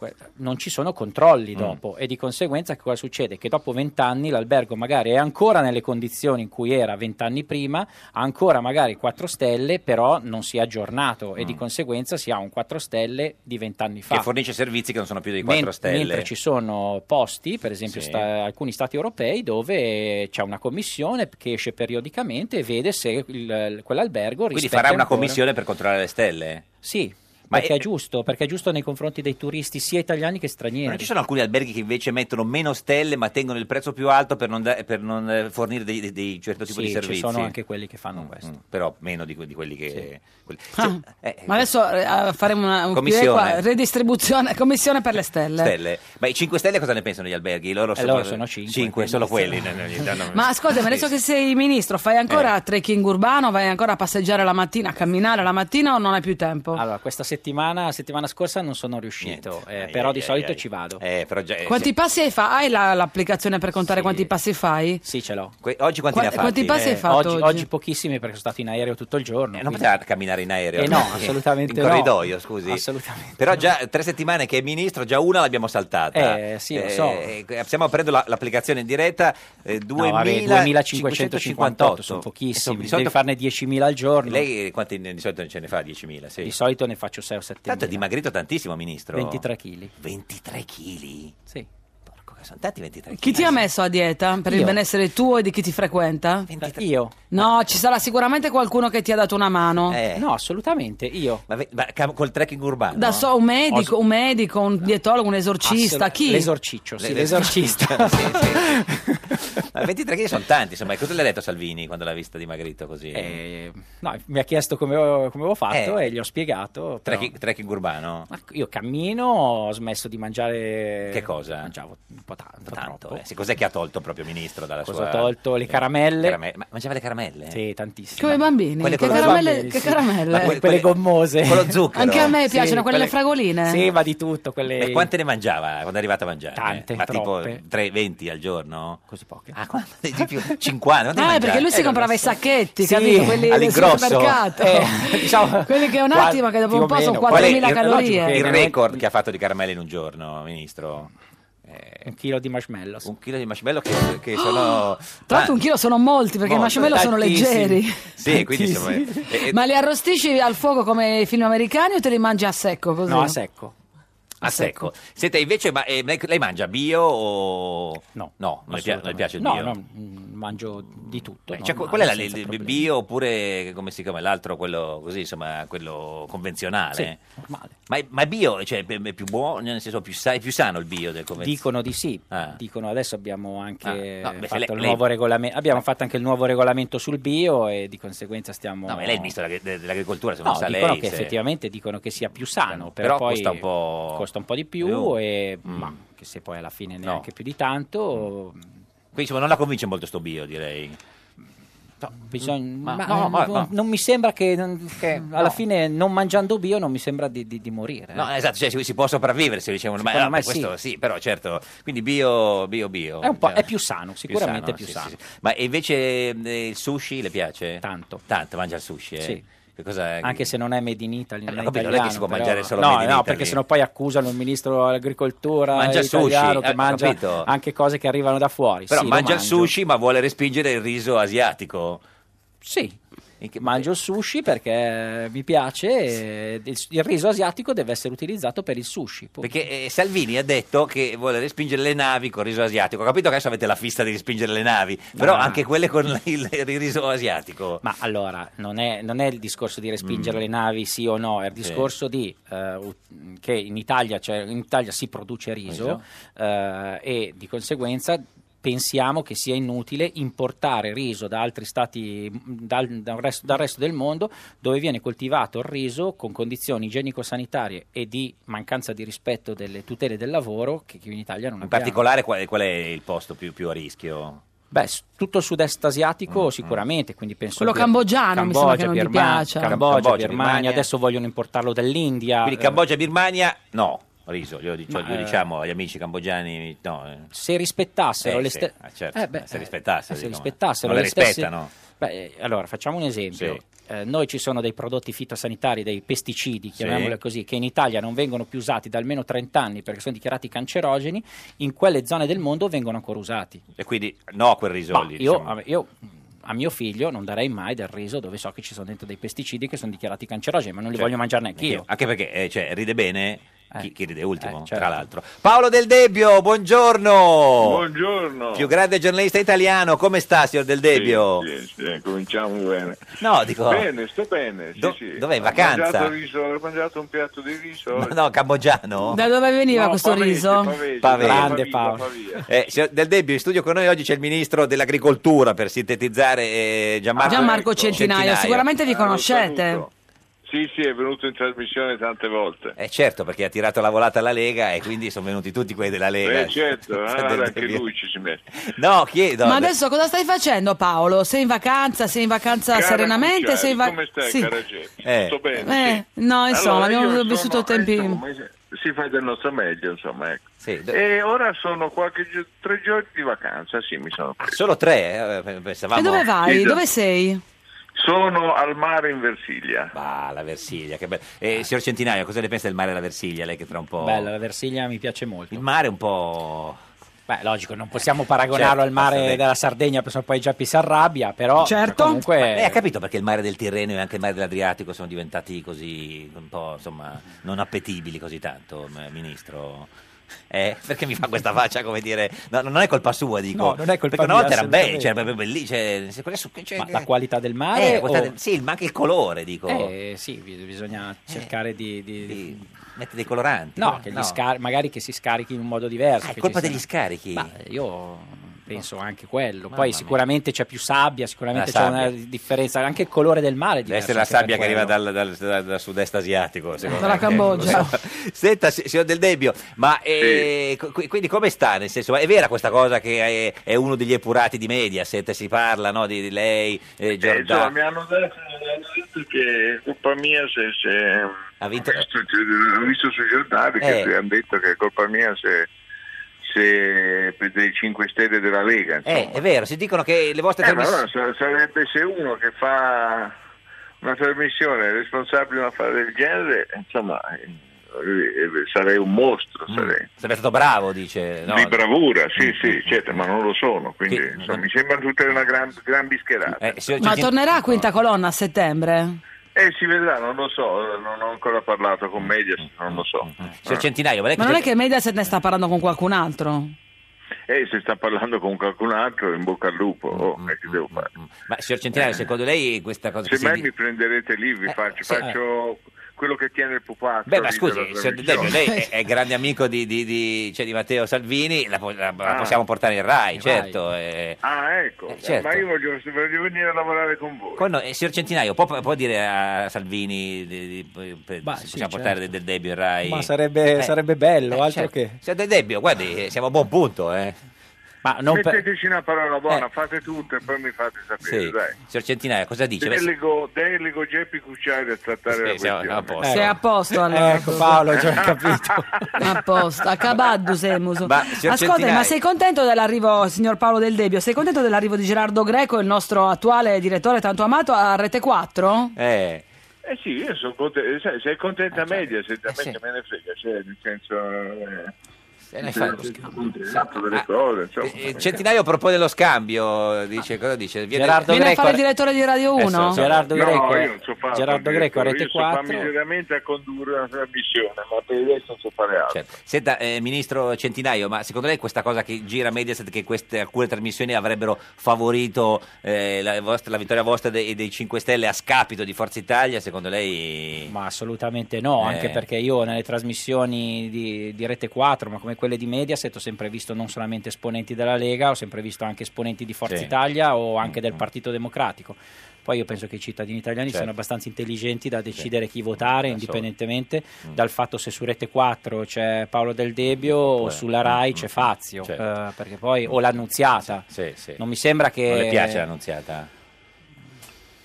Speaker 14: que- non ci sono controlli
Speaker 3: Mm.
Speaker 14: dopo e di conseguenza che cosa succede? Che dopo vent'anni l'albergo magari è ancora nelle condizioni in cui era vent'anni prima, ha ancora magari 4 stelle, però non si è aggiornato e di conseguenza si ha un 4 stelle di vent'anni fa.
Speaker 3: Mm. Che fornisce servizi che non sono più dei 4
Speaker 14: Men-
Speaker 3: stelle.
Speaker 14: Mentre ci sono posti, per esempio
Speaker 3: Sì.
Speaker 14: sta- alcuni stati europei, dove c'è una commissione che esce periodicamente e vede se il- quell'albergo
Speaker 3: Quindi
Speaker 14: rispetta
Speaker 3: farai una
Speaker 14: ancora-
Speaker 3: commissione per controllare le stelle?
Speaker 14: Sì,
Speaker 3: Ma
Speaker 14: perché
Speaker 3: è-
Speaker 14: è giusto, perché è giusto nei confronti dei turisti sia italiani che
Speaker 3: Ma
Speaker 14: stranieri.
Speaker 3: non ci sono alcuni alberghi che invece mettono meno stelle ma tengono il prezzo più alto per non, da- per non, eh, fornire dei, dei- dei certo tipo
Speaker 14: Sì,
Speaker 3: di servizi?
Speaker 14: ci sono anche quelli che fanno questo.
Speaker 3: Mm, però meno di, que- di quelli che... quelli-
Speaker 4: Ah,
Speaker 3: Sì, eh,
Speaker 4: ma adesso eh, faremo una un
Speaker 3: Commissione.
Speaker 4: direi qua, redistribuzione, *laughs* commissione per le stelle.
Speaker 3: Stelle. Ma i 5 Stelle cosa ne pensano gli alberghi? Loro sono,
Speaker 14: Eh, loro sono cinque,
Speaker 3: cinque, solo quelli.
Speaker 14: quindi-
Speaker 3: no, no, gli
Speaker 14: *laughs*
Speaker 3: danno-
Speaker 4: Ma ascoltami, adesso che sei ministro, fai ancora
Speaker 14: Eh.
Speaker 4: trekking urbano, vai ancora a passeggiare la mattina, a camminare la mattina o non hai più tempo?
Speaker 14: Allora, questa settimana, Ah, settimana scorsa non sono riuscito, eh,
Speaker 3: Ai,
Speaker 14: però
Speaker 3: ai,
Speaker 14: di
Speaker 3: ai,
Speaker 14: solito
Speaker 3: ai.
Speaker 14: ci vado.
Speaker 3: Eh, però già- eh,
Speaker 4: Quanti
Speaker 3: sì.
Speaker 4: passi hai fatto? Hai la- l'applicazione per contare
Speaker 14: Sì.
Speaker 4: quanti passi fai?
Speaker 14: Sì, ce l'ho.
Speaker 3: Que- oggi quanti,
Speaker 4: Qua-
Speaker 3: ne ha fatti?
Speaker 4: quanti passi hai fatto
Speaker 14: oggi,
Speaker 4: oggi?
Speaker 14: oggi pochissimi perché sono stato in aereo tutto il giorno.
Speaker 3: Eh, non
Speaker 14: quindi-
Speaker 3: poteva camminare *laughs* in aereo?
Speaker 14: Eh no, assolutamente
Speaker 3: In
Speaker 14: no.
Speaker 3: corridoio, scusi.
Speaker 14: Assolutamente.
Speaker 3: Però già tre settimane che è ministro, già una l'abbiamo saltata.
Speaker 14: Eh, sì, lo so.
Speaker 3: eh, stiamo aprendo la- l'applicazione in diretta. eh,
Speaker 14: No, vabbè,
Speaker 3: 2000
Speaker 14: 2558 sono pochissimi,
Speaker 3: Insomma, di
Speaker 14: devi
Speaker 3: solito-
Speaker 14: farne 10.000 al giorno.
Speaker 3: Lei eh, quanti ne- di solito ce ne fa? 10.000, sì.
Speaker 14: Di solito ne faccio 6 o 7.000.
Speaker 3: Tanto è dimagrito tantissimo, ministro.
Speaker 14: 23 kg.
Speaker 3: 23 kg?
Speaker 14: Sì.
Speaker 3: Porco, che sono tanti 23 kg.
Speaker 4: Chi ti ha messo a dieta per il
Speaker 14: Eh, Io. Eh,
Speaker 4: benessere tuo e di chi ti frequenta?
Speaker 14: Io?
Speaker 4: No, ci sarà sicuramente qualcuno che ti ha dato una mano.
Speaker 14: Eh, No, assolutamente, io.
Speaker 3: Ma, ve- ma cam- col trekking urbano?
Speaker 4: Da so, un medico,
Speaker 14: Os-
Speaker 4: un medico, un dietologo, un esorcista,
Speaker 14: Assolu-
Speaker 4: chi?
Speaker 14: L'esorciccio, sì,
Speaker 3: Le- *laughs*
Speaker 14: l'esorcista.
Speaker 3: Sì, sì, sì.
Speaker 14: *laughs*
Speaker 3: Ma 23 kg sono tanti, insomma. Cosa le ha detto Salvini quando l'ha vista dimagrito così?
Speaker 14: Eh, no, mi ha chiesto come ho- come avevo fatto
Speaker 3: Eh.
Speaker 14: e gli ho spiegato. però-
Speaker 3: Trekking, trekking urbano?
Speaker 14: Ma Io cammino, ho smesso di mangiare.
Speaker 3: Che cosa?
Speaker 14: Mangiavo un po' tanto.
Speaker 3: Tanto,
Speaker 14: troppo.
Speaker 3: eh. Sì, Cos'è che ha tolto proprio ministro dalla
Speaker 14: Cosa
Speaker 3: sua...
Speaker 14: ho tolto? Le
Speaker 3: eh,
Speaker 14: caramelle.
Speaker 3: carame- Ma mangiava le caramelle?
Speaker 14: Sì, tantissimo.
Speaker 4: Come i bambini,
Speaker 3: Quelle
Speaker 4: che
Speaker 3: con lo
Speaker 4: caramelle,
Speaker 14: bambini,
Speaker 4: che
Speaker 14: sì.
Speaker 4: caramelle.
Speaker 3: Ma que-
Speaker 14: Quelle
Speaker 3: quelle-
Speaker 14: gommose.
Speaker 3: Con lo zucchero?
Speaker 4: Anche a me
Speaker 14: Sì,
Speaker 4: piacciono quelle,
Speaker 14: quelle-
Speaker 4: fragoline.
Speaker 14: Sì, ma di tutto, quelle
Speaker 3: E quante ne mangiava quando è arrivata a mangiare?
Speaker 14: Tante,
Speaker 3: Ma
Speaker 14: troppe.
Speaker 3: tipo 3, 20 al giorno?
Speaker 14: così poche.
Speaker 3: Ah, quanto? Di più? 50? Quante ne
Speaker 4: Ah,
Speaker 3: mangiava?
Speaker 4: perché lui si
Speaker 3: Eh, non lo
Speaker 4: comprava i
Speaker 3: so.
Speaker 4: sacchetti,
Speaker 14: Sì,
Speaker 4: capito? Quelli del
Speaker 3: all'ingrosso.
Speaker 4: supermercato.
Speaker 14: Eh, diciamo,
Speaker 4: Quelli che un
Speaker 14: qua-
Speaker 4: attimo, che dopo
Speaker 14: più
Speaker 4: un
Speaker 14: o
Speaker 4: po' sono
Speaker 14: meno.
Speaker 3: Qual è
Speaker 4: 4.000
Speaker 3: il-
Speaker 4: calorie.
Speaker 3: Il record che ha fatto di caramelle in un giorno, ministro? Eh,
Speaker 14: Un chilo di marshmallows.
Speaker 3: un chilo di marshmallow che, che sono...
Speaker 4: Ah, Tra l'altro un chilo sono molti perché
Speaker 3: Molto,
Speaker 4: i marshmallow sono
Speaker 14: eh. tantissimi.
Speaker 4: leggeri.
Speaker 3: Sì, quindi insomma... eh, eh,
Speaker 4: Ma li arrostisci al fuoco come i film americani o te li mangi a secco così?
Speaker 14: No, a secco.
Speaker 3: a secco. Senta, invece, ma, eh, lei, lei mangia bio o...
Speaker 14: No.
Speaker 3: No, non le, pia- non le piace il
Speaker 14: no,
Speaker 3: bio?
Speaker 14: no, mm, mangio di tutto.
Speaker 3: Cioè,
Speaker 14: normale,
Speaker 3: qual è la
Speaker 14: senza
Speaker 3: il
Speaker 14: problemi.
Speaker 3: bio oppure come si chiama l'altro, quello così, insomma, quello convenzionale?
Speaker 14: Sì, normale.
Speaker 3: Ma, è, ma è bio, cioè è è più buono, nel senso più sa- è più sano il bio del convenzionale?
Speaker 14: Dicono di sì, dicono adesso abbiamo anche
Speaker 3: Ah, no, beh,
Speaker 14: fatto,
Speaker 3: lei-
Speaker 14: il
Speaker 3: lei-
Speaker 14: nuovo regolame- abbiamo fatto anche il nuovo regolamento sul bio e di conseguenza stiamo...
Speaker 3: No, ma lei è il ministro dell'agri- de- dell'agricoltura, se
Speaker 14: No,
Speaker 3: non sa
Speaker 14: dicono
Speaker 3: lei.
Speaker 14: che
Speaker 3: se-
Speaker 14: effettivamente dicono che sia più sano,
Speaker 3: Però
Speaker 14: però, poi
Speaker 3: costa un po'...
Speaker 14: costa un po' di più,
Speaker 3: più.
Speaker 14: e
Speaker 3: Mm.
Speaker 14: ma che se poi alla fine neanche più di tanto...
Speaker 3: Quindi insomma, non la convince molto sto bio, direi. Mm,
Speaker 14: no, bisogna-
Speaker 3: Ma-
Speaker 14: ma
Speaker 3: no,
Speaker 14: non-
Speaker 3: ma-
Speaker 14: non,
Speaker 3: no.
Speaker 14: non mi sembra che, alla
Speaker 3: no.
Speaker 14: fine non mangiando bio non mi sembra di, di- di morire. eh.
Speaker 3: No, esatto, cioè si, si può sopravvivere se diciamo, ma,
Speaker 14: Secondo
Speaker 3: ah,
Speaker 14: me
Speaker 3: questo sì. però certo, quindi bio, bio, bio.
Speaker 14: È, un po'-
Speaker 3: Cioè,
Speaker 14: è più sano, sicuramente è più
Speaker 3: sì,
Speaker 14: sano.
Speaker 3: sì, sì. Ma invece eh, il sushi le piace? Tanto. Tanto, mangia il sushi, eh?
Speaker 14: Sì.
Speaker 3: Che cosa è?
Speaker 14: Anche se non è made in Italy, non,
Speaker 3: ho
Speaker 14: è
Speaker 3: capito, non è
Speaker 14: italiano,
Speaker 3: che si può
Speaker 14: però-
Speaker 3: mangiare solo
Speaker 14: no,
Speaker 3: made in
Speaker 14: no,
Speaker 3: Italy.
Speaker 14: perché sennò poi accusano il ministro dell'agricoltura
Speaker 3: Mangia sushi,
Speaker 14: italiano
Speaker 3: eh,
Speaker 14: che
Speaker 3: ho
Speaker 14: mangia
Speaker 3: capito.
Speaker 14: anche cose che arrivano da fuori.
Speaker 3: Però
Speaker 14: Sì, lo
Speaker 3: mangia il
Speaker 14: mangio.
Speaker 3: sushi ma vuole respingere il riso asiatico.
Speaker 14: Sì. Mangio il sushi perché mi piace e il, il riso asiatico deve essere utilizzato per il sushi. Poi-
Speaker 3: Perché eh, Salvini ha detto che vuole respingere le navi con riso asiatico. Ho capito che adesso avete la fissa di respingere le navi, però
Speaker 14: Ah.
Speaker 3: anche quelle con il, il riso asiatico. Mm.
Speaker 14: Ma allora, non è, non è il discorso di respingere le navi sì o no, è il
Speaker 3: Sì.
Speaker 14: discorso di eh, ut- che in Italia, cioè, in Italia si produce riso eh, e di conseguenza pensiamo che sia inutile importare riso da altri stati, mh, dal, dal resto, dal resto del mondo, dove viene coltivato il riso con condizioni igienico-sanitarie e di mancanza di rispetto delle tutele del lavoro che, che in Italia non
Speaker 3: In
Speaker 14: abbiamo.
Speaker 3: particolare qual, qual è il posto più, più a rischio?
Speaker 14: Beh, s- tutto il sud-est
Speaker 3: Mm,
Speaker 14: asiatico sicuramente, quindi penso
Speaker 4: Quello
Speaker 14: a Bir-
Speaker 4: cambogiano mi sembra che non gli
Speaker 14: Birmania-
Speaker 4: piaccia.
Speaker 14: Cambogia,
Speaker 3: Cambogia,
Speaker 14: Birmania,
Speaker 3: Birmania.
Speaker 14: adesso vogliono importarlo dall'India.
Speaker 3: Quindi
Speaker 14: eh,
Speaker 3: Cambogia, Birmania, no, riso, glielo, dic-
Speaker 14: Ma,
Speaker 3: glielo
Speaker 14: eh,
Speaker 3: diciamo agli amici cambogiani, no. eh.
Speaker 14: se rispettassero
Speaker 3: Eh,
Speaker 14: le
Speaker 3: sì,
Speaker 14: ste-
Speaker 3: ah, certo,
Speaker 14: Eh, beh,
Speaker 3: se rispettassero,
Speaker 14: eh, se
Speaker 3: dico, ma-
Speaker 14: rispettassero
Speaker 3: non le
Speaker 14: le stesse-
Speaker 3: rispettano.
Speaker 14: Beh, eh, allora facciamo un esempio.
Speaker 3: Sì.
Speaker 14: Eh, noi ci sono dei prodotti fitosanitari, dei pesticidi, chiamiamoli
Speaker 3: Sì.
Speaker 14: così, che in Italia non vengono più usati da almeno 30 anni perché sono dichiarati cancerogeni, in quelle zone del mondo vengono ancora usati.
Speaker 3: E quindi no a quel riso
Speaker 14: Ma
Speaker 3: lì,
Speaker 14: io,
Speaker 3: diciamo.
Speaker 14: a- io a mio figlio non darei mai del riso dove so che ci sono dentro dei pesticidi che sono dichiarati cancerogeni, ma non li
Speaker 3: Cioè,
Speaker 14: voglio mangiare neanche io.
Speaker 3: Anche perché eh, cioè, ride bene chi, chi ride ultimo, tra
Speaker 14: certo.
Speaker 3: l'altro. Paolo Del Debbio, buongiorno!
Speaker 15: Buongiorno.
Speaker 3: Più grande giornalista italiano, come sta signor Del Debbio?
Speaker 15: Sì, sì, cominciamo bene.
Speaker 3: No, dico-
Speaker 15: Bene, sto bene. Sì,
Speaker 3: Do-
Speaker 15: sì.
Speaker 3: dov'è, in
Speaker 15: Ho
Speaker 3: vacanza?
Speaker 15: mangiato riso, Ho mangiato un piatto di riso.
Speaker 3: Ma no, cambogiano?
Speaker 4: Da dove veniva questo
Speaker 15: Pavese,
Speaker 4: riso?
Speaker 15: Pavese,
Speaker 3: Pavese.
Speaker 15: da
Speaker 3: Grande
Speaker 15: Pavia,
Speaker 3: Paolo.
Speaker 15: Pavia.
Speaker 3: Eh, signor Del Debbio, in studio con noi oggi c'è il ministro dell'agricoltura, per sintetizzare eh, Gianmarco,
Speaker 4: Gianmarco Centinaio, sicuramente
Speaker 15: Ah,
Speaker 4: vi conoscete.
Speaker 15: Sì, sì, è venuto in trasmissione tante volte.
Speaker 3: Eh certo, perché ha tirato la volata alla Lega e quindi sono venuti tutti quelli della Lega.
Speaker 15: Eh,
Speaker 3: *laughs*
Speaker 15: certo,
Speaker 3: Del
Speaker 15: ah, guarda, anche
Speaker 3: Debbio.
Speaker 15: lui ci si mette.
Speaker 3: No, chiedo.
Speaker 4: Ma adesso cosa stai facendo Paolo? Sei in vacanza? Sei in vacanza
Speaker 15: Cara
Speaker 4: serenamente?
Speaker 15: Cucciari,
Speaker 4: Sei in Eh, va-
Speaker 15: come stai,
Speaker 4: sì.
Speaker 15: cara Geppi?
Speaker 3: Eh.
Speaker 15: Tutto bene?
Speaker 4: Eh, no, insomma,
Speaker 15: Allora, io
Speaker 4: abbiamo
Speaker 15: sono-
Speaker 4: vissuto tempi...
Speaker 15: insomma, si fa del nostro meglio, insomma, ecco.
Speaker 3: Sì, do-
Speaker 15: E ora sono qualche gio- tre giorni di vacanza, sì, mi sono preso.
Speaker 3: Ah, Solo tre, eh, pensavamo.
Speaker 4: E dove vai?
Speaker 15: Sì,
Speaker 4: Dove sei?
Speaker 15: Sono al mare in Versiglia.
Speaker 3: Ah, la Versiglia, che bello. Eh, signor Centinaio, cosa ne pensa del mare della Versiglia? Lei che tra un po'...
Speaker 14: Bella, la Versiglia mi piace molto.
Speaker 3: Il mare è un po'...
Speaker 14: Beh, logico, non possiamo paragonarlo
Speaker 3: Certo,
Speaker 14: al mare
Speaker 3: la Sardegna.
Speaker 14: della Sardegna, perché sennò poi già si arrabbia, però cioè, comunque...
Speaker 3: Certo. Ma lei ha capito perché il mare del Tirreno e anche il mare dell'Adriatico sono diventati così un po' insomma non appetibili così tanto, m- ministro? Eh, perché mi fa questa faccia come dire no, non è colpa sua dico
Speaker 14: No, non è colpa
Speaker 3: perché una
Speaker 14: mia,
Speaker 3: volta era bello
Speaker 14: assolutamente.
Speaker 3: cioè, proprio belli- cioè, se- quella su- cioè,
Speaker 14: Ma
Speaker 3: che-
Speaker 14: la qualità del
Speaker 3: eh,
Speaker 14: mare?
Speaker 3: la qualità
Speaker 14: o-
Speaker 3: del- sì ma anche il colore dico
Speaker 14: Eh, sì, bi- bisogna cercare di... di-
Speaker 3: mette Eh, dei coloranti
Speaker 14: No, che gli scar- magari che si scarichi in un modo diverso.
Speaker 3: Ah, è
Speaker 14: che
Speaker 3: colpa
Speaker 14: ci
Speaker 3: degli scarichi?
Speaker 14: Ma eh, io penso anche quello.
Speaker 3: Mamma
Speaker 14: Poi
Speaker 3: mia.
Speaker 14: sicuramente c'è più sabbia, sicuramente
Speaker 3: La
Speaker 14: c'è
Speaker 3: sabbia.
Speaker 14: una differenza. Anche il colore del mare è
Speaker 3: Deve
Speaker 14: diverso.
Speaker 3: essere la
Speaker 14: anche per
Speaker 3: sabbia che
Speaker 14: quello.
Speaker 3: arriva dal, dal- dal- dal sud-est asiatico, secondo
Speaker 4: Dalla
Speaker 3: me.
Speaker 4: Cambogia.
Speaker 3: *laughs* Senta, si- signor Del Debbio, ma eh, co- qui- quindi come sta? Nel senso, ma è vera questa cosa che è, è uno degli epurati di Mediaset, si parla no, di, di lei, eh,
Speaker 15: Eh, insomma,
Speaker 3: Giordano.
Speaker 15: mi hanno detto, mi hanno detto che è colpa mia se... se
Speaker 3: Ha vinto-
Speaker 15: Ho visto, ho visto sui giornali
Speaker 3: Eh.
Speaker 15: che hanno detto che è colpa mia se... se per dei 5 Stelle della Lega. insomma.
Speaker 3: Eh, è vero, si dicono che le vostre
Speaker 15: Eh, ma allora
Speaker 3: trasmissioni...
Speaker 15: sa- sarebbe se uno che fa una trasmissione è responsabile di un affare del genere, insomma, eh, eh, sarei un mostro, sarei.
Speaker 3: Mm, Sarebbe stato bravo, dice. No, eh,
Speaker 15: di bravura, sì, sì, certo, ma non lo sono, quindi insomma, mi sembra tutta una gran, gran bischerata.
Speaker 3: Eh, signor
Speaker 4: Ma
Speaker 3: Centin-
Speaker 4: tornerà a quinta colonna a settembre?
Speaker 15: Eh, si vedrà, non lo so, non ho ancora parlato con Medias, non lo so.
Speaker 3: Mm,
Speaker 15: Ah.
Speaker 3: signor Centinaio, ma lei
Speaker 4: Ma non è che Mediaset ne sta parlando con qualcun altro?
Speaker 15: E Eh, se sta parlando con qualcun altro, in bocca al lupo,
Speaker 3: Mm,
Speaker 15: oh, eh, che devo fare?
Speaker 3: Ma signor Centinaio, secondo lei questa cosa... che
Speaker 15: Eh. Se
Speaker 3: si
Speaker 15: mai
Speaker 3: mm, di- Eh,
Speaker 15: mi prenderete lì, vi faccio,
Speaker 3: sì. eh.
Speaker 15: faccio quello che tiene il pupazzo.
Speaker 3: Beh, ma
Speaker 15: lì
Speaker 3: scusi,
Speaker 15: della
Speaker 3: signor De
Speaker 15: trasmissione.
Speaker 3: Debbio, lei
Speaker 15: *laughs*
Speaker 3: è, è grande amico di, di- di- cioè, di Matteo Salvini, la, po- la- la
Speaker 15: Ah.
Speaker 3: possiamo portare in Rai,
Speaker 15: In Rai.
Speaker 3: certo. eh.
Speaker 15: Ah, ecco,
Speaker 3: Eh, certo.
Speaker 15: ma io voglio, voglio venire a lavorare con voi.
Speaker 3: Poi no, eh, signor Centinaio, può, può dire a Salvini di- di- per- se
Speaker 14: sì,
Speaker 3: possiamo portare
Speaker 14: certo.
Speaker 3: del Debbio in Rai?
Speaker 14: Ma sarebbe,
Speaker 3: Eh,
Speaker 14: sarebbe bello, altro
Speaker 3: certo.
Speaker 14: che...
Speaker 3: Signor De Debbio, guardi, eh, siamo a buon punto, eh.
Speaker 14: Ma
Speaker 15: Metteteci una parola buona, fate tutto e poi mi fate sapere,
Speaker 3: Sì.
Speaker 15: dai.
Speaker 3: Signor Centinaio, cosa dice? Beh,
Speaker 15: Delego, delego Geppi Cucciari a trattare
Speaker 3: Sì,
Speaker 15: la
Speaker 3: siamo
Speaker 15: questione.
Speaker 3: a posto.
Speaker 4: Sei a posto allora.
Speaker 14: Ecco Paolo, già ho capito.
Speaker 4: A posto, a cabaddu semo.
Speaker 3: Ma, signor
Speaker 4: Ascolta,
Speaker 3: Centinaio-
Speaker 4: ma sei contento dell'arrivo, signor Paolo Del Debbio, sei contento dell'arrivo di Gerardo Greco, il nostro attuale direttore tanto amato, a Rete 4?
Speaker 3: Eh.
Speaker 15: Eh sì, io sono contento, sai, sei contenta media, se a me che me ne frega, cioè, nel senso... eh,
Speaker 3: Se ne
Speaker 15: se-
Speaker 3: fa
Speaker 15: se-
Speaker 3: uno
Speaker 15: sono contento delle cose, insomma.
Speaker 3: Eh, Centinaio propone lo scambio, dice, cosa dice? Viene-
Speaker 14: Gerardo
Speaker 4: Viene a fare il
Speaker 14: Greco-
Speaker 4: direttore di Radio
Speaker 3: Eh,
Speaker 4: 1?
Speaker 3: so- so-
Speaker 14: Gerardo
Speaker 15: No,
Speaker 14: Greco,
Speaker 15: io non so fare
Speaker 14: Gerardo
Speaker 15: un
Speaker 14: Greco a
Speaker 15: direttore,
Speaker 14: Rete
Speaker 15: Io so
Speaker 14: 4.
Speaker 15: miseramente a condurre una trasmissione, ma per adesso non so fare altro.
Speaker 3: Certo. Senta, eh, ministro Centinaio, ma secondo lei questa cosa che gira Mediaset, che queste, alcune trasmissioni avrebbero favorito eh, la, vostra- la vittoria vostra de- e dei 5 Stelle a scapito di Forza Italia, secondo lei...
Speaker 14: Ma assolutamente no,
Speaker 3: Eh.
Speaker 14: anche perché io nelle trasmissioni di, di Rete 4, ma come quelle di Mediaset, ho sempre visto non solamente esponenti della Lega, ho sempre visto anche esponenti di Forza
Speaker 3: Sì. Mm,
Speaker 14: Italia o anche del Partito Democratico. Poi io penso che i cittadini italiani
Speaker 3: Certo.
Speaker 14: siano abbastanza intelligenti da decidere chi
Speaker 3: Da
Speaker 14: votare,
Speaker 3: Mm.
Speaker 14: indipendentemente dal fatto se su Rete 4 c'è Paolo Del Debbio o
Speaker 3: Oppure- Mm,
Speaker 14: sulla Rai c'è Fazio, eh, perché poi, o l'annunziata.
Speaker 3: Certo. Sì, sì.
Speaker 14: Non mi sembra che...
Speaker 3: Non le piace l'annunziata?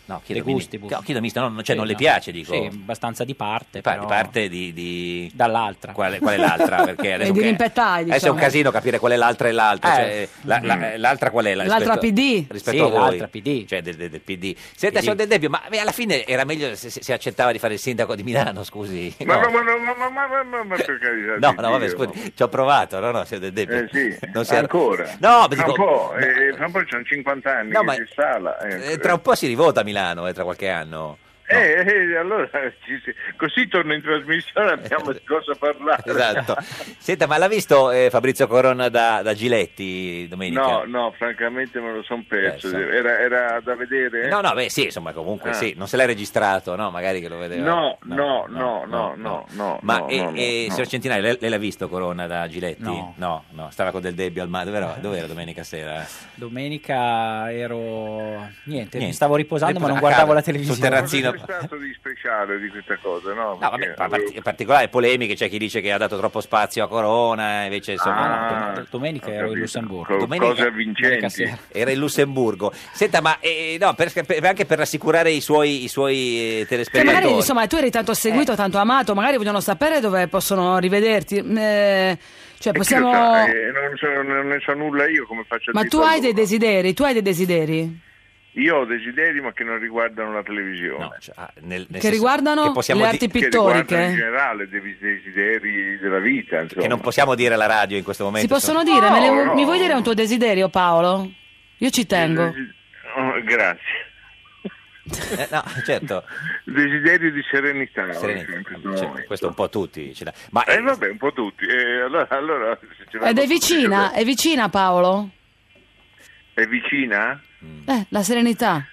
Speaker 3: No, chiedo,
Speaker 14: De
Speaker 3: mini-
Speaker 14: gustibus.
Speaker 3: no, chiedo mister, no, no, cioè
Speaker 14: Sì,
Speaker 3: non le
Speaker 14: no.
Speaker 3: piace, dico.
Speaker 14: Sì, abbastanza di parte.
Speaker 3: Di pa-
Speaker 14: però-
Speaker 3: di parte di, di-
Speaker 14: Dall'altra.
Speaker 3: quale, qual è
Speaker 14: *laughs*
Speaker 3: l'altra? Perché
Speaker 4: E
Speaker 3: adesso,
Speaker 4: di
Speaker 3: che-
Speaker 4: rimpettai,
Speaker 3: adesso è un
Speaker 4: diciamo.
Speaker 3: casino capire qual è l'altra e l'altra.
Speaker 4: Eh.
Speaker 3: cioè, la-
Speaker 14: Mm.
Speaker 3: la- l'altra qual è? La-
Speaker 4: L'altra
Speaker 3: rispetto-
Speaker 4: PD.
Speaker 3: Rispetto
Speaker 14: Sì,
Speaker 3: a voi.
Speaker 14: l'altra
Speaker 3: PD. Cioè del, del- del PD. Senta,
Speaker 14: PD.
Speaker 3: signor Del Debbio, ma beh, alla fine era meglio se, se- se accettava di fare il sindaco di Milano, scusi.
Speaker 15: Ma, ma,
Speaker 3: No.
Speaker 15: ma, ma, ma, ma, ma, ma, ma per carità
Speaker 3: No,
Speaker 15: di
Speaker 3: no, vabbè,
Speaker 15: Dio.
Speaker 3: scusi, ci ho provato, no, no, signor Del Debbio.
Speaker 15: Eh sì,
Speaker 3: Non si era-
Speaker 15: ancora.
Speaker 3: No, ma
Speaker 15: Fra
Speaker 3: dico,
Speaker 15: un po', eh, fra un po' c'hanno 50 anni
Speaker 3: No,
Speaker 15: che
Speaker 3: ma-
Speaker 15: si sala. eh.
Speaker 3: eh, tra un po' si rivota a Milano, eh, tra qualche anno.
Speaker 15: Eh, eh, allora, ci si- così torno in trasmissione, abbiamo di cosa parlare. *laughs*
Speaker 3: Esatto. Senta, ma l'ha visto eh, Fabrizio Corona da, da Giletti domenica?
Speaker 15: No, no, francamente me lo sono perso.
Speaker 3: Perso.
Speaker 15: Era, era da vedere? eh?
Speaker 3: No, no, beh, sì, insomma, comunque
Speaker 15: Ah.
Speaker 3: sì, non se l'hai registrato, no? Magari che lo vedeva.
Speaker 15: No, no, no, no, no, no.
Speaker 3: Ma
Speaker 15: no,
Speaker 3: e,
Speaker 15: no, no,
Speaker 3: e,
Speaker 15: no.
Speaker 3: signor Centinaio, lei, lei l'ha visto Corona da Giletti?
Speaker 14: No. Eh.
Speaker 3: no, no, stava con del Debbio al mare. Dove era, dove era domenica sera?
Speaker 14: Domenica ero. Niente, mi
Speaker 3: Niente.
Speaker 14: stavo riposando, ma
Speaker 3: Riposa-
Speaker 14: non
Speaker 3: a casa,
Speaker 14: guardavo la
Speaker 3: sul
Speaker 14: televisione.
Speaker 3: terrazzino.
Speaker 15: Cosa c'è stato di speciale di questa cosa? No,
Speaker 3: No, vabbè,
Speaker 15: Perché
Speaker 3: pa-
Speaker 15: avevo-
Speaker 3: parti- in particolare polemiche, c'è chi dice che ha dato troppo spazio a Corona, invece insomma...
Speaker 15: Ah,
Speaker 14: dom- domenica
Speaker 15: ho
Speaker 14: ero in
Speaker 15: capito.
Speaker 14: Lussemburgo.
Speaker 15: Co-
Speaker 3: Domenica-
Speaker 15: cose
Speaker 14: domenica
Speaker 15: vincenti.
Speaker 14: sera.
Speaker 3: Era in Lussemburgo. Senta, ma eh, no, per- per- anche per rassicurare i suoi, i suoi eh,
Speaker 4: Cioè, magari
Speaker 3: telespettatori.
Speaker 4: insomma tu eri tanto seguito,
Speaker 15: Eh.
Speaker 4: tanto amato, magari vogliono sapere dove possono rivederti. Eh, cioè,
Speaker 15: E chi lo
Speaker 4: possiamo.
Speaker 15: sa? Eh, non, so- non ne so nulla io come faccio a
Speaker 4: Ma
Speaker 15: dirlo
Speaker 4: tu
Speaker 15: a
Speaker 4: hai dei
Speaker 15: loro?
Speaker 4: desideri, tu hai dei desideri.
Speaker 15: Io ho desideri ma che non riguardano la televisione.
Speaker 3: No, cioè, ah, nel- nel
Speaker 4: Che
Speaker 3: senso
Speaker 4: riguardano
Speaker 3: che possiamo
Speaker 4: le
Speaker 3: di-
Speaker 4: arti
Speaker 15: che
Speaker 4: pittoriche.
Speaker 15: riguardano in generale dei desideri della vita, insomma.
Speaker 3: che non possiamo dire alla radio in questo momento.
Speaker 4: Si possono
Speaker 3: insomma.
Speaker 4: dire? Me
Speaker 3: Oh!
Speaker 4: le-
Speaker 15: No, no.
Speaker 4: Mi vuoi dire un tuo desiderio, Paolo? Io ci tengo.
Speaker 15: Oh, grazie.
Speaker 3: Eh, no, certo.
Speaker 15: Desiderio di serenità.
Speaker 3: Serenità,
Speaker 15: ecco, in questo
Speaker 3: cioè,
Speaker 15: momento.
Speaker 3: questo un po' tutti ce l'ha. Ma
Speaker 15: Eh
Speaker 3: eh,
Speaker 15: vabbè, un po' tutti. Eh, allora, allora, se ce
Speaker 4: Ed
Speaker 15: l'hanno
Speaker 4: è
Speaker 15: tutti,
Speaker 4: vicina,
Speaker 15: vabbè.
Speaker 4: è vicina, Paolo?
Speaker 15: È vicina?
Speaker 3: Mm.
Speaker 4: Eh, la serenità.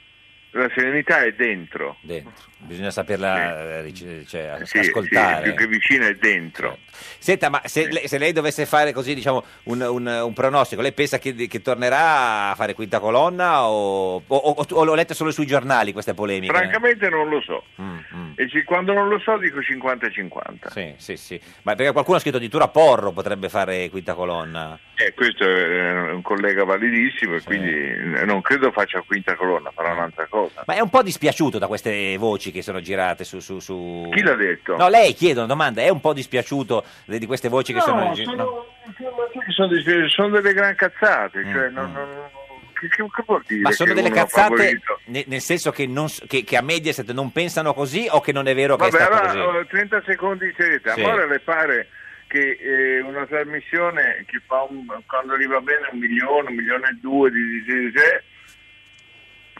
Speaker 15: La serenità è dentro.
Speaker 3: dentro. bisogna saperla eh, ric- cioè, a-
Speaker 15: Sì, sì,
Speaker 3: ascoltare.
Speaker 15: più che vicina è dentro.
Speaker 3: Senta, ma se, lei- se lei dovesse fare così, diciamo, un, un- un pronostico, lei pensa che, che tornerà a fare quinta colonna o, o, o- o l'ho letta solo sui giornali queste polemiche?
Speaker 15: Francamente non lo so.
Speaker 3: Mm, mm.
Speaker 15: E se- quando non lo so dico 50-50.
Speaker 3: Sì, sì, sì. Ma perché qualcuno ha scritto addirittura Porro potrebbe fare quinta colonna.
Speaker 15: Eh, questo è un collega validissimo e quindi eh, non credo faccia quinta colonna, farà un'altra cosa.
Speaker 3: Ma è un po' dispiaciuto da queste voci che sono girate su... su, su...
Speaker 15: Chi l'ha detto?
Speaker 3: No, lei chiede una domanda, è un po' dispiaciuto di di queste voci che
Speaker 15: No,
Speaker 3: sono... gi-
Speaker 15: sono,
Speaker 3: no.
Speaker 15: sono dei- sono delle gran cazzate, cioè non- non- che, che- che vuol dire?
Speaker 3: Mm, Ma sono
Speaker 15: che
Speaker 3: delle
Speaker 15: uno ha
Speaker 3: cazzate
Speaker 15: favorito?
Speaker 3: ne- nel senso che, non s- che, che a Mediaset non pensano così o che non è vero che
Speaker 15: Vabbè,
Speaker 3: è stato
Speaker 15: allora
Speaker 3: così?
Speaker 15: eh, 30 secondi di serietà.
Speaker 3: Sì.
Speaker 15: Ma Ora le pare che eh, una trasmissione che fa un- quando gli va bene un milione, un milione e due di, di, di- di-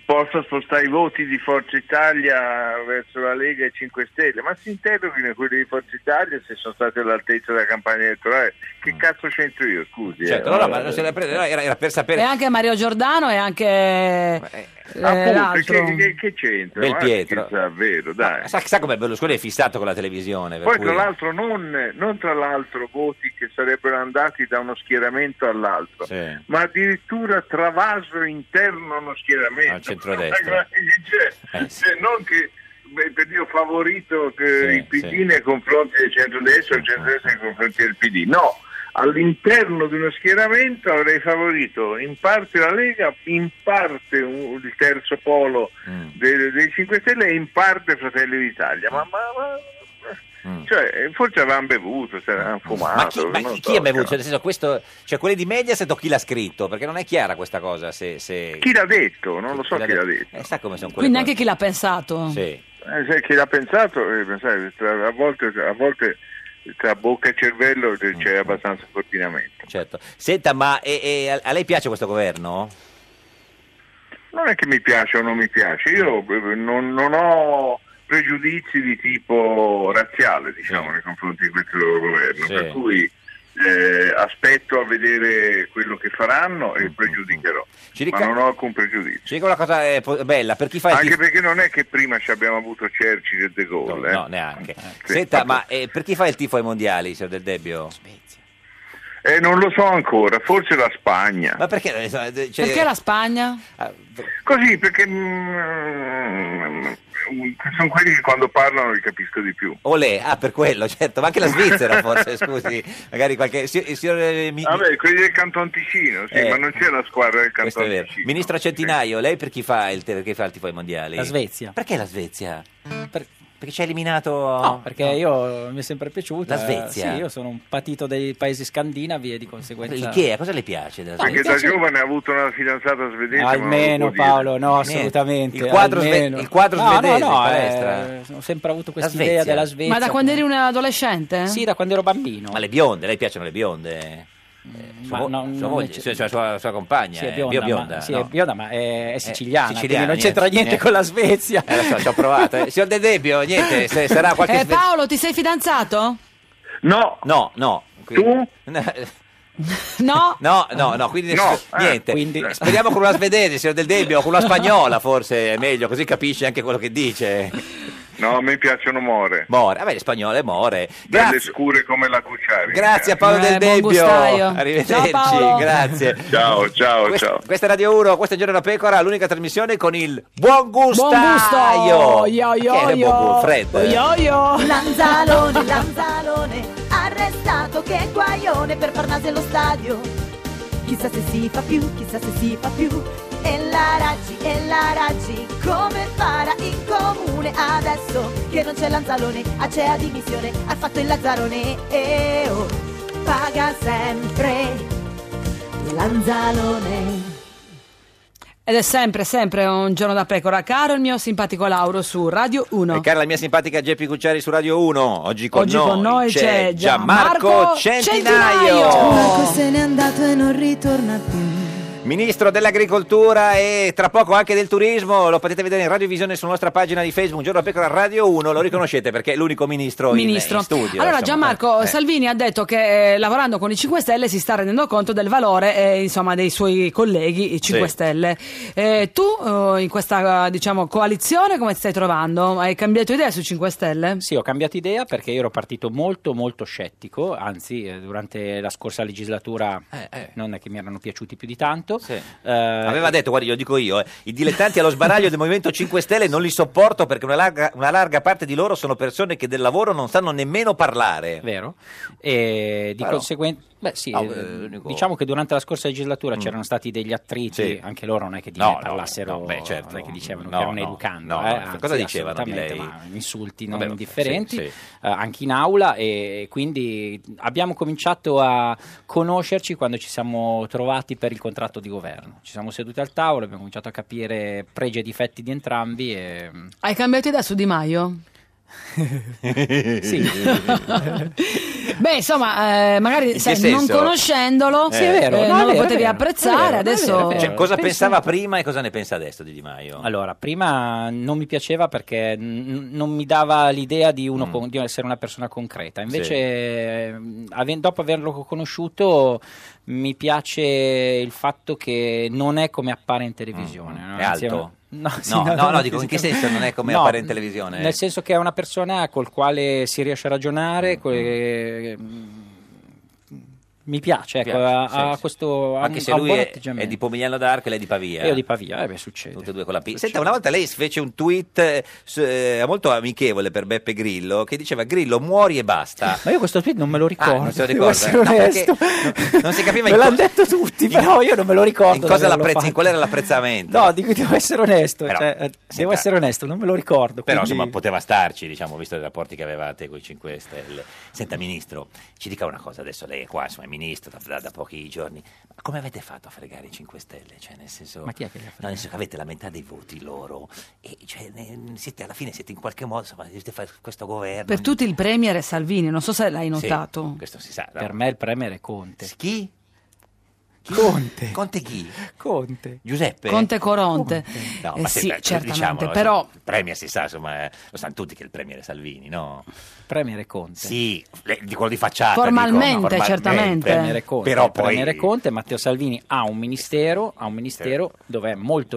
Speaker 15: possa spostare i voti di Forza Italia verso la Lega e 5 Stelle, ma si interroghino quelli di Forza Italia se sono stati all'altezza della campagna elettorale. Che cazzo c'entro io, scusi.
Speaker 3: Mm. Certo,
Speaker 15: eh.
Speaker 3: no, no, ma non se la prende, no, era, era per
Speaker 4: E
Speaker 3: sapere.
Speaker 4: anche Mario Giordano e anche eh,
Speaker 15: Appunto,
Speaker 4: l'altro.
Speaker 15: che, che- che c'entra?
Speaker 3: Del
Speaker 15: Ma
Speaker 3: Pietro.
Speaker 15: che Davvero, dai.
Speaker 3: Sa, sa come Berlusconi è fissato con la televisione. per
Speaker 15: Poi
Speaker 3: cui-
Speaker 15: tra l'altro non, non tra l'altro voti che sarebbero andati da uno schieramento all'altro,
Speaker 3: Sì.
Speaker 15: ma addirittura travaso interno a uno schieramento.
Speaker 3: Al
Speaker 15: *laughs*
Speaker 3: centrodestra. Eh,
Speaker 15: Cioè, cioè, non che beh, per Dio favorito che
Speaker 3: Sì,
Speaker 15: il PD
Speaker 3: sì.
Speaker 15: nei confronti del centrodestra e il centrodestra nei confronti del PD. No, all'interno di uno schieramento avrei favorito in parte la Lega, in parte un- il terzo polo
Speaker 3: Mm.
Speaker 15: dei, dei 5 Stelle e in parte Fratelli d'Italia. Ma, ma- ma- cioè, eh, forse avevano bevuto, se avevano fumato.
Speaker 3: Mm. Ma chi, ma
Speaker 15: non
Speaker 3: chi-
Speaker 15: so,
Speaker 3: chi ha bevuto? Cioè,
Speaker 15: cioè.
Speaker 3: nel senso, questo, cioè quelli di Mediaset o chi l'ha scritto? Perché non è chiara questa cosa. Se, se...
Speaker 15: Chi l'ha detto? Non lo so chi l'ha detto.
Speaker 3: Eh, sa come sono quelle
Speaker 4: Quindi anche chi l'ha pensato.
Speaker 15: Eh, sai, chi l'ha pensato, eh, pensate, tra- a, volte, a volte tra bocca e cervello c'è c'è abbastanza coordinamento.
Speaker 3: cose. Mm, Certo. Senta, ma e- e a- a lei piace questo governo?
Speaker 15: Non è che mi piace o non mi piace, io
Speaker 3: Mm.
Speaker 15: eh, non, non ho pregiudizi di tipo razziale diciamo,
Speaker 3: Mm.
Speaker 15: nei confronti di questo governo, per cui eh, aspetto a vedere quello che faranno
Speaker 3: Mm,
Speaker 15: e pregiudicherò,
Speaker 3: rica-
Speaker 15: ma non ho alcun pregiudizio.
Speaker 3: Ci dico una cosa eh, po- bella, per chi fa il
Speaker 15: Anche
Speaker 3: tifo-
Speaker 15: perché non è che prima ci abbiamo avuto Churchill e De Gaulle. eh.
Speaker 3: No, neanche. Senta, ma eh, per chi fa il tifo ai mondiali, signor Del Debbio?
Speaker 15: Eh, non lo so ancora, forse la Spagna.
Speaker 3: Ma perché? eh, cioè, ah,
Speaker 4: Perché la Spagna?
Speaker 15: Così, perché mm, sono quelli che quando parlano li capisco di più.
Speaker 3: Olè, ah, per quello, certo, ma
Speaker 15: *laughs*
Speaker 3: anche la Svizzera forse, scusi, magari qualche... si- eh, signor, eh, mi-
Speaker 15: Vabbè, quelli del Canton Ticino, sì,
Speaker 3: Eh.
Speaker 15: ma non c'è la squadra del
Speaker 3: questo è
Speaker 15: Canton
Speaker 3: vero.
Speaker 15: Ticino.
Speaker 3: Ministro Centinaio, lei per chi fa il, perché fa il tifo ai mondiali?
Speaker 14: La Svezia.
Speaker 3: Perché la Svezia? perché ci ha eliminato...
Speaker 14: No, perché io mi è sempre piaciuta.
Speaker 3: La Svezia?
Speaker 14: Sì, io sono un patito dei paesi scandinavi e di conseguenza.
Speaker 3: Il che è? Cosa le piace? della
Speaker 14: No, mi
Speaker 15: Perché da
Speaker 14: piace-
Speaker 15: giovane ha avuto una fidanzata svedese. ma non lo
Speaker 14: Almeno
Speaker 15: può dire.
Speaker 14: Paolo, no, assolutamente.
Speaker 3: Il quadro sve-
Speaker 14: almeno.
Speaker 3: il quadro
Speaker 14: No,
Speaker 3: svedese
Speaker 14: no,
Speaker 3: in
Speaker 14: no,
Speaker 3: palestra.
Speaker 14: eh, ho sempre avuto
Speaker 3: La
Speaker 14: questa
Speaker 3: Svezia.
Speaker 14: idea della Svezia.
Speaker 4: Ma da quando eri un adolescente?
Speaker 14: eh. Sì, da quando ero bambino.
Speaker 3: Ma le bionde, lei piacciono le bionde? Eh, sua,
Speaker 14: Mm, ma
Speaker 3: vo-
Speaker 14: no,
Speaker 3: sua
Speaker 14: non
Speaker 3: moglie,
Speaker 14: mi-
Speaker 3: sua, sua- sua- sua compagna,
Speaker 14: Sì, è
Speaker 3: eh,
Speaker 14: bionda,
Speaker 3: bio-
Speaker 14: ma-
Speaker 3: bionda,
Speaker 14: sì,
Speaker 3: no? Eh,
Speaker 14: è bioda, ma è, è siciliana,
Speaker 3: siciliana,
Speaker 14: quindi non c'entra niente,
Speaker 3: niente.
Speaker 14: con la Svezia.
Speaker 3: Eh, lo so, ci ho provato. eh. Signor De Debbio, niente, se sarà qualche...
Speaker 4: Eh, Paolo, ti sei
Speaker 14: *laughs*
Speaker 4: fidanzato?
Speaker 15: No.
Speaker 3: No, no.
Speaker 15: Tu?
Speaker 4: No?
Speaker 3: No, no, no, quindi
Speaker 4: No,
Speaker 3: eh, niente. Speriamo con una svedese, signor Del Debbio, o con una
Speaker 15: *laughs*
Speaker 3: spagnola forse è meglio, così capisce anche quello che dice.
Speaker 15: No, a me piacciono more.
Speaker 3: More, vabbè, le spagnole more.
Speaker 15: Belle
Speaker 3: Grazie.
Speaker 15: scure come la Cucciari.
Speaker 3: Grazie a Paolo Del Debbio, arrivederci, grazie.
Speaker 15: *laughs* Ciao, ciao,
Speaker 3: Questa,
Speaker 15: ciao.
Speaker 3: questa è Radio 1, questo è Giorno da Pecora, l'unica trasmissione con il buon gustaio.
Speaker 4: gusto, yo, yo,
Speaker 3: Che è
Speaker 4: yo.
Speaker 3: buon gusto, Fred.
Speaker 4: Yo, yo.
Speaker 11: Lanzalone, Lanzalone, arrestato che guaione per Farnase allo stadio. Chissà se si fa più, chissà se si fa più. E la Raggi, e la Raggi, come farà in comune adesso che non c'è Lanzalone, a c'è a dimissione, ha fatto il Lazzarone e oh, paga sempre Lanzalone.
Speaker 4: Ed è sempre, sempre un giorno da pecora, caro il mio simpatico Lauro su Radio 1.
Speaker 3: E cara la mia simpatica Geppi Cucciari su Radio 1, oggi con,
Speaker 4: Oggi
Speaker 3: noi,
Speaker 4: con noi c'è
Speaker 3: Gianmarco,
Speaker 4: Gianmarco
Speaker 3: Centinaio.
Speaker 16: Marco se n'è andato e non ritorna più.
Speaker 3: Ministro dell'Agricoltura e tra poco anche del Turismo, lo potete vedere in radiovisione sulla nostra pagina di Facebook, Giorno da Pecora Radio 1, lo riconoscete perché è l'unico ministro, in-
Speaker 4: Ministro.
Speaker 3: In, studio.
Speaker 4: allora
Speaker 3: insomma.
Speaker 4: Gianmarco
Speaker 3: Eh.
Speaker 4: Salvini ha detto che eh, lavorando con i 5 Stelle si sta rendendo conto del valore eh, insomma, dei suoi colleghi i 5
Speaker 3: Sì.
Speaker 4: Stelle. Eh, tu eh, in questa diciamo, coalizione come ti stai trovando? Hai cambiato idea sui 5 Stelle?
Speaker 14: Eh, Sì, ho cambiato idea perché io ero partito molto molto scettico, anzi eh, durante la scorsa legislatura non è che mi erano piaciuti più di tanto. Eh,
Speaker 3: Eh, Aveva detto, guardi, lo dico io, eh, i dilettanti allo sbaraglio del Movimento 5 Stelle non li sopporto perché una larga, una larga parte di loro sono persone che del lavoro non sanno nemmeno parlare.
Speaker 14: Vero? E di
Speaker 3: Però-
Speaker 14: conseguenza, beh sì,
Speaker 3: Ah,
Speaker 14: eh,
Speaker 3: eh, dico-
Speaker 14: diciamo che durante la scorsa legislatura c'erano stati degli attriti,
Speaker 3: Mm. Sì.
Speaker 14: anche loro non è che di
Speaker 3: No,
Speaker 14: me
Speaker 3: no,
Speaker 14: parlassero,
Speaker 3: no, beh, certo.
Speaker 14: non è che dicevano
Speaker 3: No,
Speaker 14: che erano
Speaker 3: no,
Speaker 14: educando,
Speaker 3: no,
Speaker 14: eh,
Speaker 3: no, cosa dicevano di
Speaker 14: assolutamente,
Speaker 3: lei?
Speaker 14: ma insulti non
Speaker 3: Vabbè, sì,
Speaker 14: indifferenti,
Speaker 3: sì.
Speaker 14: eh, anche in aula e quindi abbiamo cominciato a conoscerci quando ci siamo trovati per il contratto di governo, ci siamo seduti al tavolo, abbiamo cominciato a capire pregi e difetti di
Speaker 3: *laughs*
Speaker 14: entrambi e...
Speaker 4: Hai cambiato idea su Di Maio?
Speaker 14: sì.
Speaker 4: Beh, insomma, eh, magari
Speaker 3: che
Speaker 4: sai, non
Speaker 3: senso?
Speaker 4: conoscendolo
Speaker 3: Sì, è vero.
Speaker 4: eh,
Speaker 3: No, è
Speaker 4: non lo
Speaker 3: vero, è
Speaker 4: potevi
Speaker 3: vero,
Speaker 4: apprezzare,
Speaker 14: è vero, è
Speaker 4: adesso
Speaker 14: vero, è vero.
Speaker 3: Cioè, cosa
Speaker 14: penso-
Speaker 3: pensava prima e cosa ne pensa adesso di Di Maio?
Speaker 14: Allora, prima non mi piaceva perché n- non mi dava l'idea di, uno con- di essere una persona concreta. Invece,
Speaker 3: Mm. Sì.
Speaker 14: ehm, aven- dopo averlo conosciuto, mi piace il fatto che non è come appare in televisione. no?
Speaker 3: Mm, È
Speaker 14: Anzi,
Speaker 3: alto?
Speaker 14: una- *laughs* No, sì,
Speaker 3: no, no,
Speaker 14: no,
Speaker 3: dico in che
Speaker 14: fisicamente-
Speaker 3: senso non è come
Speaker 14: No,
Speaker 3: appare in televisione?
Speaker 14: Nel senso che è una persona col quale si riesce a
Speaker 3: Mm,
Speaker 14: ragionare, que- mi piace, ecco,
Speaker 3: Piace,
Speaker 14: ha,
Speaker 3: sì,
Speaker 14: ha
Speaker 3: sì.
Speaker 14: questo ha un-
Speaker 3: Anche se
Speaker 14: ha un
Speaker 3: lui
Speaker 14: buon
Speaker 3: è,
Speaker 14: atteggiamento.
Speaker 3: è di Pomigliano d'Arco e lei è di Pavia.
Speaker 14: Io di Pavia, eh beh, succede.
Speaker 3: Tutte e due con la P. Senta, una volta lei fece un tweet eh, s- eh, molto amichevole per Beppe Grillo che diceva Grillo muori e
Speaker 14: *laughs*
Speaker 3: basta.
Speaker 14: Ma io questo tweet non me lo ricordo.
Speaker 3: Ah, non se lo
Speaker 14: devo
Speaker 3: ricorda.
Speaker 14: essere
Speaker 3: No, perché
Speaker 14: onesto.
Speaker 3: Non si
Speaker 14: *laughs*
Speaker 3: capiva
Speaker 14: Me
Speaker 3: in
Speaker 14: l'hanno
Speaker 3: co-
Speaker 14: detto tutti, però io non me lo ricordo.
Speaker 3: in cosa
Speaker 14: di averlo
Speaker 3: l'apprezzi, in
Speaker 14: fatto.
Speaker 3: qual era l'apprezzamento.
Speaker 14: No, dico, devo essere onesto.
Speaker 3: Però,
Speaker 14: cioè, eh, devo essere onesto, non me lo ricordo.
Speaker 3: Però
Speaker 14: quindi-
Speaker 3: insomma poteva starci, diciamo, visto i rapporti che avevate con i 5 Stelle. Senta, ministro, ci dica una cosa, adesso lei è qua, insomma, è ministro da, da- da pochi giorni. Ma come avete fatto a fregare i 5 Stelle? Cioè, nel senso,
Speaker 14: Ma chi è che li ha fregati?
Speaker 3: No, nel senso che avete la metà dei voti loro e cioè, ne- siete, alla fine siete in qualche modo, insomma, dovete fare questo governo.
Speaker 4: per tutti il premier è Salvini, non so se l'hai
Speaker 3: Sì,
Speaker 4: notato.
Speaker 3: questo si sa.
Speaker 14: Per me il premier è Conte.
Speaker 3: Chi?
Speaker 14: Conte.
Speaker 3: Conte chi?
Speaker 14: Conte.
Speaker 3: Giuseppe?
Speaker 4: Conte Coronte.
Speaker 3: No,
Speaker 4: Eh
Speaker 3: ma
Speaker 4: sì,
Speaker 3: senta,
Speaker 4: certamente,
Speaker 3: diciamolo, cioè,
Speaker 4: però
Speaker 3: Il premier si sa, insomma, eh, lo sanno tutti che il premier è Salvini, no?
Speaker 14: Premier è Conte.
Speaker 3: Sì, le- di quello di facciata.
Speaker 4: Formalmente,
Speaker 3: dico, no,
Speaker 4: certamente.
Speaker 14: Premier è Conte,
Speaker 3: Però
Speaker 14: il
Speaker 3: poi...
Speaker 14: Premier è Conte, Matteo Salvini ha un ministero, ha un ministero dove è molto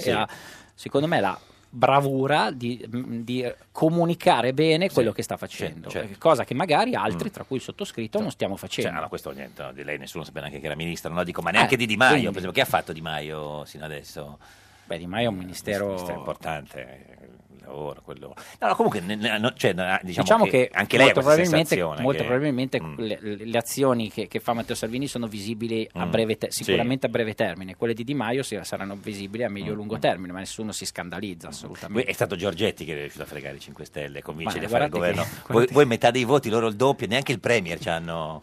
Speaker 3: Certo. Sì, sì.
Speaker 14: e ha, secondo me, la bravura di, di comunicare bene quello che sta facendo,
Speaker 3: sì, certo.
Speaker 14: cosa che magari altri,
Speaker 3: Mm.
Speaker 14: tra cui il sottoscritto, non stiamo
Speaker 3: Cioè,
Speaker 14: facendo.
Speaker 3: no, no, questo niente, no, di lei nessuno sapeva neanche che era ministro, no? Dico, ma neanche
Speaker 14: Eh,
Speaker 3: di Di Maio,
Speaker 14: quindi.
Speaker 3: per esempio, che ha fatto Di Maio sino adesso? Eh,
Speaker 14: Beh, Di Maio è un ministero-
Speaker 3: importante, eh, il lavoro, quello... No, no, comunque, ne- ne- no, cioè, no, diciamo,
Speaker 14: diciamo,
Speaker 3: che,
Speaker 14: che,
Speaker 3: anche lei ha questa
Speaker 14: molto probabilmente,
Speaker 3: sensazione
Speaker 14: molto
Speaker 3: che- Mm.
Speaker 14: probabilmente le, le azioni che, che fa Matteo Salvini sono visibili a
Speaker 3: Mm.
Speaker 14: breve te-
Speaker 3: Sì.
Speaker 14: sicuramente a breve termine, quelle di Di Maio si- saranno visibili a medio-lungo termine, ma nessuno si scandalizza
Speaker 3: Voi-
Speaker 14: assolutamente.
Speaker 3: Mm. È stato Giorgetti che è riuscito a fregare i 5 Stelle, convincerli
Speaker 14: Ma
Speaker 3: a fare il
Speaker 14: guardate
Speaker 3: governo.
Speaker 14: che-
Speaker 3: Voi, voi metà dei voti, loro il doppio, neanche il Premier ci hanno...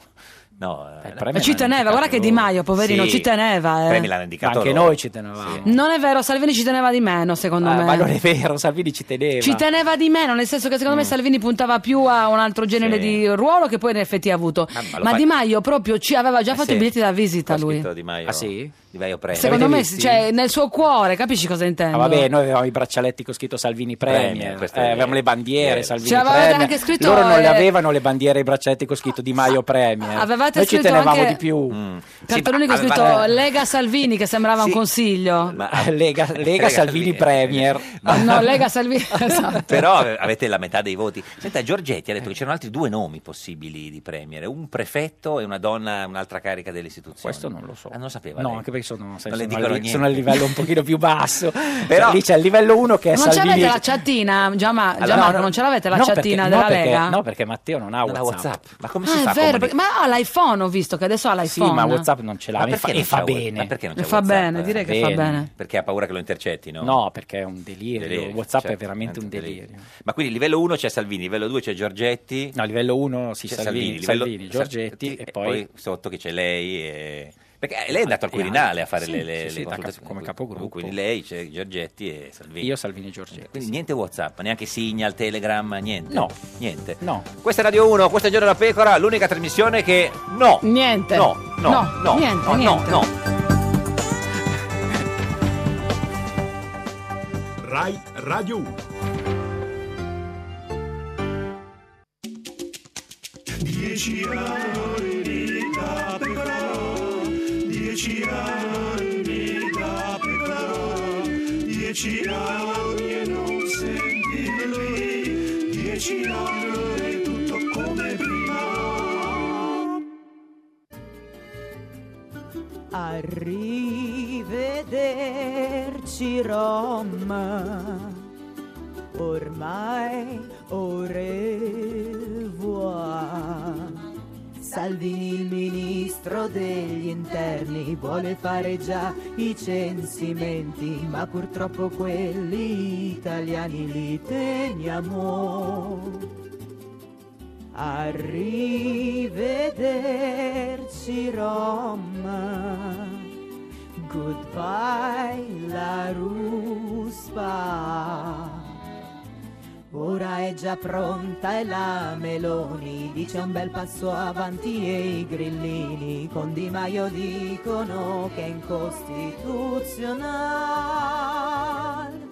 Speaker 3: No, eh,
Speaker 4: Ma ci teneva, guarda che Di Maio, poverino,
Speaker 3: Sì.
Speaker 4: ci teneva. eh.
Speaker 3: Premi l'hanno indicato
Speaker 14: Anche
Speaker 3: loro.
Speaker 14: noi ci tenevamo.
Speaker 4: Non è vero, Salvini ci teneva di meno,
Speaker 3: Ah,
Speaker 4: secondo me.
Speaker 14: Eh, ma non è vero, Salvini ci teneva.
Speaker 4: Ci teneva di meno, nel senso che secondo me Salvini puntava più a un altro genere
Speaker 3: Mm. Sì.
Speaker 4: di ruolo che poi in effetti ha avuto.
Speaker 3: Ah, ma
Speaker 4: Ma,
Speaker 3: lo fa-
Speaker 4: Di Maio proprio ci aveva già
Speaker 3: Eh
Speaker 4: fatto
Speaker 3: sì. Eh,
Speaker 4: i biglietti da visita
Speaker 3: Qua
Speaker 4: lui.
Speaker 3: scritto Di Maio,
Speaker 14: Ah, sì?
Speaker 3: Di Maio Premier.
Speaker 4: Secondo me,
Speaker 14: Avete visti?
Speaker 4: cioè, nel suo cuore, capisci cosa intendo?
Speaker 14: Ah, vabbè, noi avevamo i braccialetti con scritto Salvini
Speaker 3: Premier,
Speaker 14: Premier,
Speaker 3: questo
Speaker 14: eh,
Speaker 3: è vero.
Speaker 14: avevamo le bandiere
Speaker 3: Vero.
Speaker 14: Salvini
Speaker 4: Ci avevate
Speaker 14: Premier.
Speaker 4: anche scritto,
Speaker 14: Loro non le
Speaker 4: eh, Ah,
Speaker 14: avevano le bandiere e i braccialetti con scritto Di Maio Premier.
Speaker 4: avevate
Speaker 14: noi ci
Speaker 4: scritto
Speaker 14: tenevamo
Speaker 4: anche-
Speaker 14: di più.
Speaker 3: Mm.
Speaker 14: ah,
Speaker 4: Cartelloni con scritto Lega Salvini, che sembrava un consiglio.
Speaker 3: *laughs*
Speaker 14: Lega, Lega Salvini Premier.
Speaker 4: Ah, No, Lega Salvini. esatto.
Speaker 3: Però ave- avete la metà dei voti. Senta, Giorgetti ha
Speaker 14: Eh.
Speaker 3: detto che c'erano altri due nomi possibili di premier, un prefetto e una donna, un'altra carica delle istituzioni. Questo non
Speaker 14: lo so.
Speaker 3: non lo sapeva.
Speaker 14: No,
Speaker 3: lei?
Speaker 14: anche perché sono, sai,
Speaker 3: Non le
Speaker 14: sono
Speaker 3: dicono
Speaker 14: al,
Speaker 3: niente.
Speaker 14: sono al livello un pochino
Speaker 3: *laughs*
Speaker 14: più basso.
Speaker 3: Però-
Speaker 14: Cioè, lì c'è il livello 1 che è
Speaker 4: Non ce
Speaker 14: Salvini.
Speaker 4: l'avete la chattina, Giamma-
Speaker 14: Allora,
Speaker 4: Gianmarco,
Speaker 14: no, no.
Speaker 4: non ce l'avete la
Speaker 14: No, perché-
Speaker 4: chattina
Speaker 14: no,
Speaker 4: della
Speaker 14: perché-
Speaker 4: Lega?
Speaker 14: No, perché Matteo non ha
Speaker 3: Non ha
Speaker 14: WhatsApp.
Speaker 3: WhatsApp. Ma come
Speaker 4: Ah,
Speaker 3: si fa?
Speaker 4: è
Speaker 3: a
Speaker 4: vero,
Speaker 3: comunicare?
Speaker 4: perché- ma ha l'iPhone, ho visto che adesso ha
Speaker 14: Sì,
Speaker 4: l'iPhone.
Speaker 14: ma WhatsApp non ce l'ha
Speaker 3: Ma
Speaker 14: e fa,
Speaker 3: perché
Speaker 14: e
Speaker 3: non
Speaker 14: fa
Speaker 3: c'ha-
Speaker 14: bene.
Speaker 3: Ma perché non c'è
Speaker 4: Fa
Speaker 3: WhatsApp?
Speaker 4: bene, direi che fa bene.
Speaker 3: Perché ha paura che lo intercetti, no?
Speaker 14: No, perché è un delirio.
Speaker 3: Delirio,
Speaker 14: WhatsApp è
Speaker 3: certo,
Speaker 14: veramente un delirio.
Speaker 3: Ma quindi livello 1 c'è Salvini, livello 2 c'è Giorgetti.
Speaker 14: No, livello 1 sì,
Speaker 3: C'è
Speaker 14: Salvini, Salvini,
Speaker 3: livello-
Speaker 14: Giorgetti
Speaker 3: Sa-
Speaker 14: e
Speaker 3: poi...
Speaker 14: poi Ah,
Speaker 3: sotto che c'è lei e- Perché lei è andata al Quirinale a fare
Speaker 14: Sì,
Speaker 3: le, le,
Speaker 14: sì, sì,
Speaker 3: le
Speaker 14: da
Speaker 3: consultazioni.
Speaker 14: cap- come capogruppo.
Speaker 3: Quindi lei, c'è Giorgetti e Salvini.
Speaker 14: io Salvini e Giorgetti.
Speaker 3: Quindi niente WhatsApp, neanche Signal, Telegram, niente.
Speaker 14: No.
Speaker 3: Niente.
Speaker 14: No.
Speaker 3: Questa è Radio 1, questo è Giorno della Pecora, l'unica trasmissione che no.
Speaker 4: Niente.
Speaker 3: No, no, no, no,
Speaker 4: niente,
Speaker 3: no,
Speaker 4: niente.
Speaker 3: no.
Speaker 17: Rai Radio 1. Dieci anni da pecora, dieci anni da pecora, dieci anni e non sentirli, dieci anni e tutto come prima.
Speaker 18: Arrivederci Roma, ormai au revoir. Salvini il ministro degli interni vuole fare già i censimenti, ma purtroppo quelli italiani li teniamo. Arrivederci Roma, goodbye la ruspa. Ora manovra è già pronta e la Meloni dice un bel passo avanti e i grillini con Di Maio dicono che è incostituzionale.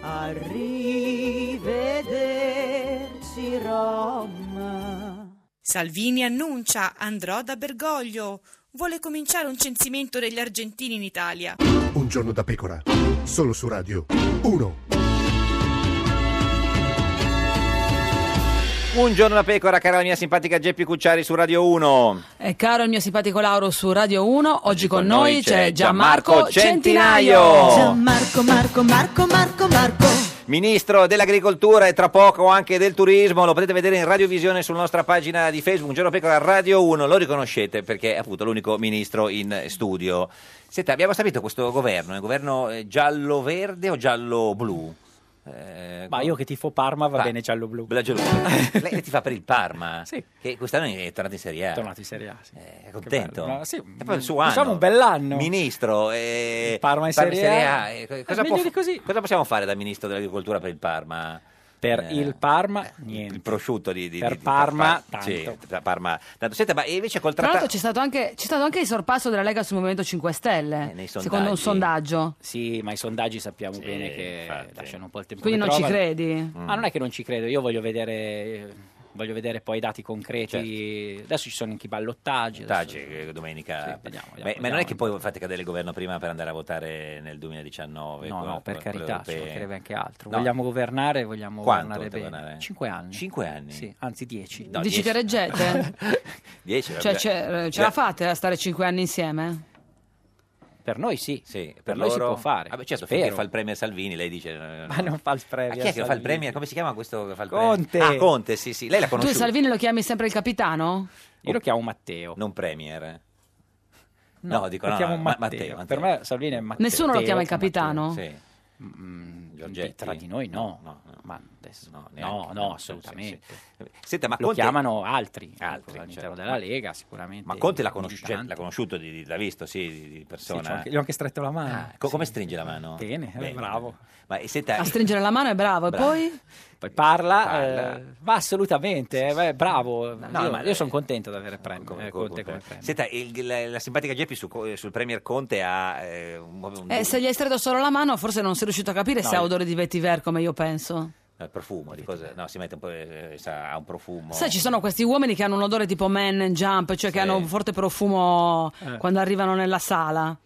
Speaker 18: Arrivederci Roma.
Speaker 12: Salvini annuncia andrò da Bergoglio. Vuole cominciare un censimento degli argentini in Italia.
Speaker 13: Un giorno da pecora, solo su Radio 1.
Speaker 3: Un giorno da pecora, cara la mia simpatica Geppi Cucciari su Radio 1.
Speaker 4: E caro il mio simpatico Lauro su Radio 1, oggi con
Speaker 3: noi
Speaker 4: noi
Speaker 3: c'è
Speaker 4: c'è Gianmarco
Speaker 3: Gianmarco Centinaio.
Speaker 4: Centinaio.
Speaker 16: Gianmarco, Marco, Marco, Marco, Marco.
Speaker 3: Ministro dell'Agricoltura e tra poco anche del Turismo, lo potete vedere in radiovisione sulla nostra pagina di Facebook, Un Giorno da Pecora Radio 1, lo riconoscete perché è appunto l'unico ministro in studio. Senta, abbiamo sapito questo governo, è un governo eh, giallo-verde o giallo-blu?
Speaker 14: Ma io che tifo Parma va
Speaker 3: Ah.
Speaker 14: bene giallo-blu.
Speaker 3: Bella giù.
Speaker 14: *laughs*
Speaker 3: Lei ti fa per il Parma, che quest'anno è tornato in Serie A. Eh,
Speaker 14: È tornato in Serie A, sì.
Speaker 3: È contento?
Speaker 14: Che bello. Ma sì,
Speaker 3: è poi il suo anno.
Speaker 14: diciamo un bell'anno.
Speaker 3: Ministro, eh,
Speaker 14: Parma in Serie A.
Speaker 3: eh, co-
Speaker 14: È
Speaker 3: cosa,
Speaker 14: meglio
Speaker 3: può-
Speaker 14: di
Speaker 3: cosa possiamo fare da Ministro dell'Agricoltura per il Parma?
Speaker 14: Per
Speaker 3: Eh,
Speaker 14: il Parma, niente.
Speaker 3: il prosciutto di, di-
Speaker 14: Per
Speaker 3: di- di-
Speaker 14: Parma,
Speaker 3: Par-
Speaker 14: tanto.
Speaker 3: sì, per Parma tanto. Senta, ma invece col
Speaker 4: Tra l'altro
Speaker 3: trattato
Speaker 4: c'è stato, anche, c'è stato anche il sorpasso della Lega sul Movimento 5 Stelle,
Speaker 14: nei
Speaker 4: secondo un
Speaker 14: sondaggi.
Speaker 4: sondaggio.
Speaker 14: Sì, ma i sondaggi sappiamo bene che lasciano un po' il tempo.
Speaker 4: Quindi
Speaker 14: che
Speaker 4: non ci
Speaker 14: trovano.
Speaker 4: credi? Mm.
Speaker 14: Ma non è che non ci credo, io voglio vedere, voglio vedere poi i dati concreti. Adesso ci sono anche i ballottaggi.
Speaker 3: Taggi, eh, Certo. domenica
Speaker 14: Sì, vediamo,
Speaker 3: Beh,
Speaker 14: vediamo,
Speaker 3: ma non è
Speaker 14: vediamo.
Speaker 3: che poi fate cadere il governo prima per andare a votare nel 2019
Speaker 14: No,
Speaker 3: con-
Speaker 14: no, per
Speaker 3: con- con le
Speaker 14: carità, ci
Speaker 3: europee?
Speaker 14: vorrebbe anche altro.
Speaker 3: No.
Speaker 14: Vogliamo governare, vogliamo
Speaker 3: Quanto
Speaker 14: governare
Speaker 3: volete
Speaker 14: bene.
Speaker 3: governare?
Speaker 14: Cinque anni.
Speaker 3: Cinque anni?
Speaker 14: Sì, anzi dieci.
Speaker 3: No,
Speaker 4: Dici
Speaker 3: dieci.
Speaker 4: che reggete?
Speaker 3: *laughs* Dieci,
Speaker 4: cioè,
Speaker 3: vabbè.
Speaker 4: c'è- ce
Speaker 3: Beh,
Speaker 4: la fate a stare 5 anni insieme?
Speaker 14: Per noi sì.
Speaker 3: Sì, per,
Speaker 14: Per noi si
Speaker 3: loro-
Speaker 14: può fare,
Speaker 3: Vabbè, certo,
Speaker 14: spero.
Speaker 3: finché fa il premier Salvini, lei dice... eh,
Speaker 14: Ma
Speaker 3: no.
Speaker 14: non fa il
Speaker 3: Ma chi
Speaker 14: premio.
Speaker 3: è che fa il
Speaker 14: Salvini.
Speaker 3: premier? Come si chiama questo che fa il
Speaker 14: Conte.
Speaker 3: premier? Ah, Conte, sì, sì. Lei l'ha
Speaker 4: Tu
Speaker 3: conosciuto?
Speaker 4: Salvini lo chiami sempre il capitano?
Speaker 14: Io lo chiamo Matteo.
Speaker 3: Non premier. No, dico
Speaker 14: lo
Speaker 3: no,
Speaker 14: chiamo
Speaker 3: ma-
Speaker 14: Matteo.
Speaker 3: Matteo,
Speaker 14: Per me Salvini è Matteo.
Speaker 4: Nessuno lo chiama il capitano?
Speaker 3: Sì. Giorgetti?
Speaker 14: Tra di noi no. Ma adesso- no, no, assolutamente. lo
Speaker 3: Conte-
Speaker 14: chiamano altri, ecco,
Speaker 3: Altri,
Speaker 14: all'interno
Speaker 3: certo.
Speaker 14: della Lega sicuramente.
Speaker 3: Ma Conte l'ha,
Speaker 14: Ogni
Speaker 3: conosci- cioè,
Speaker 14: tanto.
Speaker 3: l'ha conosciuto, di- di- l'ha visto, sì, di- di
Speaker 14: Sì, ci ho
Speaker 3: persona.
Speaker 14: anche- gli ho anche stretto la mano.
Speaker 3: Ah, co- Come stringe la mano?
Speaker 14: Bene, eh, bravo.
Speaker 3: Ma eh, senta,
Speaker 4: A stringere la mano è bravo,
Speaker 3: Bravo.
Speaker 4: e poi?
Speaker 14: Poi parla,
Speaker 3: Parla.
Speaker 14: eh, ma assolutamente, eh, beh, bravo.
Speaker 3: No,
Speaker 14: io
Speaker 3: ma- eh,
Speaker 14: sono contento di avere premio, eh, Conte come premio.
Speaker 3: senta, il- la, la simpatica Geppi su co- sul Premier Conte ha eh, un, un-
Speaker 4: Eh, se gli hai stretto solo la mano, forse non sei riuscito a capire
Speaker 3: No,
Speaker 4: se ha
Speaker 3: io-
Speaker 4: odore di vetiver come io penso.
Speaker 3: no, il Eh, profumo di cosa, no, si mette un po', eh, sa, ha un profumo.
Speaker 4: Sai, ci sono questi uomini che hanno un odore tipo man and jump, cioè che hanno un forte profumo
Speaker 3: Eh.
Speaker 4: quando arrivano nella sala.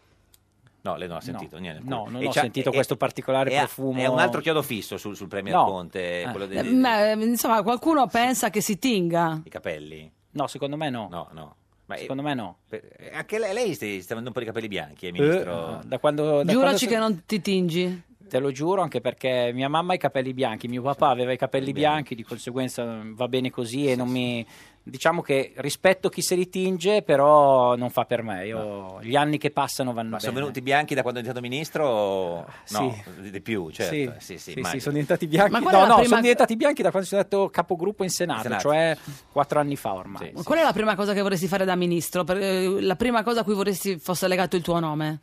Speaker 3: No, lei non ha sentito niente.
Speaker 14: No, non
Speaker 3: E
Speaker 14: ho
Speaker 3: c'ha-
Speaker 14: sentito
Speaker 3: e-
Speaker 14: questo particolare
Speaker 3: e ha-
Speaker 14: profumo.
Speaker 3: È un altro chiodo fisso sul, sul Premier
Speaker 14: No.
Speaker 3: Conte, quello dei,
Speaker 4: Eh,
Speaker 3: dei-
Speaker 4: ma, eh, insomma, qualcuno pensa che si tinga.
Speaker 3: dei capelli.
Speaker 14: No, secondo me no.
Speaker 3: No, no. Ma eh,
Speaker 14: Secondo me no.
Speaker 3: per- eh, anche lei, lei sta sta avendo un po' di capelli bianchi, eh, ministro.
Speaker 14: Eh, da quando, da
Speaker 4: Giuraci
Speaker 14: quando
Speaker 4: che non ti tingi.
Speaker 14: Te lo giuro anche perché mia mamma ha i capelli bianchi, mio papà aveva i capelli bianchi, di conseguenza mm, va bene così e non mi... Diciamo che rispetto chi se li tinge, però non fa per me. Io- Gli anni che passano vanno
Speaker 3: Ma
Speaker 14: bene. Ah,
Speaker 3: sono venuti bianchi da quando è diventato ministro? o- No, di- di più, certo.
Speaker 14: Sì,
Speaker 3: eh, sì, sì,
Speaker 14: sì,
Speaker 3: immagino.
Speaker 14: sono diventati bianchi.
Speaker 4: Ma
Speaker 14: No,
Speaker 4: qual è
Speaker 14: no,
Speaker 4: la prima-
Speaker 14: sono diventati bianchi da quando sono stato capogruppo in Senato,
Speaker 3: Senato.
Speaker 14: cioè quattro anni fa ormai.
Speaker 4: Ma Qual è la prima cosa che vorresti fare da ministro? Per- eh, la prima cosa a cui vorresti fosse legato il tuo nome?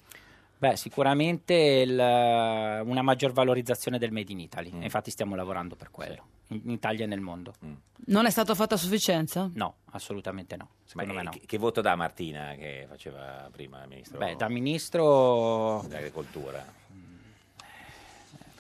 Speaker 14: Beh, sicuramente il, eh, una maggior valorizzazione del Made in Italy.
Speaker 3: Mm.
Speaker 14: E Infatti stiamo lavorando per quello, in, in Italia e nel mondo.
Speaker 4: Non è stato fatto a sufficienza?
Speaker 14: No, assolutamente no. Secondo
Speaker 3: Ma,
Speaker 14: me
Speaker 3: eh,
Speaker 14: no.
Speaker 3: che, che voto dà Martina che faceva prima ministro
Speaker 14: Beh, da ministro...
Speaker 3: dell'agricoltura?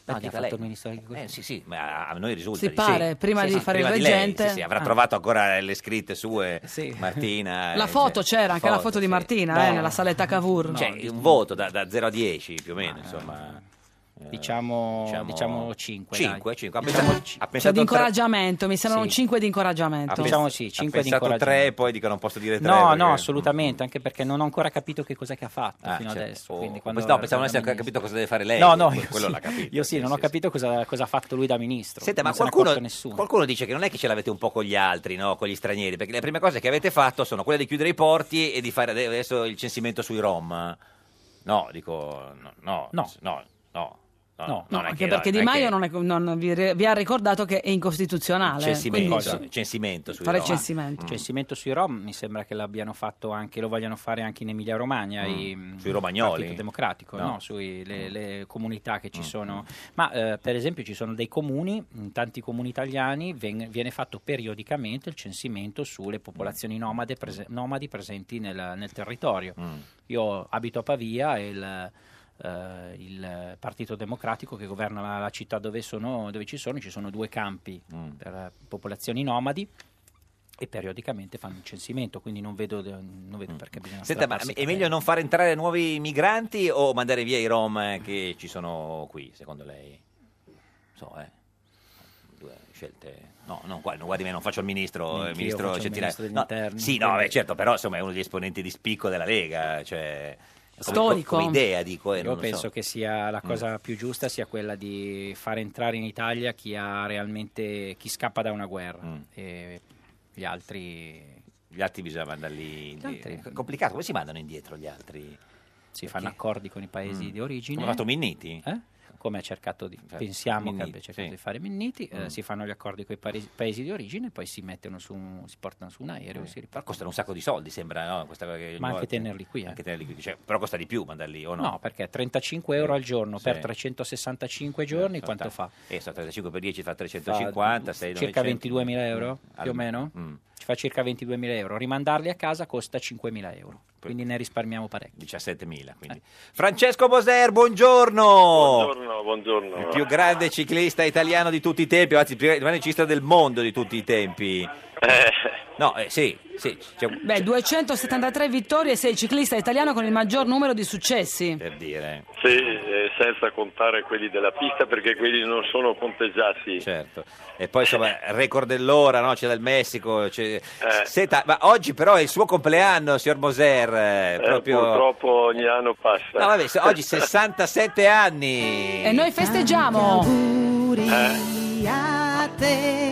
Speaker 14: No,
Speaker 3: dica
Speaker 14: ha fatto
Speaker 3: lei.
Speaker 14: il ministro
Speaker 3: Eh,
Speaker 14: dell'agricoltura.
Speaker 3: sì, sì, ma a a noi risulta.
Speaker 4: Si
Speaker 3: di
Speaker 4: pare,
Speaker 3: sì.
Speaker 4: prima
Speaker 3: Sì,
Speaker 4: di
Speaker 3: sì,
Speaker 4: fare il
Speaker 3: lei,
Speaker 4: reggente.
Speaker 3: sì, sì, avrà
Speaker 4: Ah.
Speaker 3: trovato ancora le scritte sue, Martina.
Speaker 4: La
Speaker 3: eh,
Speaker 4: foto
Speaker 3: cioè,
Speaker 4: c'era, anche la foto di
Speaker 3: sì.
Speaker 4: Martina eh, nella saletta Cavour.
Speaker 3: Cioè, un voto da, da 0 a 10 più o meno, insomma. Eh,
Speaker 14: Diciamo, Ah. Oh, diciamo 5.
Speaker 3: 5, 5. Ha pensato, ha
Speaker 4: Cioè,
Speaker 3: pensato
Speaker 4: di incoraggiamento, mi sembrano
Speaker 14: Sì.
Speaker 4: un 5 di incoraggiamento.
Speaker 3: tre- ha
Speaker 14: Diciamo
Speaker 3: pens-
Speaker 14: sì,
Speaker 3: ha
Speaker 14: cinque di
Speaker 3: pensato
Speaker 14: incoraggiamento.
Speaker 3: 3 e poi dicono a posto di dire 3.
Speaker 14: No, no, assolutamente, anche perché non ho ancora capito che cosa che ha fatto
Speaker 3: Mm. Ah,
Speaker 14: fino
Speaker 3: certo.
Speaker 14: adesso.
Speaker 3: O-
Speaker 14: quindi
Speaker 3: o
Speaker 14: quando
Speaker 3: pens- no, pensavo non
Speaker 14: era
Speaker 3: avesse capito cosa deve fare lei, eh,
Speaker 14: No, no,
Speaker 3: que-
Speaker 14: io
Speaker 3: quello
Speaker 14: sì,
Speaker 3: l'ha capito,
Speaker 14: Io sì, non ho capito cosa, cosa ha fatto lui da ministro.
Speaker 3: Senta, ma
Speaker 14: non se n'è
Speaker 3: qualcuno,
Speaker 14: accorto nessuno.
Speaker 3: qualcuno dice che non è che ce l'avete un po' con gli altri, no? con gli stranieri, perché le prime cose che avete fatto sono quelle di chiudere i porti e di fare ade- adesso il censimento sui Rom. No, dico, no, no, no, no. No,
Speaker 4: No,
Speaker 3: non è
Speaker 4: anche
Speaker 3: che-
Speaker 4: perché Di
Speaker 3: non è
Speaker 4: Maio
Speaker 3: che-
Speaker 4: non è- non vi, vi ha ricordato che è incostituzionale. eh,
Speaker 3: censimento,
Speaker 4: quindi-
Speaker 3: cioè, censimento sui
Speaker 4: Fare
Speaker 3: Rom.
Speaker 4: censimento.
Speaker 3: Mm.
Speaker 14: censimento sui Rom mi sembra che l'abbiano fatto anche, lo vogliano fare anche in Emilia Romagna,
Speaker 3: Mm.
Speaker 14: i,
Speaker 3: Sui romagnoli?
Speaker 14: il Partito Democratico,
Speaker 3: No. Mm.
Speaker 14: no, sulle comunità che ci sono. Ma eh, per esempio ci sono dei comuni, in tanti comuni italiani, ven- viene fatto periodicamente il censimento sulle
Speaker 3: Mm.
Speaker 14: popolazioni nomade prese- nomadi presenti nel, nel territorio. Io abito a Pavia e il, eh, il Partito Democratico che governa la, la città dove, sono- dove ci sono, ci sono due campi
Speaker 3: Mm.
Speaker 14: per eh, popolazioni nomadi e periodicamente fanno il censimento, quindi non vedo, non vedo perché bisogna
Speaker 3: Mm. Senta, ma
Speaker 14: strapparsi
Speaker 3: è meglio non far entrare nuovi migranti o mandare via i Rom eh, che ci sono qui, secondo lei? Non so, eh. Due scelte. No, non, gua- non guardi me, non faccio il ministro, il
Speaker 14: Neanch'io
Speaker 3: ministro
Speaker 14: faccio il
Speaker 3: Centinaio.
Speaker 14: ministro degli
Speaker 3: No,
Speaker 14: interni,
Speaker 3: sì, no,
Speaker 14: quindi-
Speaker 3: beh, certo, però insomma è uno degli esponenti di spicco della Lega, cioè come-
Speaker 14: Storico.
Speaker 3: come idea dico, eh,
Speaker 14: Io
Speaker 3: non lo so.
Speaker 14: penso che sia la
Speaker 3: Mm.
Speaker 14: cosa più giusta sia quella di far entrare in Italia chi ha realmente chi scappa da una guerra e gli altri
Speaker 3: Mm. gli altri bisogna mandarli
Speaker 14: altri-
Speaker 3: È complicato, come si mandano indietro gli altri?
Speaker 14: si fanno accordi con i paesi
Speaker 3: Mm.
Speaker 14: di origine. Eh?
Speaker 3: Come ha fatto Minniti?
Speaker 14: Come ha cercato di
Speaker 3: Cioè,
Speaker 14: pensiamo che
Speaker 3: Minniti,
Speaker 14: abbia cercato
Speaker 3: sì.
Speaker 14: di fare Minniti, eh,
Speaker 3: Mm.
Speaker 14: si fanno gli accordi con i paesi, paesi di origine, poi si mettono su un- si portano su un aereo,
Speaker 3: Eh.
Speaker 14: si ripartono.
Speaker 3: Però costano un sacco di soldi, sembra, no? Questa cosa che ogni
Speaker 14: Ma anche
Speaker 3: volta-
Speaker 14: tenerli qui, eh.
Speaker 3: Anche tenerli qui. Cioè, però costa di più mandarli o no?
Speaker 14: No, perché 35 euro al giorno
Speaker 3: Sì.
Speaker 14: per 365 giorni, quanto fa?
Speaker 3: Eh, sono 35 per 10 fa 350,
Speaker 14: Fa
Speaker 3: sei
Speaker 14: circa
Speaker 3: 900.
Speaker 14: 22.000 euro,
Speaker 3: Mm.
Speaker 14: più o
Speaker 3: Al-
Speaker 14: meno.
Speaker 3: Mm.
Speaker 14: Ci fa circa 22.000 euro. Rimandarli a casa costa 5.000 euro, quindi ne risparmiamo parecchio.
Speaker 3: 17.000, quindi. Francesco Boser, buongiorno!
Speaker 19: Buongiorno, buongiorno.
Speaker 3: Il più grande ciclista italiano di tutti i tempi, anzi il più grande ciclista del mondo di tutti i tempi. No, eh, sì, sì, c'è un-
Speaker 4: Beh, 273 vittorie, sei il ciclista italiano con il maggior numero di successi.
Speaker 3: per dire.
Speaker 19: Sì, eh, senza contare quelli della pista perché quelli non sono conteggiati.
Speaker 3: Certo. E poi insomma, record dell'ora, no? C'è del Messico.
Speaker 19: Eh.
Speaker 3: C'è... Senta, ma oggi però è il suo compleanno, signor Moser. eh,
Speaker 19: Eh,
Speaker 3: proprio...
Speaker 19: Purtroppo ogni anno passa.
Speaker 3: No, vabbè, se- oggi 67 anni.
Speaker 4: E noi festeggiamo.
Speaker 16: auguri a te,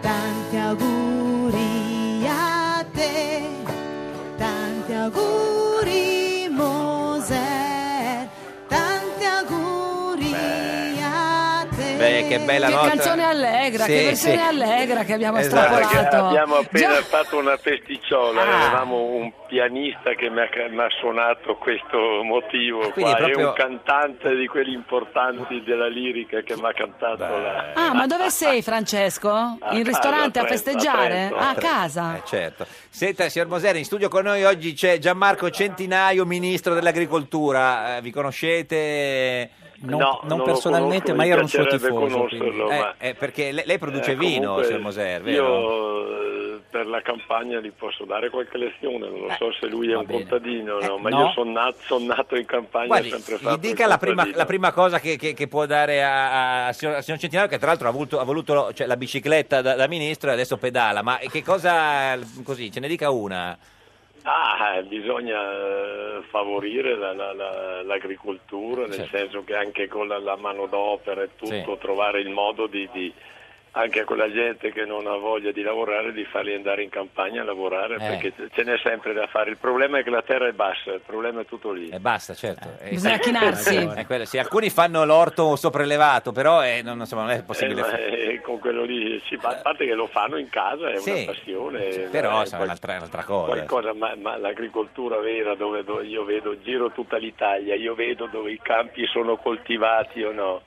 Speaker 16: tanti auguri a te, tanti auguri Moser, tanti auguri a te.
Speaker 3: Beh, che bella
Speaker 4: Che
Speaker 3: nota.
Speaker 4: canzone allegra,
Speaker 3: Sì,
Speaker 4: che versione
Speaker 3: sì.
Speaker 4: allegra che abbiamo
Speaker 3: Esatto.
Speaker 19: Perché
Speaker 4: strapolato.
Speaker 19: abbiamo appena
Speaker 4: Già- Ah.
Speaker 19: fatto una festicciola, avevamo un pianista che mi ha, mi ha suonato questo motivo
Speaker 3: Ah, quindi
Speaker 19: qua
Speaker 3: è
Speaker 19: e
Speaker 3: proprio-
Speaker 19: un cantante di quelli importanti della lirica che mi ha cantato la...
Speaker 4: Ah, ma dove sei Francesco?
Speaker 3: Ah,
Speaker 4: In ristorante
Speaker 3: a
Speaker 4: a
Speaker 3: Trento, a
Speaker 4: festeggiare?
Speaker 3: Trento.
Speaker 4: Ah, A casa.
Speaker 3: Eh, certo. Senta, signor Moser, in studio con noi oggi c'è Gianmarco Centinaio, ministro dell'agricoltura. Eh, vi conoscete?
Speaker 14: Non- No, non non lo personalmente, conosco, ma io mi ero un suo piacerebbe tifoso,
Speaker 19: conoscerlo, quindi. ma-
Speaker 3: Eh, eh, perché lei, lei produce
Speaker 19: Eh,
Speaker 3: vino,
Speaker 19: comunque,
Speaker 3: signor Moser, vero?
Speaker 19: Io eh, per la campagna gli posso dare qualche lezione, non lo so se lui è un contadino, no, ma
Speaker 3: no.
Speaker 19: io sono nato, son nato in campagna,
Speaker 3: Guardi,
Speaker 19: ho sempre
Speaker 3: gli
Speaker 19: fatto
Speaker 3: dica
Speaker 19: il
Speaker 3: la prima,
Speaker 19: contadino.
Speaker 3: la prima cosa che, che- che può dare a, a signor, al signor Centinaio, che tra l'altro ha voluto, ha voluto, cioè, la bicicletta da, da ministro e adesso pedala, ma che cosa, così, ce ne dica una.
Speaker 19: Ah, eh, bisogna eh, favorire la- la- la- l'agricoltura, nel
Speaker 3: Certo.
Speaker 19: senso che anche con la, la manodopera e tutto,
Speaker 3: Sì.
Speaker 19: trovare il modo di, di- anche a quella gente che non ha voglia di lavorare, di farli andare in campagna a lavorare,
Speaker 3: Eh.
Speaker 19: perché ce- ce n'è sempre da fare. Il problema è che la terra è bassa, il problema è tutto lì.
Speaker 3: E basta, certo. Eh,
Speaker 19: Bisogna
Speaker 3: sì.
Speaker 19: chinarsi.
Speaker 3: Eh, quello sì, alcuni fanno l'orto sopraelevato, però eh, non, insomma, non è
Speaker 19: Eh,
Speaker 3: possibile.
Speaker 19: ma,
Speaker 3: fa-
Speaker 19: eh, con quello lì, sì, ma a parte che lo fanno in casa, è
Speaker 3: Sì,
Speaker 19: una passione.
Speaker 3: però
Speaker 19: eh,
Speaker 3: insomma, è un'altra, un'altra cosa.
Speaker 19: qualcosa, ma, ma l'agricoltura vera dove, dove io vedo, giro tutta l'Italia, io vedo dove i campi sono coltivati o no.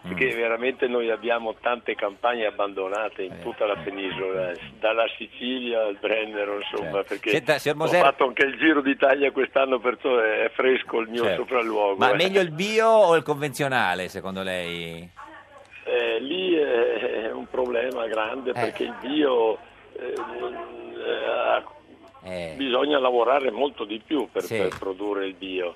Speaker 19: Perché
Speaker 3: Mm.
Speaker 19: veramente noi abbiamo tante campagne abbandonate
Speaker 3: Eh.
Speaker 19: in tutta la penisola, dalla Sicilia al Brennero, insomma, perché
Speaker 3: Mm. Certo. Senta, signor Moser-
Speaker 19: ho fatto anche il giro d'Italia quest'anno, perciò è è fresco il mio
Speaker 3: Certo.
Speaker 19: sopralluogo.
Speaker 3: Ma
Speaker 19: eh.
Speaker 3: è meglio il bio o il convenzionale, secondo lei?
Speaker 19: Eh, lì è è un problema
Speaker 3: Eh.
Speaker 19: grande perché il bio eh, non- eh, ha- bisogna lavorare molto di più per,
Speaker 3: Eh. Sì. Mm.
Speaker 19: per produrre il bio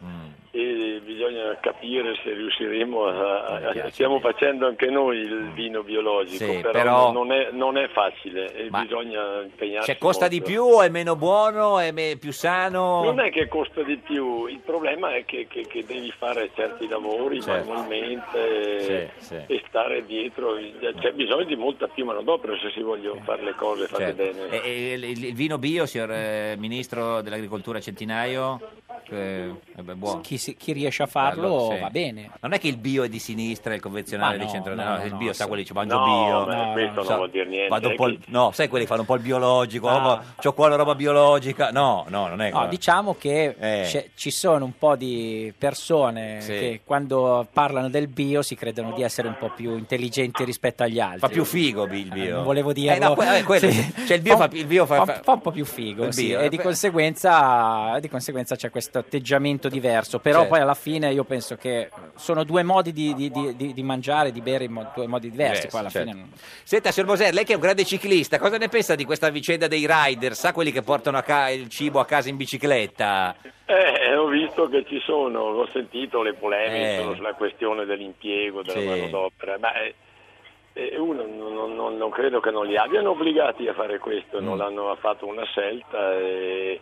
Speaker 19: e bisogna capire se riusciremo a, a- stiamo facendo anche noi il vino biologico
Speaker 3: Mm. Sì,
Speaker 19: però,
Speaker 3: però-
Speaker 19: non, è, non è facile e
Speaker 3: Ma-
Speaker 19: bisogna impegnarsi
Speaker 3: Cioè, costa di
Speaker 19: molto.
Speaker 3: più o è meno buono, è me- più sano?
Speaker 19: Non è che costa di più, il problema è che, che- che devi fare certi lavori
Speaker 3: Certo.
Speaker 19: manualmente
Speaker 3: Sì, sì.
Speaker 19: e stare dietro, c'è bisogno di molta più manodopera se si vogliono fare le cose fatte
Speaker 3: Certo.
Speaker 19: bene.
Speaker 3: E- e il, il vino bio, signor eh, ministro dell'agricoltura Centinaio? eh, eh beh, buono.
Speaker 14: Chi, si- chi riesce a farlo
Speaker 3: Bello, sì.
Speaker 14: va bene.
Speaker 3: Non è che il bio è di sinistra e il convenzionale
Speaker 14: Ma
Speaker 3: di
Speaker 14: no,
Speaker 3: centro
Speaker 14: no,
Speaker 3: no,
Speaker 14: no,
Speaker 3: il bio sa
Speaker 14: no,
Speaker 3: quelli che mangio
Speaker 14: no,
Speaker 3: bio.
Speaker 14: beh, questo non
Speaker 3: sa-
Speaker 14: vuol dire niente,
Speaker 3: vado un
Speaker 14: è
Speaker 3: po' il- no, sai quelli che fanno un po' il biologico,
Speaker 14: No.
Speaker 3: oh, ma c'ho qua la roba biologica. No, no, non è
Speaker 14: Ah. No,
Speaker 3: quello.
Speaker 14: diciamo che
Speaker 3: Eh.
Speaker 14: c'è- ci sono un po' di persone
Speaker 3: Sì.
Speaker 14: che quando parlano del bio si credono di essere un po' più intelligenti rispetto agli altri.
Speaker 3: Fa più figo il bio.
Speaker 14: non volevo
Speaker 3: Eh, no,
Speaker 14: dirlo.
Speaker 3: que- eh, quello-
Speaker 14: Sì.
Speaker 3: cioè, il bio fa, il bio fa,
Speaker 14: Fa- fa un po' più figo,
Speaker 3: il
Speaker 14: sì,
Speaker 3: bio,
Speaker 14: e
Speaker 3: eh,
Speaker 14: di
Speaker 3: beh.
Speaker 14: conseguenza, di conseguenza c'è questo atteggiamento diverso, però
Speaker 3: Certo.
Speaker 14: poi alla fine io penso che sono due modi di, di- di- di- di mangiare, di bere, in mo- due modi diversi,
Speaker 3: Diversi,
Speaker 14: poi alla
Speaker 3: certo.
Speaker 14: fine non-
Speaker 3: Senta, signor Moser, lei che è un grande ciclista, cosa ne pensa di questa vicenda dei rider? Sa quelli che portano a ca- il cibo a casa in bicicletta?
Speaker 19: Eh, ho visto che ci sono, ho sentito le polemiche
Speaker 3: Eh.
Speaker 19: sono sulla questione dell'impiego, della
Speaker 3: Sì.
Speaker 19: manodopera, ma eh, eh, uno non, non- non- non credo che non li abbiano obbligati a fare questo,
Speaker 3: Mm.
Speaker 19: non hanno fatto una scelta e,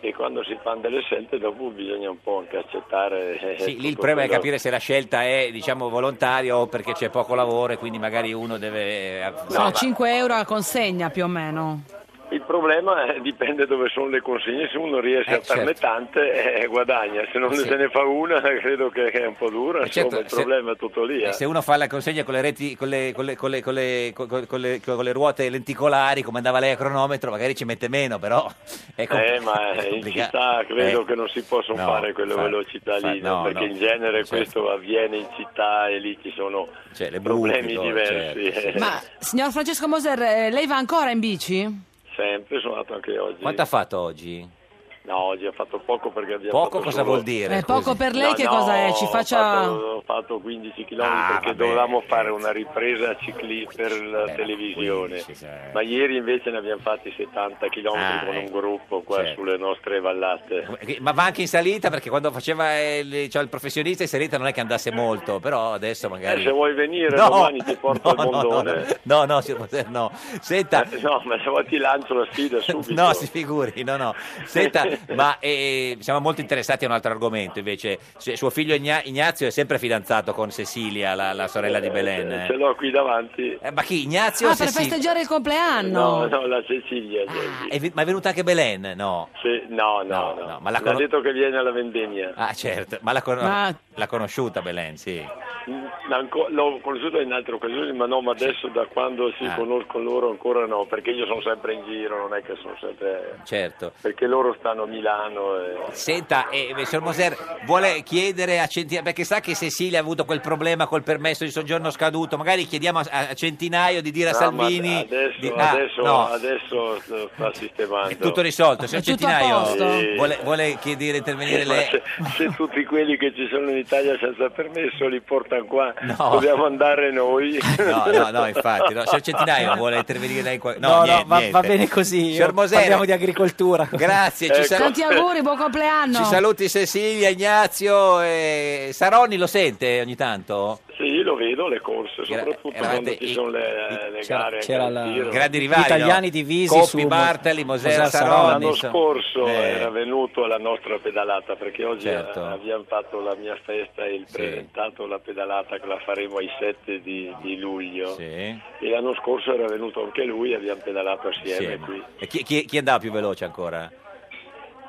Speaker 19: e quando si fanno delle scelte dopo bisogna un po' anche accettare. eh,
Speaker 3: Sì, lì il
Speaker 19: tutto
Speaker 3: problema è
Speaker 19: quello-
Speaker 3: capire se la scelta è, diciamo, volontaria o perché c'è poco lavoro e quindi magari uno deve... eh,
Speaker 4: Sono 5 euro a consegna più o meno.
Speaker 19: Il problema è- dipende dove sono le consegne, se uno riesce
Speaker 3: Eh,
Speaker 19: a farne
Speaker 3: certo.
Speaker 19: tante eh, guadagna, se non
Speaker 3: Sì.
Speaker 19: se ne fa una *laughs* credo che, che è un po' dura,
Speaker 3: Eh, certo,
Speaker 19: insomma il
Speaker 3: se-
Speaker 19: problema è tutto lì. eh.
Speaker 3: E se uno fa la consegna con le reti, con le, con le- con le- con le- con- con- con le- con le ruote lenticolari, come andava lei a cronometro, magari ci mette meno, però *laughs* è com-
Speaker 19: eh, ma
Speaker 3: Ecco, è
Speaker 19: in
Speaker 3: complicato.
Speaker 19: città credo
Speaker 3: Eh,
Speaker 19: che non si possono
Speaker 3: no,
Speaker 19: fare quelle
Speaker 3: fa-
Speaker 19: velocità
Speaker 3: fa-
Speaker 19: lì,
Speaker 3: no,
Speaker 19: perché
Speaker 3: no,
Speaker 19: in genere
Speaker 3: certo.
Speaker 19: questo avviene in città e lì ci sono
Speaker 3: Cioè, le buche,
Speaker 19: problemi
Speaker 3: cose,
Speaker 19: diversi.
Speaker 3: certo, sì.
Speaker 19: eh.
Speaker 4: Ma signor Francesco Moser, eh, lei va ancora in bici?
Speaker 19: Sempre sono andato anche oggi.
Speaker 3: Quanto ha fatto oggi?
Speaker 19: No, oggi ho fatto poco perché abbiamo
Speaker 3: Poco
Speaker 19: fatto
Speaker 3: cosa
Speaker 19: solo-
Speaker 3: vuol dire?
Speaker 4: Eh, poco per lei
Speaker 19: No,
Speaker 4: che
Speaker 19: no,
Speaker 4: cosa è? Ci
Speaker 19: ho
Speaker 4: faccia...
Speaker 19: fatto- Ho fatto 15 km
Speaker 3: Ah,
Speaker 19: perché
Speaker 3: vabbè.
Speaker 19: dovevamo fare una ripresa cicli- per la
Speaker 3: Beh,
Speaker 19: televisione.
Speaker 3: 15, sì.
Speaker 19: Ma ieri invece ne abbiamo fatti 70 km
Speaker 3: Ah,
Speaker 19: con un
Speaker 3: ecco,
Speaker 19: gruppo qua
Speaker 3: certo.
Speaker 19: sulle nostre vallate.
Speaker 3: Ma va anche in salita perché quando faceva il, cioè, il professionista in salita non è che andasse molto, però adesso magari...
Speaker 19: Eh, se vuoi venire
Speaker 3: No,
Speaker 19: domani ti porto al mondone.
Speaker 3: No, no, no, signor Moser, no. Senta,
Speaker 19: Eh, No, ma se vuoi ti lancio la sfida subito.
Speaker 3: *laughs* No, si figuri, no, no.
Speaker 19: *laughs*
Speaker 3: Senta, ma eh, siamo molto interessati a un altro argomento invece. Se- Suo figlio Igna- Ignazio è sempre fidanzato con Cecilia, la, la sorella di Belen. Eh,
Speaker 19: Eh, Ce l'ho qui davanti.
Speaker 3: ma chi, Ignazio o
Speaker 4: Ah, per
Speaker 3: Cecilia?
Speaker 4: festeggiare il compleanno?
Speaker 19: No, no, la Cecilia. Giorgi.
Speaker 3: È vi- ma è venuta anche Belen? No.
Speaker 19: Sì, no, no, no.
Speaker 3: ma la
Speaker 19: L'ha
Speaker 3: conos-
Speaker 19: detto che viene alla vendemmia.
Speaker 3: Ah, certo, ma l'ha, con-
Speaker 4: Ma-
Speaker 3: l'ha conosciuta Belen, sì.
Speaker 19: Mm, anco- l'ho conosciuta in altre occasioni, ma no, ma adesso da quando si
Speaker 3: Ah.
Speaker 19: conosco loro ancora no, perché io sono sempre in giro, non è che sono sempre...
Speaker 3: Certo.
Speaker 19: perché loro stanno a Milano e...
Speaker 3: Senta, eh, signor Moser, vuole chiedere a Centinaio, perché sa che Cecilia ha avuto quel problema col permesso di soggiorno scaduto, magari chiediamo a, a Centinaio di dire a
Speaker 19: No, Ah, ma
Speaker 3: Salvini...
Speaker 19: adesso,
Speaker 3: di- ah,
Speaker 19: adesso,
Speaker 3: no.
Speaker 19: adesso lo sta sistemando.
Speaker 3: È tutto risolto, signor
Speaker 19: È tutto a posto?
Speaker 3: Centinaio
Speaker 19: Sì.
Speaker 3: vuole, vuole chiedere intervenire
Speaker 19: Ma
Speaker 3: lei.
Speaker 19: se, se tutti quelli che ci sono in Italia senza permesso li portano qua,
Speaker 3: No.
Speaker 19: dobbiamo andare noi.
Speaker 3: *laughs* No, no, no, infatti, no. cioè- signor Centinaio vuole intervenire lei. in qua- No,
Speaker 14: No, no,
Speaker 3: niente,
Speaker 14: va, va
Speaker 3: niente.
Speaker 14: bene così.
Speaker 3: Signor Moser,
Speaker 14: Parliamo di agricoltura.
Speaker 3: *laughs*
Speaker 14: Eh,
Speaker 3: grazie, ci, sal-
Speaker 4: Tanti auguri, buon compleanno!
Speaker 3: ci saluti Cecilia, Ignazio e Saronni lo sente ogni tanto?
Speaker 19: Sì, lo vedo le corse,
Speaker 3: Era-
Speaker 19: soprattutto
Speaker 3: eravate
Speaker 19: quando ci
Speaker 3: i-
Speaker 19: sono le, le
Speaker 14: c'era-
Speaker 19: gare.
Speaker 14: c'era
Speaker 19: anche
Speaker 14: la-
Speaker 19: al tiro.
Speaker 3: Grandi rivali,
Speaker 14: Gli italiani
Speaker 3: no?
Speaker 14: divisi
Speaker 3: Coppi,
Speaker 14: su-
Speaker 3: Bartali, Moser,
Speaker 14: Moser,
Speaker 3: Saronni.
Speaker 19: L'anno
Speaker 3: insomma.
Speaker 19: scorso
Speaker 3: Eh,
Speaker 19: era venuto alla nostra pedalata perché oggi
Speaker 3: Certo.
Speaker 19: eh, abbiamo fatto la mia festa e il presentato la pedalata che la faremo ai 7 di, di luglio
Speaker 3: sì,
Speaker 19: e l'anno scorso era venuto anche lui e abbiamo pedalato assieme,
Speaker 3: insieme.
Speaker 19: qui.
Speaker 3: E chi, chi, chi andava più veloce ancora?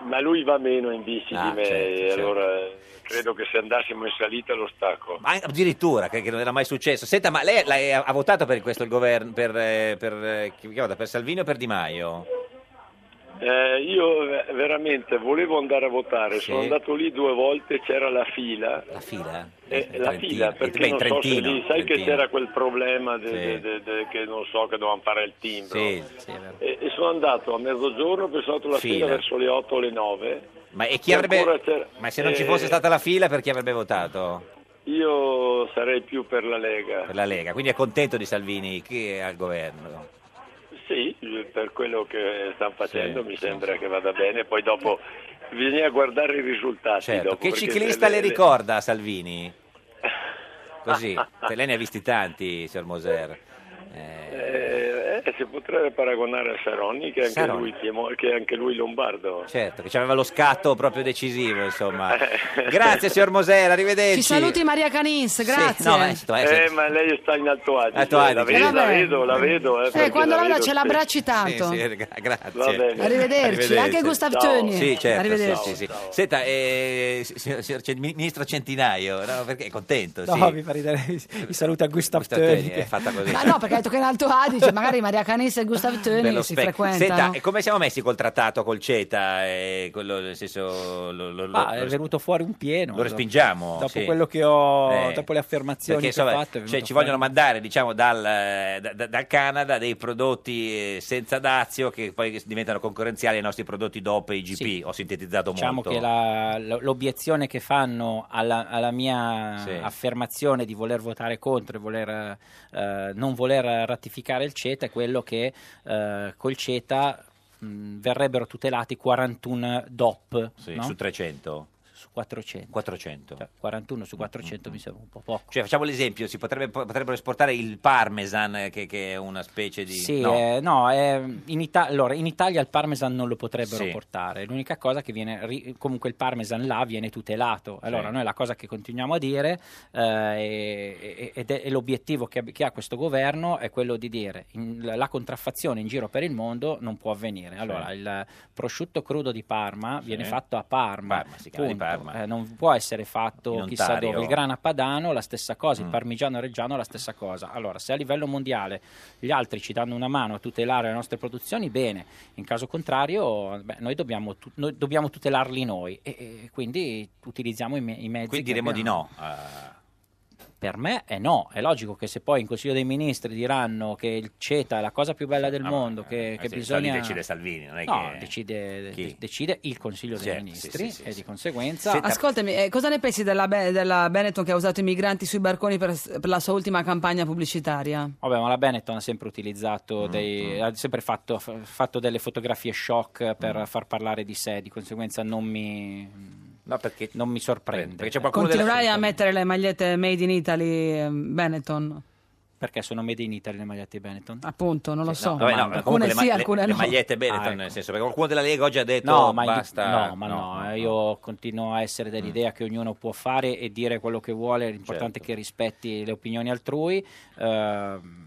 Speaker 19: Ma lui va meno in bici
Speaker 3: Ah,
Speaker 19: di me
Speaker 3: certo,
Speaker 19: e
Speaker 3: certo.
Speaker 19: allora eh, credo che se andassimo in salita lo stacco.
Speaker 3: Ma eh, addirittura, che, che non era mai successo. Senta, ma lei, lei ha votato per questo il governo, per, eh, per, eh, chi- chi vota? per Salvini o per Di Maio?
Speaker 19: Eh, io eh, veramente volevo andare a votare,
Speaker 3: Sì.
Speaker 19: sono andato lì due volte, c'era la fila.
Speaker 3: La fila?
Speaker 19: Eh,
Speaker 3: Eh,
Speaker 19: la
Speaker 3: Trentino.
Speaker 19: fila,
Speaker 3: Eh, beh,
Speaker 19: perché
Speaker 3: in
Speaker 19: non so se
Speaker 3: Trentino,
Speaker 19: lì, sai che
Speaker 3: Trentino.
Speaker 19: c'era quel problema de-
Speaker 3: Sì.
Speaker 19: de- de- de- che non so che dovevamo fare il timbro.
Speaker 3: Sì, sì, è vero.
Speaker 19: E, e sono andato a mezzogiorno, poi sono andato la
Speaker 3: Fila.
Speaker 19: sera verso le 8 o le 9.
Speaker 3: Ma, e chi
Speaker 19: E
Speaker 3: avrebbe,
Speaker 19: ancora c'era-
Speaker 3: ma se non ci
Speaker 19: eh,
Speaker 3: fosse stata la fila, per chi avrebbe votato?
Speaker 19: Io sarei più per la Lega.
Speaker 3: Per la Lega. Quindi è contento di Salvini che è al governo.
Speaker 19: Sì, per quello che stanno facendo
Speaker 3: Sì,
Speaker 19: mi
Speaker 3: sì,
Speaker 19: sembra che vada bene, poi dopo bisogna guardare i risultati.
Speaker 3: Certo.
Speaker 19: dopo,
Speaker 3: che
Speaker 19: perché
Speaker 3: ciclista
Speaker 19: se
Speaker 3: le,
Speaker 19: *laughs*
Speaker 3: ricorda Salvini? cioè, Così. Te- lei ne ha visti tanti, signor Moser. Eh,
Speaker 19: Eh, eh, si potrebbe paragonare a Saronni, che è anche,
Speaker 3: Saronni.
Speaker 19: lui, Piemo- che è anche lui lombardo.
Speaker 3: Certo, che aveva lo scatto proprio
Speaker 19: *laughs*
Speaker 3: decisivo, insomma. Grazie, signor Mosera, arrivederci.
Speaker 4: Ci saluti Maria Canins, grazie.
Speaker 3: No, ma, certo, eh,
Speaker 19: Eh,
Speaker 3: certo.
Speaker 19: ma lei sta in Alto Adige,
Speaker 3: Alto Adige.
Speaker 19: La, vedo, la
Speaker 3: Vabbè.
Speaker 19: vedo, la vedo. eh,
Speaker 4: Eh,
Speaker 19: perché
Speaker 4: quando la
Speaker 19: vedo
Speaker 4: veda ce l'abbracci
Speaker 19: spesso.
Speaker 4: tanto.
Speaker 3: Sì, sì, gra- grazie.
Speaker 19: Va bene.
Speaker 4: Arrivederci, anche Gustav Toni.
Speaker 3: Sì, certo,
Speaker 4: Arrivederci.
Speaker 3: sì, sì, sì. Senta, eh, si- signor, signor Cen- ministro Centinaio, no, perché è contento?
Speaker 14: No,
Speaker 3: sì.
Speaker 14: mi fa ridere. I saluti a Gustav
Speaker 3: Gustav Toni eh,
Speaker 14: Töni.
Speaker 3: è fatta così.
Speaker 4: Ma no, perché ha detto che in Alto Adige magari Maria Canins e
Speaker 3: *laughs*
Speaker 4: Gustav
Speaker 3: Per
Speaker 4: Töni
Speaker 3: lo
Speaker 4: si
Speaker 3: spec-
Speaker 4: frequentano.
Speaker 3: Senta, eh, e come siamo messi col trattato col CETA? eh, quello, nel senso, lo, lo- lo-
Speaker 14: Ma Ah, è venuto fuori un pieno.
Speaker 3: lo respingiamo,
Speaker 14: Dopo
Speaker 3: sì.
Speaker 14: quello che ho,
Speaker 3: Eh,
Speaker 14: dopo le affermazioni
Speaker 3: perché,
Speaker 14: che ho
Speaker 3: insomma,
Speaker 14: fatto.
Speaker 3: cioè,
Speaker 14: è venuto
Speaker 3: ci
Speaker 14: fuori-
Speaker 3: vogliono mandare diciamo, dal, eh, da- da- dal Canada dei prodotti eh, senza dazio che poi diventano concorrenziali ai nostri prodotti DOP e IGP. Ho sintetizzato
Speaker 14: Diciamo
Speaker 3: molto.
Speaker 14: che la- lo- l'obiezione che fanno alla, alla mia
Speaker 3: Sì.
Speaker 14: affermazione di voler votare contro e voler, eh, non voler ratificare il CETA è quello che eh, col CETA mh, verrebbero tutelati 41 DOP
Speaker 3: Sì,
Speaker 14: no?
Speaker 3: su 300.
Speaker 14: Su 400.
Speaker 3: 400.
Speaker 14: Cioè, 41
Speaker 3: Mm,
Speaker 14: su 400 mi sembra un po' poco.
Speaker 3: Cioè, facciamo l'esempio, si potrebbe- potrebbero esportare il parmesan, eh, che, che è una specie di...
Speaker 14: Sì, eh,
Speaker 3: no.
Speaker 14: no, eh, in, Ita- allora, in Italia il parmesan non lo potrebbero
Speaker 3: Sì.
Speaker 14: portare. L'unica cosa che viene, ri- comunque il parmesan là viene tutelato. Allora,
Speaker 3: Sì.
Speaker 14: noi la cosa che continuiamo a dire eh, e- ed è, e l'obiettivo che, ab- che ha questo governo è quello di dire in- la contraffazione in giro per il mondo non può avvenire. Allora, il prosciutto crudo di Parma viene fatto a Parma,
Speaker 3: si chiama di
Speaker 14: punto.
Speaker 3: Parma.
Speaker 14: Eh, non può essere
Speaker 3: In
Speaker 14: fatto chissà
Speaker 3: Ontario.
Speaker 14: dove. Il grana padano la stessa cosa, il
Speaker 3: Mm.
Speaker 14: parmigiano reggiano la stessa cosa. Allora, se a livello mondiale gli altri ci danno una mano a tutelare le nostre produzioni, bene, in caso contrario, beh, noi, dobbiamo tu- noi dobbiamo tutelarli noi e, e quindi utilizziamo i, me- i mezzi.
Speaker 3: Quindi
Speaker 14: che
Speaker 3: diremo di
Speaker 14: abbiamo.
Speaker 3: no. eh.
Speaker 14: Per me è no, è logico che se poi in Consiglio dei Ministri diranno che il CETA è la cosa più bella del
Speaker 3: no,
Speaker 14: mondo, che,
Speaker 3: eh,
Speaker 14: che
Speaker 3: sì,
Speaker 14: bisogna...
Speaker 3: lì decide Salvini, non è
Speaker 14: No,
Speaker 3: che-
Speaker 14: decide,
Speaker 3: Chi?
Speaker 14: de- decide il Consiglio dei
Speaker 3: Certo, sì,
Speaker 14: Ministri
Speaker 3: sì, sì,
Speaker 14: e
Speaker 3: sì.
Speaker 14: di conseguenza...
Speaker 4: Ascoltami, eh, cosa ne pensi della, Be- della Benetton che ha usato i migranti sui barconi per, per la sua ultima campagna pubblicitaria?
Speaker 14: Vabbè, ma la Benetton ha sempre
Speaker 3: Mm,
Speaker 14: utilizzato dei, ha sempre fatto, f- fatto delle fotografie shock per
Speaker 3: Mm.
Speaker 14: far parlare di sé, di conseguenza non mi, non mi sorprende. Perché,
Speaker 4: Continuerai a mettere le magliette made in Italy ehm, Benetton?
Speaker 14: perché sono made in Italy le magliette Benetton?
Speaker 4: Appunto, non lo so.
Speaker 3: No, vabbè, no,
Speaker 4: Alcune
Speaker 3: comunque le, ma-
Speaker 4: sì,
Speaker 3: le-
Speaker 4: alcune
Speaker 3: le
Speaker 4: no.
Speaker 3: magliette Benetton,
Speaker 14: Ah, ecco.
Speaker 3: nel senso, perché qualcuno della Lega oggi ha detto
Speaker 14: No, ma, in-
Speaker 3: basta...
Speaker 14: no, ma no, eh, io continuo a essere
Speaker 3: Mm.
Speaker 14: dell'idea che ognuno può fare e dire quello che vuole, l'importante
Speaker 3: Certo.
Speaker 14: è che rispetti le opinioni altrui. ehm,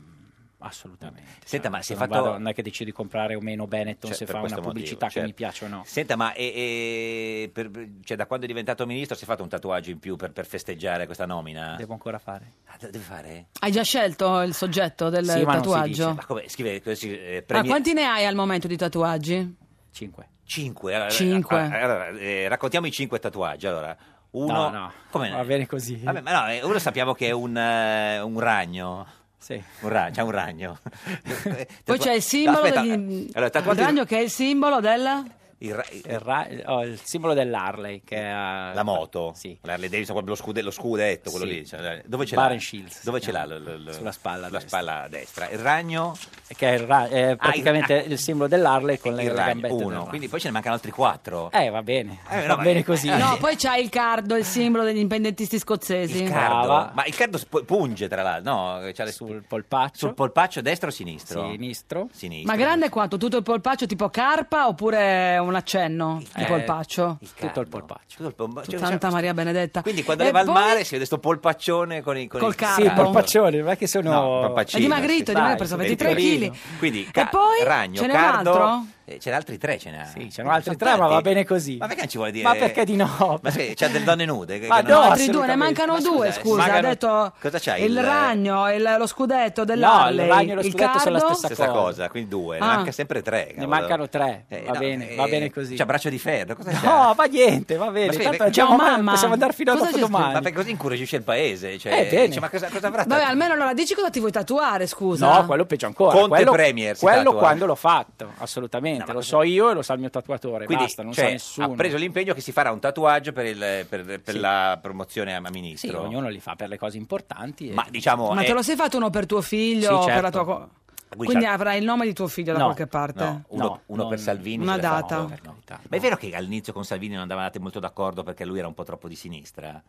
Speaker 14: assolutamente.
Speaker 3: Senta, ma si è
Speaker 14: Non
Speaker 3: fatto-
Speaker 14: vado- non è che decidi di comprare o meno Benetton
Speaker 3: Cioè,
Speaker 14: se
Speaker 3: per
Speaker 14: fa una
Speaker 3: questo motivo,
Speaker 14: pubblicità
Speaker 3: certo.
Speaker 14: che mi piace o no.
Speaker 3: Senta, ma e- e per- cioè, da quando è diventato ministro si è fatto un tatuaggio in più per, per festeggiare questa nomina?
Speaker 14: Devo ancora fare.
Speaker 3: Ah, de- deve fare?
Speaker 4: Hai già scelto il soggetto del
Speaker 3: Sì, ma non si dice.
Speaker 4: tatuaggio?
Speaker 3: Ma come scrive così?
Speaker 14: Ah,
Speaker 3: Eh,
Speaker 4: Ma
Speaker 3: premier-
Speaker 4: quanti ne hai al momento di tatuaggi?
Speaker 14: 5.
Speaker 3: 5. Allora,
Speaker 4: Cinque.
Speaker 3: allora, allora, eh, raccontiamo i 5 tatuaggi. Allora, uno.
Speaker 14: No, no,
Speaker 3: Come
Speaker 14: va bene così.
Speaker 3: Vabbè, ma no, eh, uno sappiamo che è un, eh, un ragno.
Speaker 14: Sì.
Speaker 3: Un ragno, c'è un ragno.
Speaker 4: Poi
Speaker 3: *laughs* Tatua-
Speaker 4: c'è il simbolo
Speaker 3: No, aspetta,
Speaker 4: degli-
Speaker 3: eh, allora,
Speaker 4: il
Speaker 3: tatuaggio-
Speaker 4: ragno che è il simbolo del...
Speaker 3: il, ra-
Speaker 14: Il, ra- oh, il simbolo dell'Harley che è eh,
Speaker 3: la moto. L'Harley Davidson, proprio lo, scude- lo scudetto, quello
Speaker 14: Sì.
Speaker 3: lì. cioè, dove ce
Speaker 14: Barren
Speaker 3: l'ha?
Speaker 14: Shields,
Speaker 3: Dove
Speaker 14: si
Speaker 3: ce l'ha?
Speaker 14: chiama.
Speaker 3: lo- lo- lo-
Speaker 14: Sulla spalla
Speaker 3: sulla
Speaker 14: destra.
Speaker 3: spalla destra. Il ragno,
Speaker 14: che è, il ra- è praticamente il simbolo dell'Harley con le
Speaker 3: Ah, il
Speaker 14: le
Speaker 3: ragno,
Speaker 14: gambette del
Speaker 3: uno.
Speaker 14: ragno.
Speaker 3: Quindi poi ce ne mancano altri quattro.
Speaker 14: Eh, va bene,
Speaker 3: Eh, no,
Speaker 14: va
Speaker 3: ma-
Speaker 14: bene così.
Speaker 4: No, poi c'è il cardo, il simbolo degli indipendentisti scozzesi.
Speaker 3: Il cardo. Ma il cardo sp- punge tra l'altro, no? C'ha le-
Speaker 14: sul polpaccio.
Speaker 3: Sul polpaccio destro o sinistro?
Speaker 14: Sinistro.
Speaker 3: Sinistro.
Speaker 4: Ma grande quanto? Tutto il polpaccio tipo carpa oppure un accenno di
Speaker 3: Eh,
Speaker 4: polpaccio?
Speaker 14: Tutto il polpaccio.
Speaker 3: Tutto il polpaccio. Cioè,
Speaker 4: Santa Maria Benedetta.
Speaker 3: Quindi quando
Speaker 4: E
Speaker 3: lei va
Speaker 4: poi-
Speaker 3: al mare si vede sto polpaccione con, i, con
Speaker 4: Eh, Col
Speaker 3: il
Speaker 4: carpo.
Speaker 14: Sì, il polpaccione, non è che sono...
Speaker 3: No, polpaccino,
Speaker 4: È dimagrito,
Speaker 3: sì.
Speaker 4: è dimagrito,
Speaker 3: Dai,
Speaker 4: ha preso
Speaker 3: sì,
Speaker 4: 23
Speaker 3: piccolino.
Speaker 4: chili.
Speaker 3: Quindi
Speaker 4: E
Speaker 3: ca-
Speaker 4: poi?
Speaker 3: ragno,
Speaker 4: Ce n'è un
Speaker 3: cardo,
Speaker 4: altro?
Speaker 3: eh, ce n'è altri tre, ce n'è. Sì,
Speaker 14: c'erano altri tre, ma va bene così.
Speaker 3: Ma perché non ci vuole dire?
Speaker 14: Ma perché di no?
Speaker 3: Ma sì, c'ha delle donne nude. che-
Speaker 14: Ma
Speaker 3: che
Speaker 14: no,
Speaker 3: non-
Speaker 4: Altri due, ne mancano due,
Speaker 3: scusa,
Speaker 4: scusa.
Speaker 3: mancano-
Speaker 4: Ha detto
Speaker 3: Cosa c'hai,
Speaker 4: Il,
Speaker 3: il-
Speaker 4: ragno, il- lo scudetto
Speaker 14: No,
Speaker 4: dell'Harley,
Speaker 14: il ragno e lo
Speaker 4: il
Speaker 14: scudetto sono la
Speaker 4: cardo.
Speaker 14: stessa
Speaker 3: Stessa cosa.
Speaker 14: cosa.
Speaker 3: quindi due,
Speaker 4: Ah.
Speaker 3: ne manca sempre tre.
Speaker 14: Ne
Speaker 3: cavolo.
Speaker 14: mancano tre,
Speaker 3: Eh,
Speaker 14: va
Speaker 3: no,
Speaker 14: bene,
Speaker 3: eh,
Speaker 14: va bene così.
Speaker 3: C'ha braccio di ferro, cosa c'ha?
Speaker 14: No, va niente, va bene.
Speaker 3: Ma sì,
Speaker 14: Tanto
Speaker 3: perché-
Speaker 14: andiamo
Speaker 4: Ciao,
Speaker 14: avanti,
Speaker 4: mamma.
Speaker 14: possiamo andare fino a
Speaker 4: Cosa c'è
Speaker 14: dopodomani.
Speaker 3: Ma perché così incuriosisce il paese? Cioè,
Speaker 14: Eh, bene.
Speaker 3: dice, ma cosa, cosa avrà
Speaker 4: Vabbè, almeno allora dici cosa ti vuoi tatuare, scusa.
Speaker 14: No, quello peggio ancora.
Speaker 3: eh, esatto. Conte
Speaker 14: quello,
Speaker 3: Premier si
Speaker 14: quello
Speaker 3: tatua.
Speaker 14: quando l'ho fatto, assolutamente. lo so io e lo sa il mio tatuatore.
Speaker 3: Quindi
Speaker 14: Basta, non
Speaker 3: cioè,
Speaker 14: sa nessuno.
Speaker 3: ha preso l'impegno che si farà un tatuaggio per, il- per- per
Speaker 14: Sì.
Speaker 3: la promozione a ministro.
Speaker 14: Sì, ognuno li fa per le cose importanti. e-
Speaker 3: Ma diciamo...
Speaker 4: Ma
Speaker 3: è-
Speaker 4: te lo sei fatto uno per tuo figlio?
Speaker 14: Sì, certo.
Speaker 4: per la tua co-
Speaker 3: Quindi
Speaker 4: Quindi
Speaker 3: c'ha-
Speaker 4: avrai il nome di tuo figlio da
Speaker 14: No,
Speaker 4: qualche parte.
Speaker 3: no, uno,
Speaker 14: No,
Speaker 3: uno
Speaker 14: non-
Speaker 3: per Salvini.
Speaker 4: una
Speaker 3: se la fa,
Speaker 4: data.
Speaker 3: no,
Speaker 4: Per
Speaker 3: no. Ma è vero che all'inizio con Salvini non andavate molto d'accordo perché lui era un po' troppo di sinistra?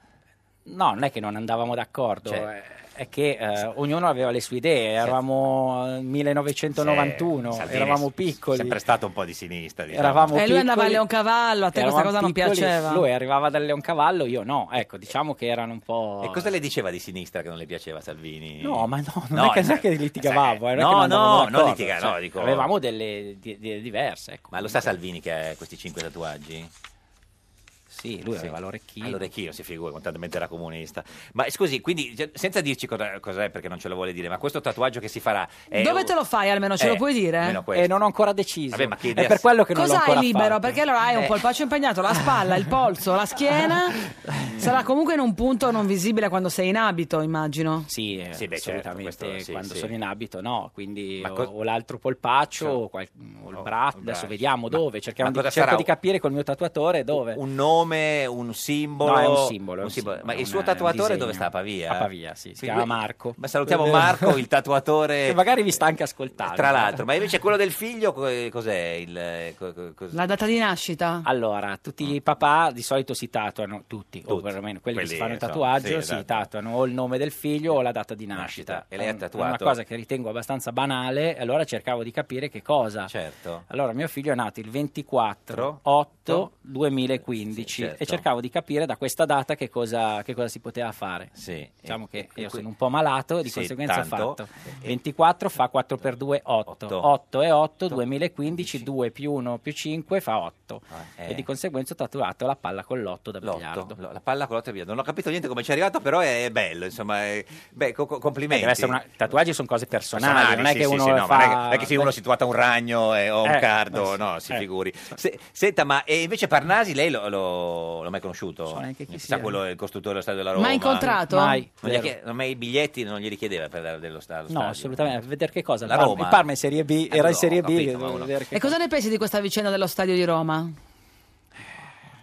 Speaker 14: No, non è che non andavamo d'accordo,
Speaker 3: Cioè-
Speaker 14: è- è che eh, ognuno aveva le sue idee, eravamo eh, 1991,
Speaker 3: Sì, Salvini
Speaker 14: eravamo
Speaker 3: è
Speaker 14: piccoli.
Speaker 3: sempre stato un po' di sinistra. Diciamo.
Speaker 14: Eravamo
Speaker 4: E Eh, lui andava a
Speaker 14: piccoli,
Speaker 4: Leoncavallo, a te questa
Speaker 14: eravamo
Speaker 4: cosa non
Speaker 14: piccoli,
Speaker 4: piaceva.
Speaker 14: Lui arrivava dal Leoncavallo, io no, ecco, diciamo che erano un po'...
Speaker 3: E cosa le diceva di sinistra che non le piaceva Salvini?
Speaker 14: No, ma no, non
Speaker 3: No,
Speaker 14: è che, non
Speaker 3: cioè,
Speaker 14: è che litigavamo, eh, non è
Speaker 3: no,
Speaker 14: che non
Speaker 3: no,
Speaker 14: andavamo d'accordo,
Speaker 3: non litiga- no, dico-
Speaker 14: Cioè, Avevamo delle di- di- diverse, ecco.
Speaker 3: Ma lo sa Salvini che ha questi cinque tatuaggi?
Speaker 14: Sì, lui aveva l'orecchino.
Speaker 3: Ah, L'orecchino si figura, contantamente era comunista. Ma scusi, quindi cioè, senza dirci cosa- cos'è perché non ce lo vuole dire, ma questo tatuaggio che si farà è
Speaker 4: Dove
Speaker 3: un-
Speaker 4: te lo fai almeno? Ce
Speaker 3: eh,
Speaker 4: lo puoi
Speaker 3: almeno
Speaker 4: dire?
Speaker 3: questo.
Speaker 14: non ho ancora deciso.
Speaker 3: Vabbè, ma che
Speaker 14: È
Speaker 3: idea-
Speaker 14: per quello che non l'ho
Speaker 4: Cosa
Speaker 14: ancora
Speaker 4: hai libero?
Speaker 14: fatto.
Speaker 4: Perché allora hai un
Speaker 14: Eh.
Speaker 4: polpaccio impegnato, la spalla, il polso, la schiena.
Speaker 14: *laughs*
Speaker 4: Sarà comunque in un punto non visibile quando sei in abito, immagino.
Speaker 14: Sì, eh,
Speaker 3: Sì, beh, certo,
Speaker 14: assolutamente
Speaker 3: questo sì,
Speaker 14: quando
Speaker 3: sì.
Speaker 14: sono in abito, no, quindi
Speaker 3: Ma
Speaker 14: o-
Speaker 3: co- Cioè,
Speaker 14: o l'altro polpaccio o, qual- o il braccio, adesso
Speaker 3: braccio.
Speaker 14: vediamo dove, cerchiamo
Speaker 3: ma
Speaker 14: di,
Speaker 3: cosa
Speaker 14: cerco
Speaker 3: sarà?
Speaker 14: di capire col mio tatuatore dove.
Speaker 3: Un nome, un simbolo?
Speaker 14: No, è un simbolo, è
Speaker 3: un simbolo.
Speaker 14: un simbolo,
Speaker 3: Ma
Speaker 14: è
Speaker 3: il suo
Speaker 14: un- è un
Speaker 3: tatuatore
Speaker 14: disegno.
Speaker 3: dove sta? A Pavia?
Speaker 14: A Pavia, sì, si
Speaker 3: Quindi
Speaker 14: chiama
Speaker 3: lui-
Speaker 14: Marco.
Speaker 3: Ma salutiamo Marco, il tatuatore.
Speaker 14: *laughs* Che magari vi sta anche ascoltando.
Speaker 3: Eh, Tra l'altro, ma invece quello del figlio, co- cos'è? Il, co- co- cos-
Speaker 4: La data di nascita? Ah.
Speaker 14: Allora, tutti i papà di solito si tatuano, tutti, o perlomeno quelli, che
Speaker 3: Quelli,
Speaker 14: si fanno il
Speaker 3: insomma,
Speaker 14: tatuaggio,
Speaker 3: sì,
Speaker 14: si
Speaker 3: esatto.
Speaker 14: tatuano o il nome del figlio o la data di nascita.
Speaker 3: Nascita. E lei ha
Speaker 14: È un- è Una
Speaker 3: tatuato?
Speaker 14: cosa che ritengo abbastanza banale, allora cercavo di capire che cosa.
Speaker 3: Certo.
Speaker 14: Allora, mio figlio è nato il 24
Speaker 3: Otto.
Speaker 14: 8 2015
Speaker 3: Sì, certo.
Speaker 14: e cercavo di capire da questa data che cosa, che cosa si poteva fare.
Speaker 3: Sì.
Speaker 14: Diciamo che
Speaker 3: e-
Speaker 14: io
Speaker 3: qui-
Speaker 14: sono un po' malato, di
Speaker 3: Sì,
Speaker 14: conseguenza ho
Speaker 3: tanto.
Speaker 14: fatto 24 fa 4 per 2 8,
Speaker 3: Otto.
Speaker 14: 8 e 8 2015 2 più 1 più 5 fa 8
Speaker 3: eh.
Speaker 14: e di conseguenza ho tatuato la palla con l'otto da
Speaker 3: Lotto,
Speaker 14: biliardo.
Speaker 3: lo- la palla con l'otto e via. Non ho capito niente come ci è arrivato, però è bello. Insomma, è- beh, co- co-
Speaker 14: Eh,
Speaker 3: complimenti.
Speaker 14: deve essere una- tatuaggi sono cose personali,
Speaker 3: Personali,
Speaker 14: non è
Speaker 3: sì,
Speaker 14: che
Speaker 3: sì,
Speaker 14: uno
Speaker 3: sì, no, ma
Speaker 14: fa
Speaker 3: non è che- non è che se uno si tatuata un ragno eh, o un
Speaker 14: Eh,
Speaker 3: cardo,
Speaker 14: eh, sì.
Speaker 3: no, si
Speaker 14: Eh.
Speaker 3: figuri. Se- senta, ma e invece Parnasi lei lo, lo- l'ho mai conosciuto?
Speaker 14: So neanche chi
Speaker 3: Sa
Speaker 14: sia.
Speaker 3: quello il costruttore dello stadio della Roma?
Speaker 4: Mai incontrato?
Speaker 14: Mai,
Speaker 3: Non gli ha
Speaker 14: zero.
Speaker 3: chie- non- ma i biglietti non glieli chiedeva per dare dello stadio?
Speaker 14: No, assolutamente, a vedere che
Speaker 3: cioè,
Speaker 14: cosa.
Speaker 3: eh. La
Speaker 14: il, Parma,
Speaker 3: Roma?
Speaker 14: il Parma in Serie B,
Speaker 3: Eh,
Speaker 14: era
Speaker 3: no,
Speaker 14: in Serie
Speaker 3: ho capito,
Speaker 14: B,
Speaker 3: ma uno-
Speaker 14: vedere che
Speaker 4: E cosa ne pensi di questa vicenda dello stadio di Roma?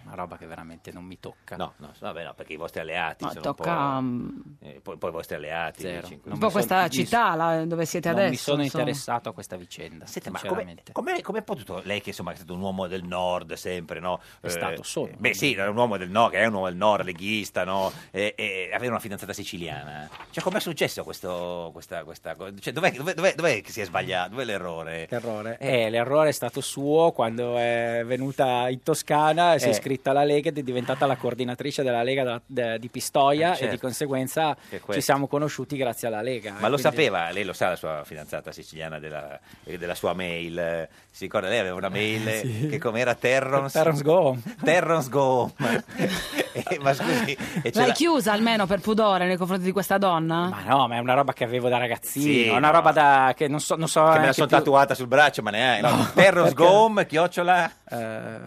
Speaker 14: una roba che veramente non mi tocca.
Speaker 3: No, no, vabbè, no, perché i vostri alleati
Speaker 4: Ma
Speaker 3: sono
Speaker 4: tocca, mm,
Speaker 3: un po'... eh, poi, poi i vostri alleati.
Speaker 14: Zero.
Speaker 3: dici,
Speaker 4: Un po' questa città là, dove siete
Speaker 14: non
Speaker 4: adesso.
Speaker 14: mi sono
Speaker 4: insomma.
Speaker 14: interessato a questa vicenda,
Speaker 3: Senta, ma come,
Speaker 14: sinceramente.
Speaker 3: come, come è potuto lei che insomma è stato un uomo del nord sempre no? Eh,
Speaker 14: È stato, sono.
Speaker 3: beh sì era un uomo del nord che è un uomo del nord leghista no? e, e avere una fidanzata siciliana cioè com'è successo questo, questa, questa cosa cioè, dov'è, dov'è, dov'è- dov'è che si è sbagliato dov'è l'errore
Speaker 14: L'errore. Eh, l'errore è stato suo quando è venuta in Toscana, si è
Speaker 3: Eh.
Speaker 14: iscritta alla Lega ed è diventata la coordinatrice della Lega della- de- di Pistoia
Speaker 3: Eh,
Speaker 14: e di
Speaker 3: certo.
Speaker 14: conseguenza
Speaker 3: Che questo.
Speaker 14: ci siamo conosciuti grazie alla Lega.
Speaker 3: ma lo
Speaker 14: E quindi-
Speaker 3: sapeva lei lo sa la sua fidanzata siciliana della, eh, della sua mail eh, si ricorda lei aveva
Speaker 4: *laughs*
Speaker 3: una mail eh,
Speaker 14: Sì.
Speaker 3: che com'era Terrons
Speaker 14: Terrons Go Home.
Speaker 3: Terrons
Speaker 14: *laughs*
Speaker 3: Go Home. *laughs* Eh, ma scusi e ce
Speaker 4: L'hai
Speaker 3: l'ha-
Speaker 4: chiusa almeno per pudore nei confronti di questa donna?
Speaker 14: Ma no, ma è una roba che avevo da ragazzino,
Speaker 3: Sì, no.
Speaker 14: una roba da, che non so... Non so
Speaker 3: che me la
Speaker 14: neanche
Speaker 3: sono
Speaker 14: più-
Speaker 3: tatuata sul braccio ma ne hai *laughs* no. Terrons
Speaker 14: perché-
Speaker 3: Go Home, chiocciola
Speaker 14: Eh,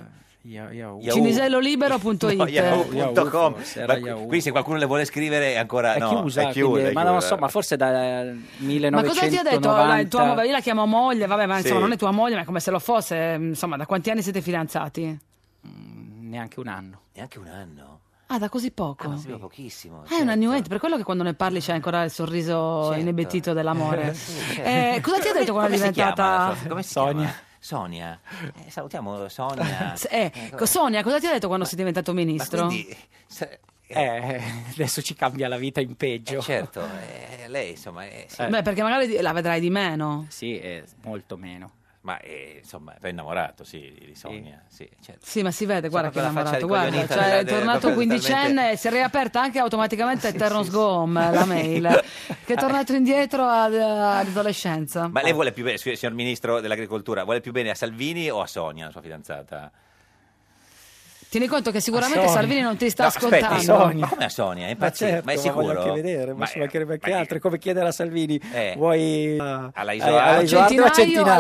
Speaker 14: io- io-
Speaker 3: Yahoo.
Speaker 4: Cinisellolibero.it
Speaker 3: No, yahoo.com.
Speaker 14: forse, era
Speaker 3: Ma qui-
Speaker 14: Yahoo.
Speaker 3: Quindi se qualcuno le vuole scrivere è ancora
Speaker 14: È
Speaker 3: Eh, no,
Speaker 14: chiusa,
Speaker 3: è chiusa,
Speaker 14: quindi-
Speaker 3: è
Speaker 14: ma non lo
Speaker 3: chiusa.
Speaker 14: so, ma forse da eh, 1990
Speaker 4: Ma cosa ti ha detto la tua moglie? Io la chiamo moglie, vabbè, ma
Speaker 14: Sì.
Speaker 4: insomma non è tua moglie, ma è come se lo fosse. mm, Insomma, da quanti anni siete fidanzati?
Speaker 14: Neanche un anno.
Speaker 3: Neanche un anno?
Speaker 4: Ah, da così poco.
Speaker 3: Ma sembra pochissimo.
Speaker 4: Ah, è una new age, per quello che quando ne parli c'è ancora il sorriso inebetito
Speaker 14: *laughs*
Speaker 4: dell'amore. Certo. Eh, cosa ti ha detto quando è
Speaker 3: Come si chiama
Speaker 4: diventata...
Speaker 3: la sua- Come si Sonia. Sonia. Eh, salutiamo Sonia.
Speaker 4: *laughs* S- eh, co- Sonia, cosa ti ha detto quando sei diventato ministro?
Speaker 3: quindi- se-
Speaker 14: Eh, adesso ci cambia la vita in peggio.
Speaker 3: certo, eh, lei insomma... eh, sì.
Speaker 4: Beh, perché magari di- la vedrai di meno.
Speaker 14: Sì, eh, molto meno.
Speaker 3: Ma eh, insomma, è innamorato, sì, di Sonia. Sì, certo.
Speaker 4: Sì, ma si vede, guarda che
Speaker 3: Insomma,
Speaker 4: è
Speaker 3: quella
Speaker 4: innamorato.
Speaker 3: faccia di
Speaker 4: Guarda,
Speaker 3: coglionita
Speaker 4: cioè,
Speaker 3: della-
Speaker 4: è
Speaker 3: della-
Speaker 4: tornato
Speaker 3: proprio
Speaker 4: quindicenne, si è riaperta anche
Speaker 3: *laughs*
Speaker 4: automaticamente Terrence Gome la mail, che è tornato indietro ad- all'adolescenza.
Speaker 3: Ma lei vuole più bene, scusi, signor Ministro dell'Agricoltura, vuole più bene a Salvini o a Sonia, la sua fidanzata?
Speaker 4: Tieni conto che sicuramente
Speaker 14: Sonia.
Speaker 4: Salvini non ti sta
Speaker 3: No, aspetti,
Speaker 4: ascoltando.
Speaker 3: ma come a Sonia? È
Speaker 14: Ma
Speaker 3: impazzita,
Speaker 14: certo,
Speaker 3: ma è
Speaker 14: ma voglio
Speaker 3: sicuro?
Speaker 14: anche vedere, ma,
Speaker 3: Ma-
Speaker 14: ci mancherebbe anche
Speaker 3: ma-
Speaker 14: altro. È Come chiedere a Salvini,
Speaker 3: Eh.
Speaker 14: vuoi
Speaker 3: Alla
Speaker 14: eh,
Speaker 3: Isoardo?
Speaker 14: alla Isoardo
Speaker 4: Centinaio o
Speaker 14: o a
Speaker 4: alla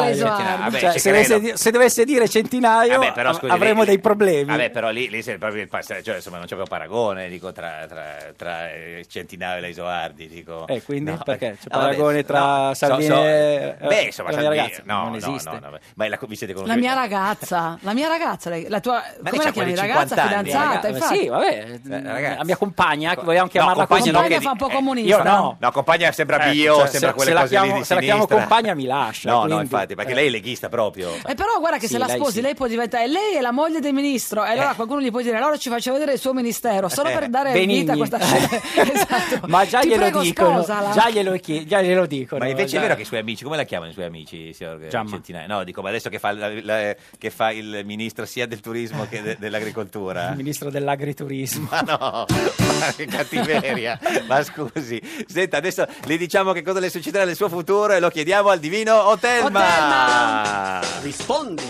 Speaker 14: centinaio?
Speaker 4: Isoardo?
Speaker 3: Centinaio, vabbè,
Speaker 14: Cioè,
Speaker 3: ci
Speaker 14: se, dovesse,
Speaker 3: credo.
Speaker 14: di- se dovesse dire centinaio,
Speaker 3: Vabbè, però,
Speaker 14: av-
Speaker 3: scusi,
Speaker 14: avremo
Speaker 3: lei-
Speaker 14: dei problemi. Eh,
Speaker 3: Vabbè, però lì, lì sei proprio il passaggio, cioè, insomma, non c'è proprio paragone, dico, tra, tra, tra eh, Centinaio e la Isoardi, dico.
Speaker 14: Eh, quindi? Perché? C'è
Speaker 3: vabbè,
Speaker 14: paragone tra Salvini e-
Speaker 3: Beh, insomma,
Speaker 14: la mia
Speaker 3: Salvini...
Speaker 14: ragazza?
Speaker 3: No,
Speaker 14: Non
Speaker 3: no,
Speaker 14: esiste.
Speaker 3: no, no, ma la- vi siete
Speaker 4: La
Speaker 3: conosciuti?
Speaker 4: mia ragazza, la mia ragazza, lei- la tua,
Speaker 3: Ma lei
Speaker 4: come la
Speaker 3: c'ha
Speaker 4: chiami
Speaker 3: quali
Speaker 4: ragazza
Speaker 3: 50 anni.
Speaker 4: fidanzata,
Speaker 3: Eh,
Speaker 4: infatti.
Speaker 14: sì, vabbè,
Speaker 3: Eh, ragazzi.
Speaker 14: la mia compagna, che vogliamo chiamarla così.
Speaker 4: compagna fa un po' comunista.
Speaker 14: io no.
Speaker 3: eh, No, compagna sembra
Speaker 14: Eh,
Speaker 3: bio,
Speaker 14: cioè,
Speaker 3: sembra
Speaker 14: se-
Speaker 3: quelle
Speaker 14: se la
Speaker 3: cose
Speaker 14: chiamo-
Speaker 3: lì di
Speaker 14: se la chiamo
Speaker 3: sinistra.
Speaker 14: compagna mi lascia,
Speaker 3: No, no,
Speaker 14: quindi. Eh.
Speaker 3: infatti, perché lei è leghista proprio.
Speaker 4: E Eh, però guarda che
Speaker 3: Sì,
Speaker 4: se la
Speaker 3: lei
Speaker 4: sposi
Speaker 3: sì.
Speaker 4: lei può diventare lei è la moglie del ministro e allora
Speaker 3: Eh.
Speaker 4: qualcuno gli può dire allora ci faccia vedere il suo ministero solo
Speaker 14: Eh,
Speaker 4: per dare
Speaker 14: Benigni.
Speaker 4: vita a questa
Speaker 3: *laughs*
Speaker 4: esatto.
Speaker 14: *laughs* Ma già
Speaker 4: Ti
Speaker 14: glielo
Speaker 4: prego,
Speaker 14: dicono,
Speaker 4: sposala.
Speaker 14: già glielo, chi- già glielo dicono.
Speaker 3: Ma invece
Speaker 14: già-
Speaker 3: è vero che i suoi amici, come la chiamano i suoi amici, signor
Speaker 14: Giamma.
Speaker 3: Centinaio? No, dico, ma adesso che fa, la- la- che fa il ministro sia del turismo che de- dell'agricoltura?
Speaker 14: *laughs* Il ministro dell'agriturismo.
Speaker 3: Ma no, ma che cattiveria. ma scusi, senta, adesso le diciamo che cosa le succederà nel suo futuro e lo chiediamo al divino Otelma.
Speaker 20: Rispondi,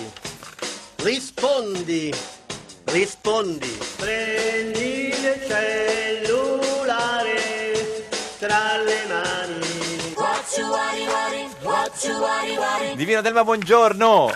Speaker 20: rispondi, rispondi. Prendi il cellulare tra le mani.
Speaker 3: Divino Otelma, buongiorno.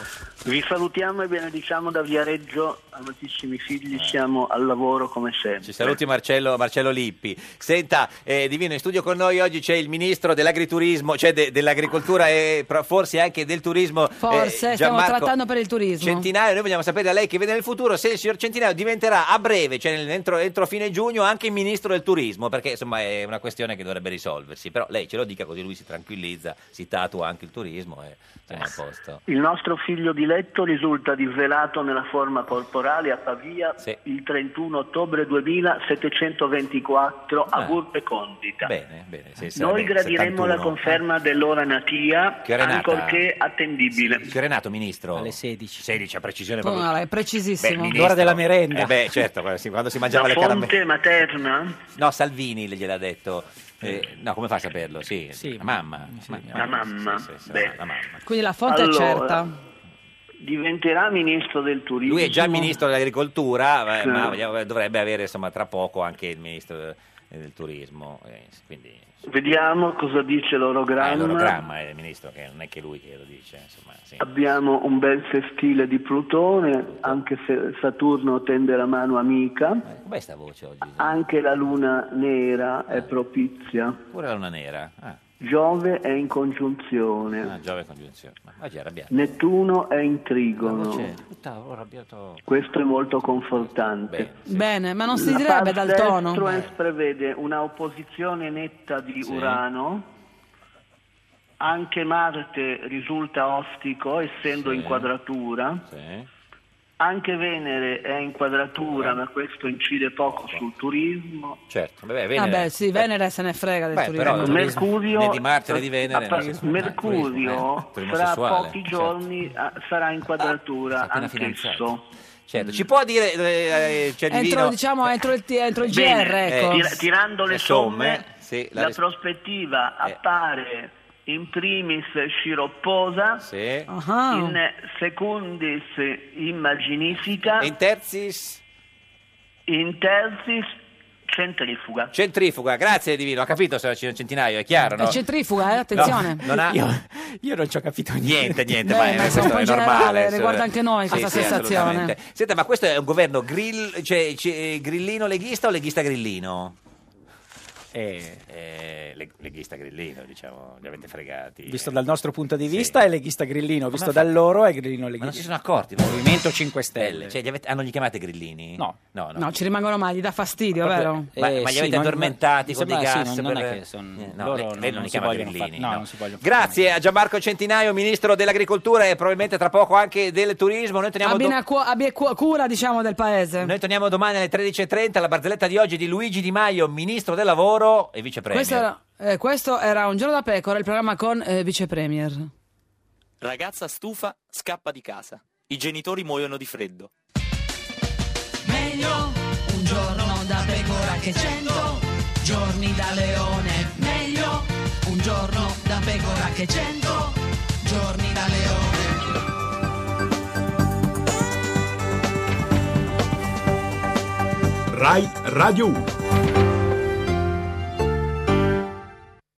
Speaker 20: Vi salutiamo e benediciamo da Viareggio, amatissimi figli, siamo al lavoro come sempre.
Speaker 3: Ci saluti Marcello, Marcello Lippi. Senta, eh, Divino, in studio con noi oggi c'è il ministro dell'agriturismo, cioè de- dell'agricoltura e pro- forse anche del turismo. eh,
Speaker 4: forse stiamo
Speaker 3: Gianmarco
Speaker 4: trattando per il
Speaker 3: Cioè,
Speaker 4: turismo
Speaker 3: Centinaio, noi vogliamo sapere da lei che vede nel futuro se il Eh, signor Centinaio diventerà a breve, cioè nel- entro, entro fine giugno, anche ministro del turismo, perché insomma è una questione che dovrebbe risolversi. Però lei ce lo dica così lui si tranquillizza, si tatua anche il turismo e siamo a posto.
Speaker 20: Il nostro figlio diletto risulta disvelato nella forma corporale a Pavia il 31 ottobre 2724 a
Speaker 3: Ah.
Speaker 20: Burpe Condita.
Speaker 3: Bene, bene. se sarà
Speaker 20: Noi
Speaker 3: ben-
Speaker 20: gradiremmo la
Speaker 3: 71.
Speaker 20: conferma dell'ora natia,
Speaker 3: eh. Che ora è nata?
Speaker 20: ancorché attendibile.
Speaker 3: Che ora è nato, ministro? Alle 16. 16, a precisione
Speaker 4: No,
Speaker 3: proprio.
Speaker 4: no, è
Speaker 3: Eh, Beh,
Speaker 4: precisissimo
Speaker 3: ministro. Eh beh, certo, quando si, quando si mangiava
Speaker 20: La
Speaker 3: le caramelle.
Speaker 20: fonte materna?
Speaker 3: No, Salvini le- gliel'ha detto. Eh, no, come fa a saperlo? Sì, la mamma.
Speaker 20: La mamma,
Speaker 3: Sì, sì, sì,
Speaker 20: beh.
Speaker 3: la mamma.
Speaker 4: quindi la fonte è
Speaker 20: Allora,
Speaker 4: certa
Speaker 20: Diventerà ministro del turismo.
Speaker 3: Lui è già ministro dell'agricoltura, ma-
Speaker 20: Sì.
Speaker 3: ma vogliamo- dovrebbe avere insomma, tra poco anche il ministro del, del turismo. eh, quindi
Speaker 20: Vediamo cosa dice l'orogramma.
Speaker 3: è Eh, l'orogramma, è il ministro, che non è che lui che lo dice. Insomma, sì.
Speaker 20: Abbiamo un bel sestile di Plutone, anche se Saturno tende la mano amica.
Speaker 3: Com'è sta voce oggi?
Speaker 20: Anche la luna nera è propizia.
Speaker 3: Pure la luna nera. Ah,
Speaker 20: Giove è in congiunzione.
Speaker 3: ah, Giove congiunzione. Ma oggi è arrabbiato.
Speaker 20: Nettuno è in
Speaker 3: La
Speaker 20: trigono.
Speaker 3: voce- Puttana, ho arrabbiato.
Speaker 20: Questo è molto confortante.
Speaker 4: bene ma non si
Speaker 20: La
Speaker 4: direbbe dal
Speaker 20: Pars
Speaker 4: tono
Speaker 20: Destruens prevede una opposizione netta di
Speaker 4: Sì.
Speaker 20: Urano. Anche Marte risulta ostico, essendo
Speaker 3: Sì.
Speaker 20: in quadratura.
Speaker 3: Sì.
Speaker 20: Anche Venere è in quadratura, ma questo incide poco sul turismo.
Speaker 3: Certo, vabbè, Venere.
Speaker 4: vabbè sì Venere se ne frega del
Speaker 3: Beh,
Speaker 4: turismo
Speaker 3: però il turismo
Speaker 20: Mercurio-
Speaker 3: né di Marte né di Venere.
Speaker 20: Appa-
Speaker 3: non si-
Speaker 20: Mercurio
Speaker 3: eh, turismo
Speaker 20: fra
Speaker 3: sessuale,
Speaker 20: pochi
Speaker 3: certo.
Speaker 20: giorni ah, sarà in quadratura
Speaker 3: appena
Speaker 20: anch'esso.
Speaker 3: Certo, ci può dire, eh, eh, c'è
Speaker 4: entro
Speaker 3: Divino,
Speaker 4: diciamo entro il, T- entro il GR
Speaker 20: Bene,
Speaker 4: ecco
Speaker 20: tira- tirando le
Speaker 3: eh, le
Speaker 20: somme,
Speaker 3: somme, sì, la Eh.
Speaker 20: la,
Speaker 3: ris-
Speaker 20: prospettiva appare in primis sciropposa,
Speaker 3: Sì.
Speaker 4: Ah.
Speaker 20: in secundis immaginifica, in
Speaker 3: terzis,
Speaker 20: in terzis centrifuga.
Speaker 3: centrifuga, grazie Divino, ha capito signor Cin- Centinaio, è chiaro, no?
Speaker 4: è centrifuga eh, attenzione
Speaker 3: No, non ha-
Speaker 14: Io, io non ci ho capito
Speaker 3: Niente, niente,
Speaker 4: Beh,
Speaker 3: ma, eh,
Speaker 4: ma
Speaker 3: questo
Speaker 4: siamo un po'
Speaker 3: è
Speaker 4: in generale,
Speaker 3: normale.
Speaker 4: riguarda anche noi
Speaker 3: Sì,
Speaker 4: questa
Speaker 3: sì,
Speaker 4: sensazione.
Speaker 3: assolutamente. Senta, ma questo è un governo grill- cioè, c- grillino leghista o leghista grillino? Eh, leg- leghista grillino, diciamo, li avete fregati.
Speaker 14: Visto dal nostro punto di vista è leghista grillino, visto
Speaker 3: fa-
Speaker 14: da loro è grillino leghista.
Speaker 3: Ma non si sono accorti? Movimento 5 Stelle. Cioè, gli avete- hanno gli chiamate grillini? No. No, no.
Speaker 4: no ci rimangono male gli dà fastidio
Speaker 3: Proprio- eh,
Speaker 4: vero
Speaker 3: Ma, ma li
Speaker 14: Eh, sì,
Speaker 3: avete
Speaker 14: ma-
Speaker 3: addormentati
Speaker 14: mi
Speaker 3: con dei
Speaker 14: sembra-
Speaker 3: gas?
Speaker 14: sì, non- non
Speaker 3: per-
Speaker 14: è che son-
Speaker 3: Eh,
Speaker 14: loro
Speaker 3: lei-
Speaker 14: non-
Speaker 3: lei non,
Speaker 14: non
Speaker 3: li
Speaker 14: si
Speaker 3: chiama
Speaker 14: vogliono
Speaker 3: grillini.
Speaker 14: fare- no, non si vogliono fare
Speaker 3: Grazie a Gianmarco Centinaio, ministro dell'agricoltura e probabilmente tra poco anche del turismo. Noi torniamo, do-
Speaker 4: abbia, una cu- abbia cu- cura diciamo del paese
Speaker 3: noi torniamo domani alle 13.30 alla barzelletta di oggi di Luigi Di Maio, ministro del lavoro e vicepremier.
Speaker 4: questo era, eh, questo era un giorno da pecora il programma con eh, vice premier
Speaker 21: Ragazza stufa scappa di casa. I genitori muoiono di freddo.
Speaker 2: Meglio un giorno da pecora che cento giorni da leone. Meglio un giorno da pecora che cento giorni da leone.
Speaker 22: Rai Radio 1.